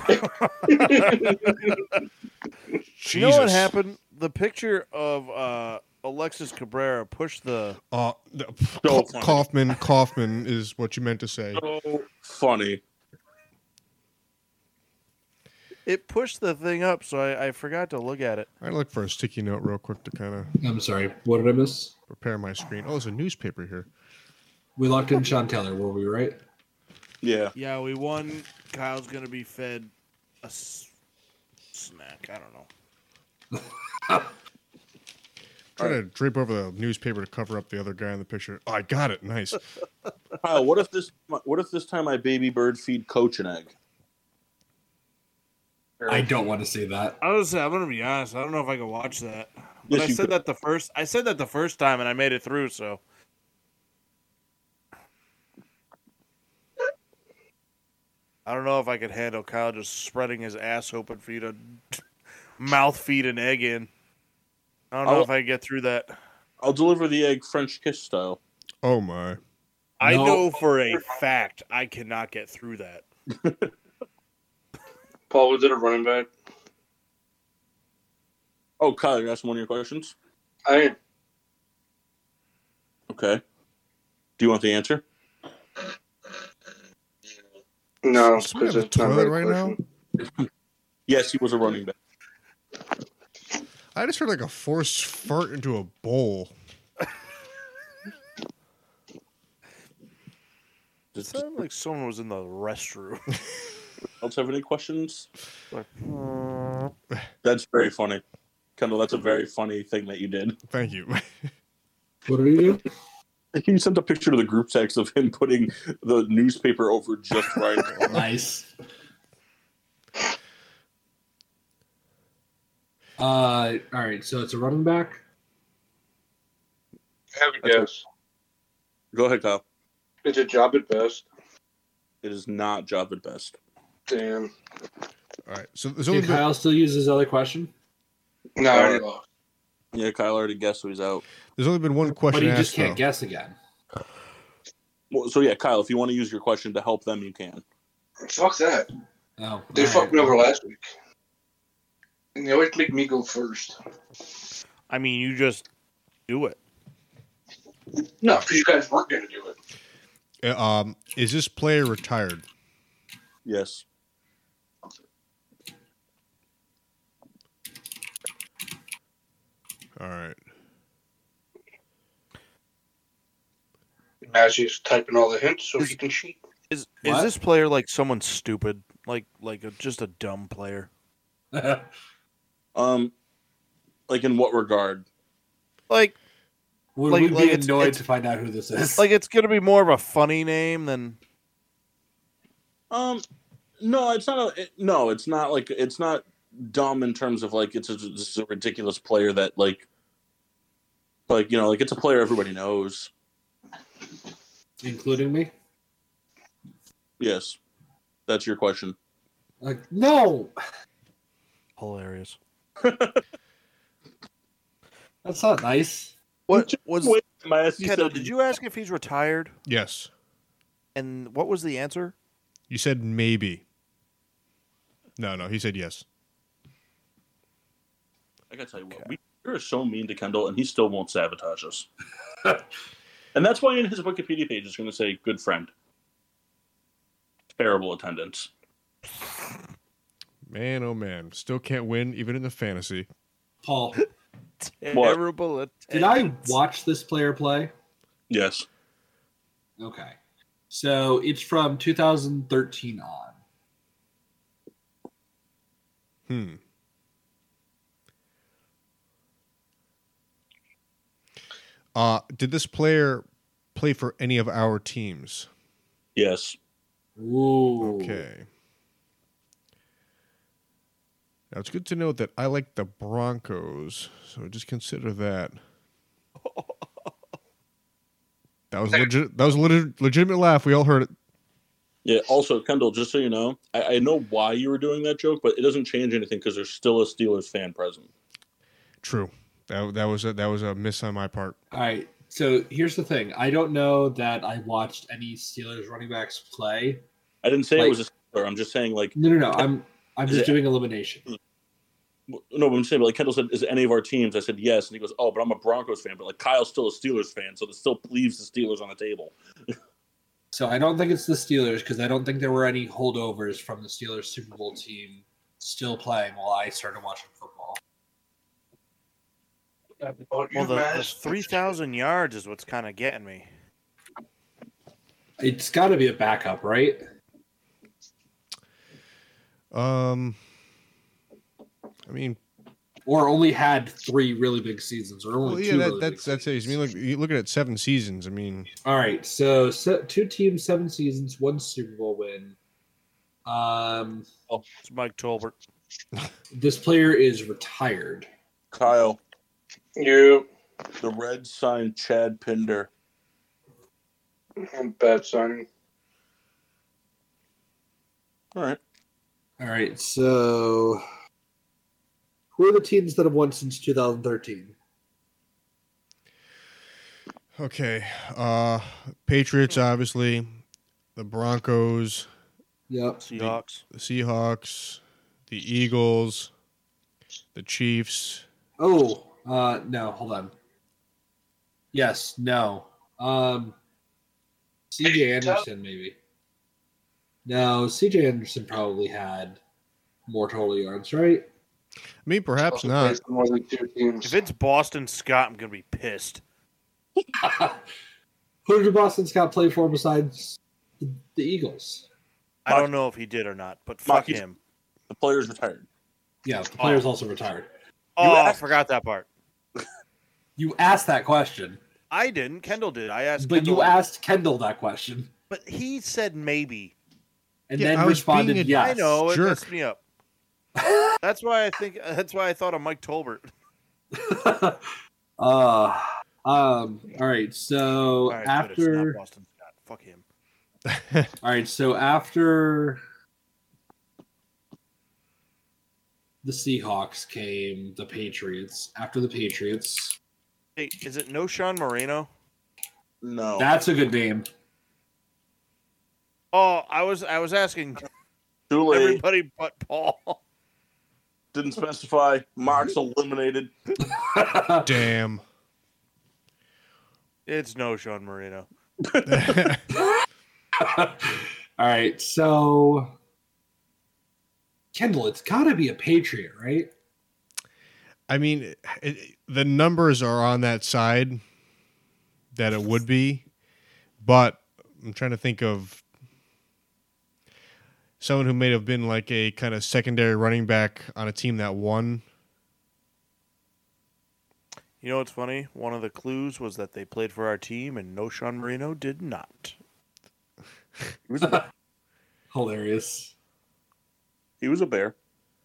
Jesus.
You know what happened? The picture of uh, Alexis Cabrera pushed the.
Uh, the, Ka-
So funny.
Kaufman, Kaufman is what you meant to say.
So funny.
It pushed the thing up, so I, I forgot to look at it.
I look for a sticky note real quick to kind of
I'm sorry. What did I miss?
prepare my screen. Oh, there's a newspaper here.
We locked in Sean Taylor. Were we right?
Yeah.
Yeah, we won. Kyle's gonna be fed a s- snack. I don't know.
Try to drape over the newspaper to cover up the other guy in the picture. Oh, I got it. Nice.
Kyle, what if this what if this time I baby bird feed coach an egg?
I don't want to say that.
I was. I'm gonna be honest. I don't know if I can watch that.
Yes,
But I
you
said
could.
that the first. I said that the first time, and I made it through. So I don't know if I could handle Kyle just spreading his ass open for you to mouth feed an egg in. I don't know
I'll-
if I could get through that.
I'll deliver the egg French kiss style.
Oh my.
I
No.
know for a fact I cannot get through that.
Paul, was it a running back?
Oh, Kyle, you're asking one of your questions.
I
Okay. Do you want the answer?
no,
Does somebody have
because
a
it's not
toilet
really
right
right
now?
Yes, he was a running back.
I just heard like a forced fart into a bowl.
It
Does
sounded like someone was in the restroom.
else have any questions?
Like,
That's very funny. Kendall, that's a very funny thing that you did.
Thank you.
What did he do?
You sent a picture to the group text of him putting the newspaper over just right.
nice. Uh, all right. So it's a running back.
I have a guess.
Go ahead, Kyle.
It's a job at best.
It is not job at best.
Damn.
All right. So there's only
Did
been,
Kyle still use his other question?
No, I already lost.
Yeah, Kyle already guessed, so he's out.
there's only been one
But
question
he
asked.
just can't
though.
guess again.
Well, so yeah, Kyle, if you want to use your question to help them, you can.
Fuck that.
Oh,
They
all
fucked
right.
me over last week. And they always make me go first.
I mean, you just do it.
No, because you guys weren't going to do it.
Uh, um, is this player retired?
Yes.
All right.
Maggie's typing all the hints so she can cheat.
Is
What?
is this player like someone stupid, like like a, just a dumb player?
Um, like in what regard?
Like
Would
Like-
we be
like it's-
annoyed
it's-
to find out who this is?
like it's gonna be more of a funny name than
Um, no, it's not. A, it- no, it's not like it's not dumb in terms of like it's a, this is a ridiculous player that like, like you know, like it's a player everybody knows.
including me?
Yes, that's your question.
Like, no,
hilarious.
that's not nice.
What was
Wait, my ass, you
Kendall?
said-
Did you ask if he's retired?
Yes.
And what was the answer?
You said maybe. No, no. He said yes.
I gotta tell you what, we, you're so mean to Kendall, and he still won't sabotage us. and that's why in his Wikipedia page it's going to say "good friend." Terrible attendance.
Man, oh man, still can't win even in the fantasy.
Paul,
What?
Terrible.
did I watch this player play?
Yes.
Okay. So it's from 2013 on.
Hmm. Uh, did this player play for any of our teams?
Yes.
Ooh.
Okay. Now it's good to note that I like the Broncos, so just consider that. That was legit. That was a legit, legitimate laugh. We all heard it.
Yeah. Also, Kendall, just so you know, I, I know why you were doing that joke, but it doesn't change anything because there's still a Steelers fan present.
True. That that was a, that was a miss on my part.
All right. So here's the thing. I don't know that I watched any Steelers running backs play.
I didn't say
Like-
it was a Steeler. I'm just saying, like,
No, no, no. I'm I'm
Is
just
it-
doing elimination.
w- no, but I'm saying, like, Kendall said, is it any of our teams? I said yes, and he goes, oh, but I'm a Broncos fan, but like Kyle's still a Steelers fan, so that still leaves the Steelers on the table.
So I don't think it's the Steelers because I don't think there were any holdovers from the Steelers Super Bowl team still playing while I started watching football.
Oh, you
Well, the, the
Madge.
three thousand yards is what's kind of getting me.
It's got to be a backup, right?
Um, I mean,
Or only had three really big seasons, or only
well,
two.
yeah, that,
really
that's
big
that's it. I
seasons.
mean, look, you look at it, seven seasons. I mean,
All right, so, se two teams, seven seasons, one Super Bowl win. Um,
It's Mike Tolbert.
this player is retired.
Kyle,
You
the Reds signed Chad Pinder.
I'm bad signing.
All right.
All right, so who are the teams that have won since 2013?
okay, uh, Patriots obviously, the Broncos,
Yep.
Seahawks.
the Seahawks, the Eagles, the Chiefs.
Oh, uh, no, hold on. Yes, no. Um, CJ Anderson, maybe. No, CJ Anderson probably had more total yards, right?
I mean, perhaps
Also
not.
plays for More than two teams.
If it's Boston Scott, I'm gonna be pissed.
Who did Boston Scott play for besides the, the Eagles?
I don't know if he did or not, but fuck
Maki-
him.
The player's retired.
Yeah, the player's also retired.
Oh, I
asked-
forgot that part.
You asked that question,
I didn't. Kendall did. I asked.
but
Kendall,
you asked Kendall that question
But he said maybe.
and
Yeah,
then
I was
responded,
being a-
"Yes."
I know it
jerk.
messed me up. That's why I think. That's why I thought of Mike Tolbert.
uh, Um, all right, so
All right, good, it's not
after
Boston Scott. Fuck him.
all right, so after the Seahawks came the Patriots. After the Patriots,
Hey, is it no Sean Moreno?
No.
that's a good name.
Oh, I was I was asking
Too late.
everybody but Paul.
Didn't specify. Mark's eliminated.
Damn.
It's no Sean Marino.
All right, so Kendall, it's got to be a Patriot, right?
I mean, it, it, the numbers are on that side that it would be, but I'm trying to think of someone who may have been like a kind of secondary running back on a team that won.
You know what's funny? One of the clues was that they played for our team, and no Sean Marino did not.
He was a bear.
Hilarious.
He was a bear.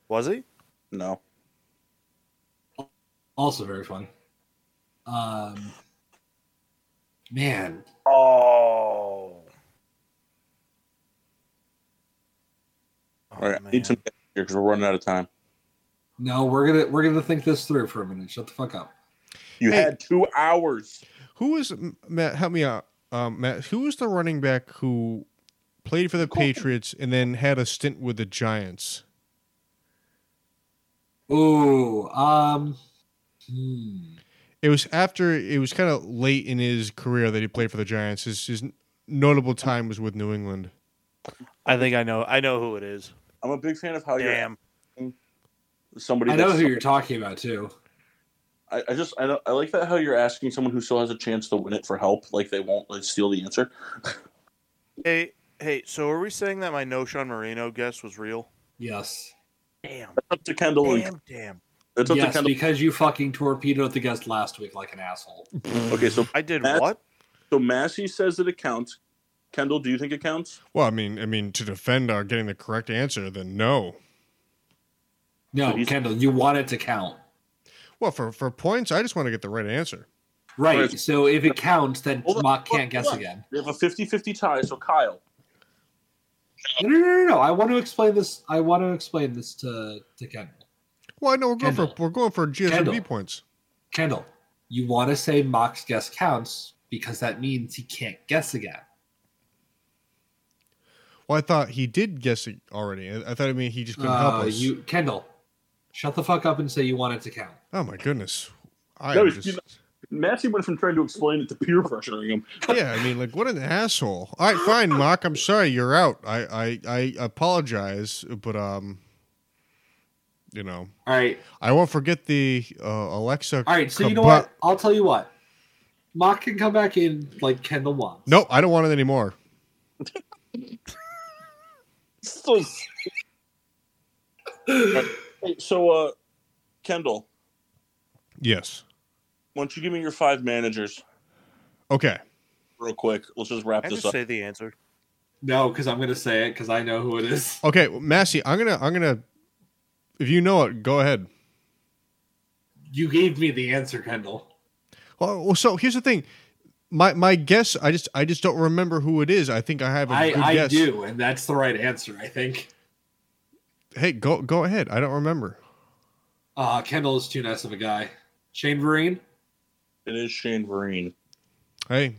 Was he?
No.
Also very fun. Um, man,
Oh. Oh,
All right. I need some here because we're running out of time.
no, we're gonna we're gonna think this through for a minute. Shut the fuck up.
You
Hey.
had two hours.
Who was Matt? Help me out, um, Matt. Who was the running back who played for the Patriots and then had a stint with the Giants?
Ooh, um, hmm.
It was after it was kind of late in his career that he played for the Giants. His, his notable time was with New England.
I think I know. I know who it is.
I'm a big fan of how you're
Damn.
somebody.
I know
that's-
who you're talking about too.
I, I just I, don't- I like that how you're asking someone who still has a chance to win it for help. Like they won't like steal the answer.
Hey, hey. So are we saying that my no Sean Marino guess was real?
Yes,
Damn.
It's up to Kendall. And,
Damn. Damn.
it's up to
yes,
Kendall.
because you fucking torpedoed the guest last week like an asshole.
Okay, so
I did
That's-
what?
so Massey says that it counts. Kendall, do you think it counts?
Well, I mean, I mean, to defend our getting the correct answer, then no.
But
No,
he's-
Kendall, you want it to count,
Well, for for points, I just want to get the right answer.
right? So if it counts, then
Hold on,
Mock
hold on,
can't guess
hold on.
again.
We have a 50-50 tie. So Kyle,
No, no, no, no, no. I want to explain this. I want to explain this to to Kendall.
Well, I know we're going
Kendall.
for we're going for GSMB
Kendall.
points.
Kendall, you want to say Mock's guess counts because that means he can't guess again.
Well, I thought he did guess it already. I, I thought I mean he just couldn't help
Uh,
us.
you, Kendall, shut the fuck up and say you want it to count.
Oh my goodness! I
No,
am
he's-
just,
Massey went from trying to explain it to peer pressuring him.
yeah, I mean, like what an asshole. All right, fine, Mock. I'm sorry, you're out. I I, I apologize, but um, you know,
All right,
I won't forget the uh, Alexa.
all right. So you know
Kabut-
what? I'll tell you what. Mock can come back in like Kendall wants.
No, I don't want it anymore.
So, so uh, Kendall,
Yes.
why don't you give me your five managers
Okay.
real quick? Let's just wrap
I
this
just
up.
say the answer.
No, because I'm gonna say it because I know who it is.
Okay, well, Massey. I'm gonna I'm gonna. If you know it, go ahead.
You gave me the answer, Kendall.
Oh, Well, well, so here's the thing. My my guess, I just I just don't remember who it is. I think I have a
I,
good
I
guess.
do, and that's the right answer, I think.
Hey, go go ahead. I don't remember.
Uh, Kendall is too nice of a guy. Shane Vereen,
It is Shane Vereen.
Hey,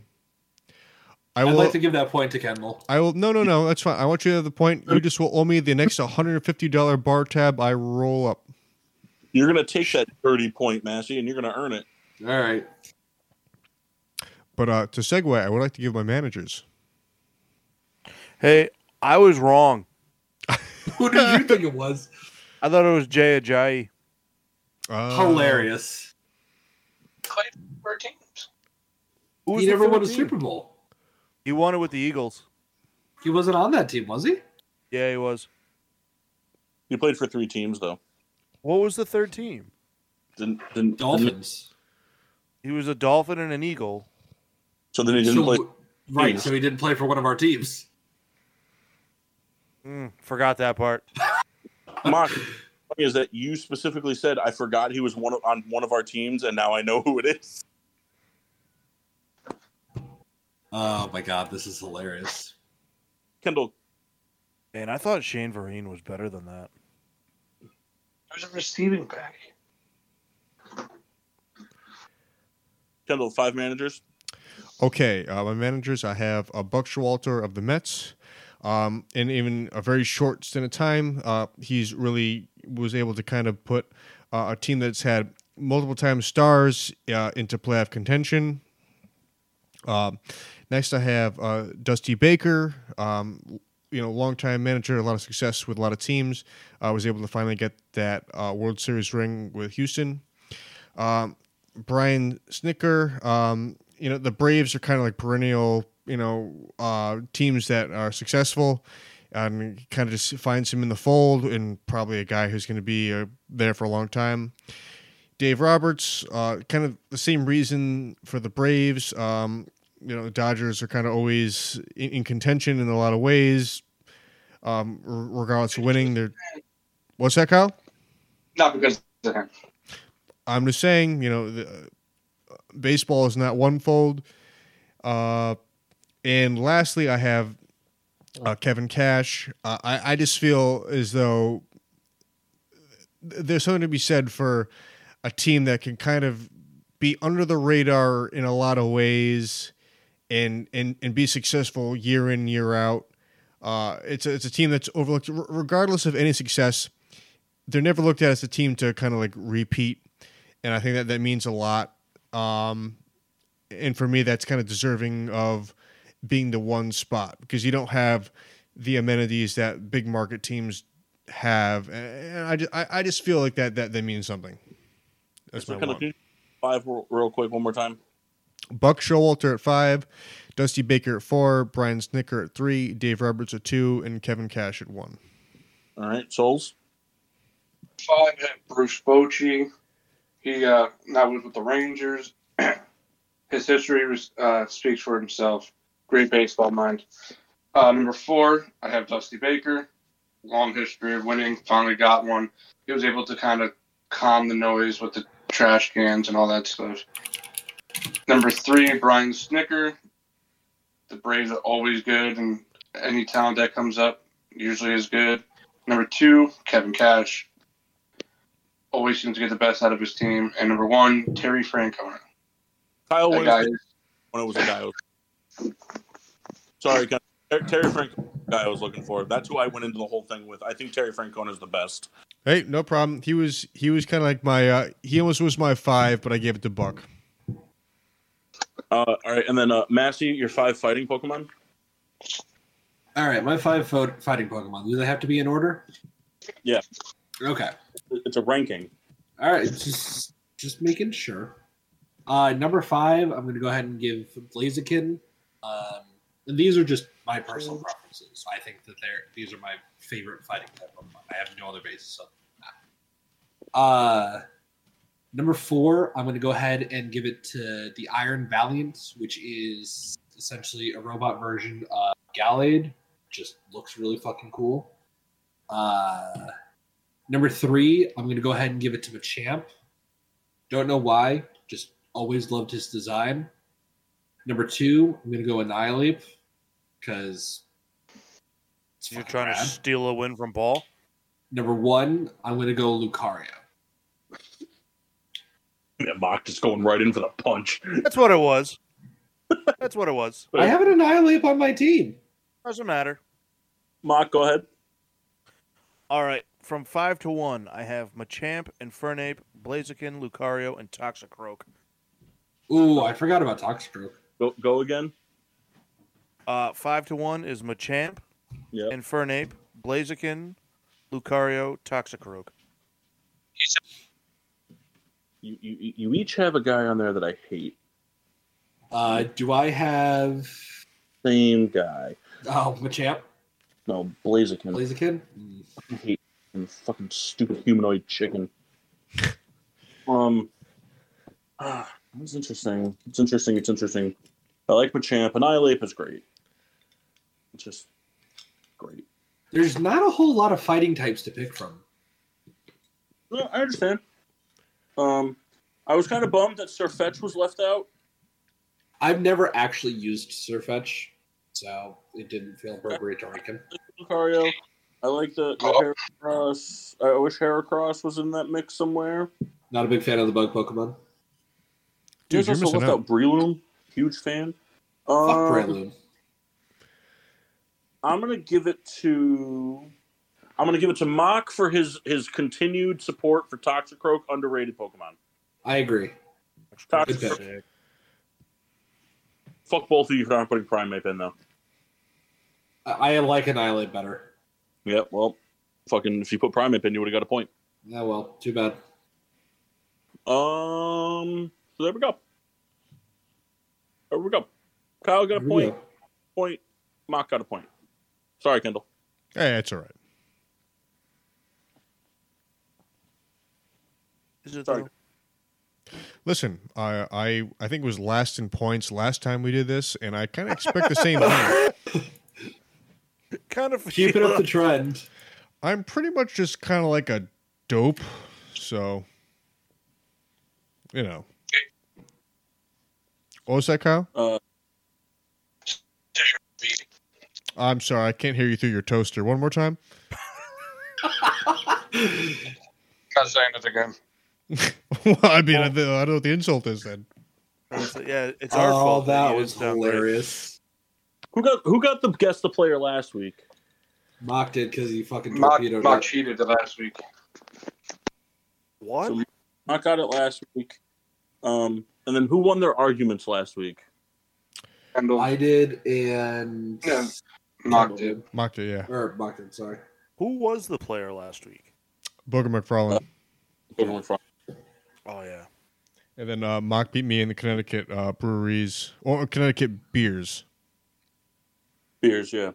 I
I'd
will.
like to give that point to Kendall.
I will. No, no, no. That's fine. I want you to have the point. You just will owe me the next one hundred and fifty dollar bar tab I roll up.
You're gonna take that thirty point, Massey, and you're gonna earn it.
All right.
But uh, to segue, I would like to give my managers.
Hey, I was wrong.
Who did you think it was?
I thought it was Jay Ajayi.
Uh,
Hilarious.
Played for teams.
Who was
He
the
never
third
won a
team?
Super Bowl.
He won it with the Eagles.
He wasn't on that team, was he?
Yeah, he was.
You played for three teams though.
What was the third team?
Didn't didn't, didn't
Dolphins.
He was a dolphin and an eagle.
so then he didn't
So-
play.
Right, so he didn't play for one of our teams.
Mm, forgot that part.
Mark, the thing is that you specifically said I forgot he was one of, on one of our teams, and now I know who it is.
Oh my god, this is hilarious.
Kendall,
And I thought Shane Vereen was better than that.
There's a receiving back.
Kendall, five managers.
Okay, uh, my managers, I have uh, Buck Showalter of the Mets. Um, and even a very short stint of time, uh, he's really was able to kind of put uh, a team that's had multiple times stars uh, into playoff contention. Um, next, I have uh, Dusty Baker. Um, you know, longtime manager, a lot of success with a lot of teams. Uh, was able to finally get that uh, World Series ring with Houston. Um, Brian Snicker. Um, you know, the Braves are kind of like perennial, you know, uh, teams that are successful. And kind of just finds him in the fold, and probably a guy who's going to be uh, there for a long time. Dave Roberts, uh, kind of the same reason for the Braves. Um, you know, the Dodgers are kind of always in, in contention in a lot of ways. Um, r- regardless of winning, they're what's that, Kyle?
Not because of him.
I'm just saying, you know, the, uh, baseball is not one fold. Uh, and lastly, I have uh, Kevin Cash. Uh, I, I just feel as though th- there's something to be said for a team that can kind of be under the radar in a lot of ways and and, and be successful year in, year out. Uh, it's, a, it's a team that's overlooked, R- regardless of any success. They're never looked at as a team to kind of like repeat and I think that that means a lot. Um, and for me, that's kind of deserving of being the one spot because you don't have the amenities that big market teams have, and I just, I, I just feel like that that that means something. That's
So
my
Kendall,
one.
can you- five real, real quick one more time.
Buck Showalter at five, Dusty Baker at four, Brian Snicker at three, Dave Roberts at two, and Kevin Cash at one.
All right, Souls.
Five had Bruce Bochy. He uh, now was with the Rangers. His history was, uh, speaks for himself. Great baseball mind. Uh, number four, I have Dusty Baker. Long history of winning. Finally got one. He was able to kind of calm the noise with the trash cans and all that stuff. Number three, Brian Snicker. The Braves are always good, and any talent that comes up usually is good. Number two, Kevin Cash always seems to get the best out of his team. And number one, Terry Francona.
Kyle
That
Williams.
guy,
when Oh, it was a guy. I was- Sorry, Ken- Ter- Terry Francona. Guy I was looking for. That's who I went into the whole thing with. I think Terry Francona is the best.
Hey, no problem. He was he was kind of like my uh, he almost was my five, but I gave it to Buck.
Uh, all right, and then uh, Massey, your five fighting Pokemon.
All right, my five fo- fighting Pokemon. Do they have to be in order?
Yeah.
Okay.
It's a ranking.
All right, just just making sure. Uh, number five, I'm going to go ahead and give Blaziken. Um, and these are just my personal preferences. I think that they're these are my favorite fighting type Pokemon. I have no other basis other than that. Uh, number four, I'm going to go ahead and give it to the Iron Valiant, which is essentially a robot version of Gallade. Just looks really fucking cool. Uh, Number three, I'm going to go ahead and give it to Machamp. Don't know why, just always loved his design. Number two, I'm going to go Annihilate because it's
You're
fucking
trying to
rad.
steal a win from Ball.
Number one, I'm going to go Lucario.
Yeah, Mock just going right in for the punch.
That's what it was. That's what it was.
But-
I have an Annihilate on my team.
Doesn't matter.
Mock, go ahead.
All right, from five to one, I have Machamp, Infernape, Blaziken, Lucario, and Toxicroak.
Ooh, I forgot about Toxstroke.
Go, go again.
Uh, five to one is Machamp,
Yep.
Infernape, Blaziken, Lucario, Toxicroak.
You, you, you each have a guy on there that I hate.
Uh, do I have
Same guy.
oh Machamp,
No, Blaziken.
Blaziken? Mm.
I hate him. Fucking stupid humanoid chicken. Um, ah, that's interesting. It's interesting. It's interesting. I like Machamp. Annihilate is great. It's just great.
There's not a whole lot of fighting types to pick from.
No, I understand. Um, I was kind of bummed that Sir Fetch was left out.
I've never actually used Surfetch, so it didn't feel appropriate to rank him.
Lucario. I like that
Oh.
Heracross. I wish Heracross was in that mix somewhere.
Not a big fan of the bug Pokemon.
You
Dude,
guys
you're
also
missing
left
out.
out Breloom. Huge fan. Um,
Fuck Breloom.
I'm gonna give it to. I'm gonna give it to Mock for his his continued support for Toxicroak, underrated Pokemon.
I agree.
Toxic
Okay.
Sick.
Fuck both of you for not putting Primeape in though.
I, I like Annihilate better.
Yeah, well, fucking if you put Primeape in, you would have got a point.
Oh well, too bad.
Um, so there we go. There we go. Kyle got a point. Point. Mock got a point. Sorry, Kendall.
Hey, it's all right.
Is it
Sorry.
though?
Listen, I I I think it was last in points last time we did this, and I kind of expect the same thing.
kind of
Keep it up the trend.
I'm pretty much just kind of like a dope, so you know. What was that, Kyle? I'm sorry, I can't hear you through your toaster. One more time.
Not saying it again.
well, I mean, I, don't- I don't know what the insult is then.
yeah, it's our
oh,
fault.
that
you
was
just downgrade.
hilarious.
Who got who got the guess the player last week?
Mocked it because he fucking
Mock,
torpedoed
Mock
it.
cheated the last week.
What?
So- I got it last week. Um, and then who won their arguments last week?
Kendall
I did and
Yeah. mocked it.
Mocked it, yeah.
Or mocked it, sorry.
Who was the player last week?
Booger McFarlane.
Pokemon Fro-
Oh yeah,
And then uh, Mock beat me in the Connecticut uh, breweries, or Connecticut beers.
Beers, yeah.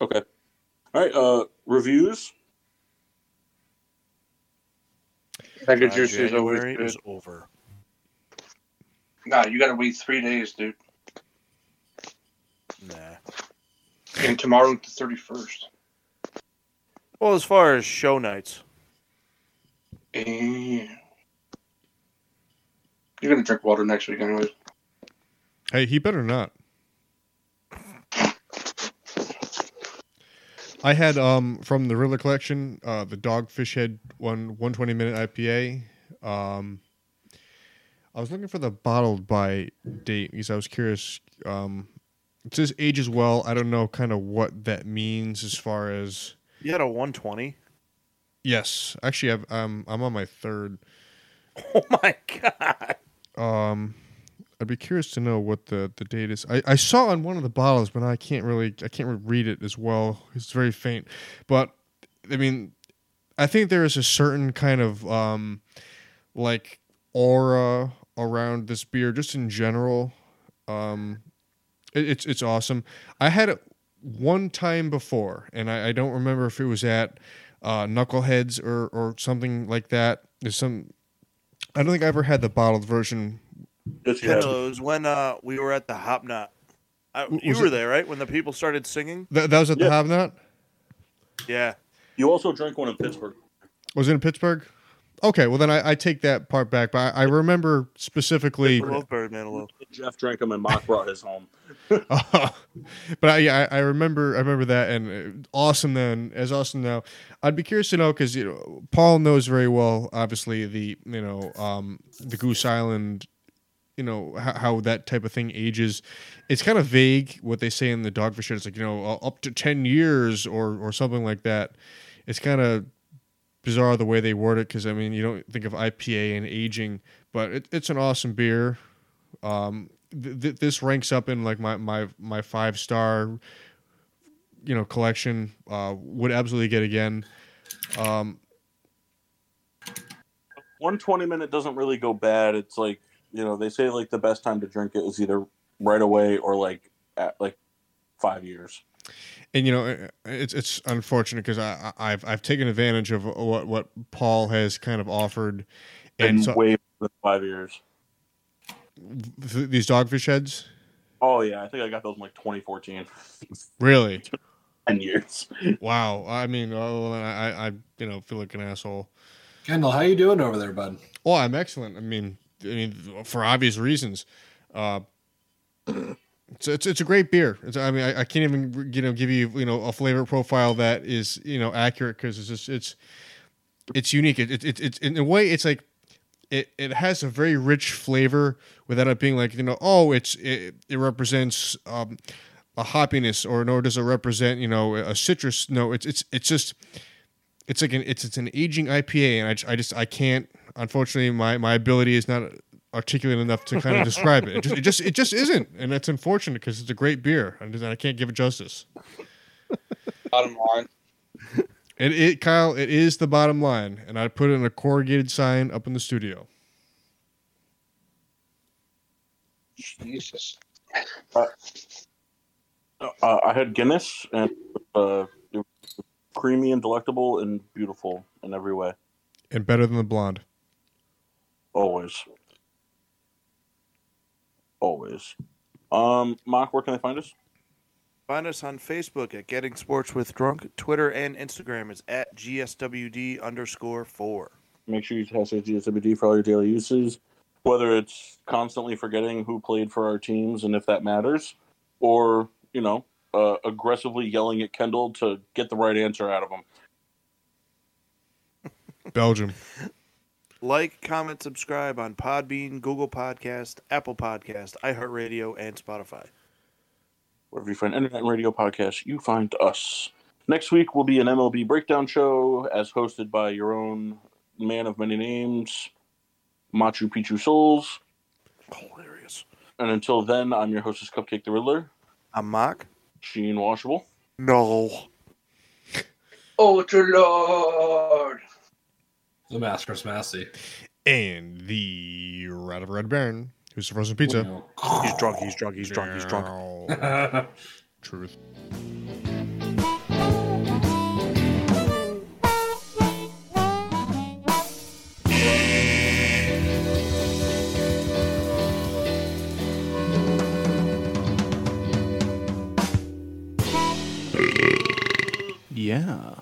Okay. All right. Uh, reviews.
Mega
Uh,
Juice is always
January
good.
is over.
Nah, you gotta wait three days, dude.
Nah.
And tomorrow's the thirty first.
Well, as far as show nights,
You're gonna drink water next week anyways.
Hey, he better not. I had um from the Riddler collection, uh, the Dogfish Head one, one twenty minute IPA. Um, I was looking for the bottled by date because I was curious. Um, it says ages well. I don't know kind of what that means as far as
you had a 120.
yes. Actually, I've, um, I'm on my third.
Oh my god!
Um, I'd be curious to know what the, the date is. I, I saw on one of the bottles, but I can't really I can't re- read it as well. It's very faint. But I mean, I think there is a certain kind of um, like aura around this beer, just in general. Um, it, it's it's awesome. I had it one time before, and I, I don't remember if it was at uh, Knuckleheads or or something like that. There's some. I don't think I ever had the bottled version
Yes, you
Yeah.
have.
It was when uh, we were at the Hop Knot. I,
W-
you
was
were
it-
there, right? When the people started singing.
That, that was at the
Yeah.
Hobnot?
Yeah.
You also drank one in Pittsburgh.
Was it in Pittsburgh? Okay, well then I, I take that part back. But I, I remember specifically,
Love Bird Manilow.
Jeff drank them, and Mock brought his home.
but I, yeah, I I remember I remember that and uh, awesome then as awesome now. I'd be curious to know because you know Paul knows very well, obviously the you know um, the Goose Island, you know how, how that type of thing ages. It's kind of vague what they say in the dogfish. head. It's like you know uh, up to ten years or or something like that. It's kind of bizarre the way they word it because I mean you don't think of IPA and aging, but it, it's an awesome beer. Um, th- th- this ranks up in like my my my five star, you know, collection. Uh, would absolutely get again. Um,
One twenty minute doesn't really go bad. It's like you know they say like the best time to drink it is either right away or like at like five years.
and you know it- it's it's unfortunate because I, I I've I've taken advantage of what what Paul has kind of offered, and,
And
so
way more than five years.
th- these dogfish heads
Oh yeah, I think I got those in like 2014.
really.
Ten years.
wow, I mean, oh, I I you know feel like an asshole.
Kendall, how you doing over there, bud?
Oh, I'm excellent. I mean, I mean, for obvious reasons. Uh, it's, it's it's a great beer. It's, I mean, I, I can't even you know give you you know a flavor profile that is you know accurate because it's just, it's it's unique. It, it, it, it's in a way it's like it, it has a very rich flavor without it being like you know oh it's it, it represents um, a hoppiness or nor does it represent you know a citrus. No, it's it's it's just it's like an it's it's an aging IPA, and I, j- I just I can't. Unfortunately, my my ability is not articulate enough to kind of describe it. It just it just, it just isn't, and that's unfortunate because it's a great beer, and I can't give it justice.
Bottom line,
It, it Kyle, it is the bottom line, and I put it in a corrugated sign up in the studio.
Jesus.
Uh, I had Guinness, and uh, it was creamy and delectable and beautiful in every way.
And better than the blonde.
Always. Always. Um, Mock, where can they find us?
Find us on Facebook at Getting Sports with Drunk. Twitter and Instagram is at GSWD underscore four.
Make sure you hashtag GSWD for all your daily uses, whether it's constantly forgetting who played for our teams and if that matters, or, you know, uh, aggressively yelling at Kendall to get the right answer out of him.
Belgium.
Like, comment, subscribe on Podbean, Google Podcast, Apple Podcast, iHeartRadio, and Spotify.
Wherever you find internet and radio podcasts, you find us. Next week will be an MLB breakdown show as hosted by your own man of many names, Machu Picchu Souls.
Hilarious.
And until then, I'm your hostess, Cupcake the Riddler,
A mock?
Sheen Washable.
No.
Oh, dear Lord.
The Masker's Massey.
And the Rat of Red Baron, who's the frozen pizza.
He's drunk, he's drunk, he's drunk, he's drunk.
Truth.
Yeah.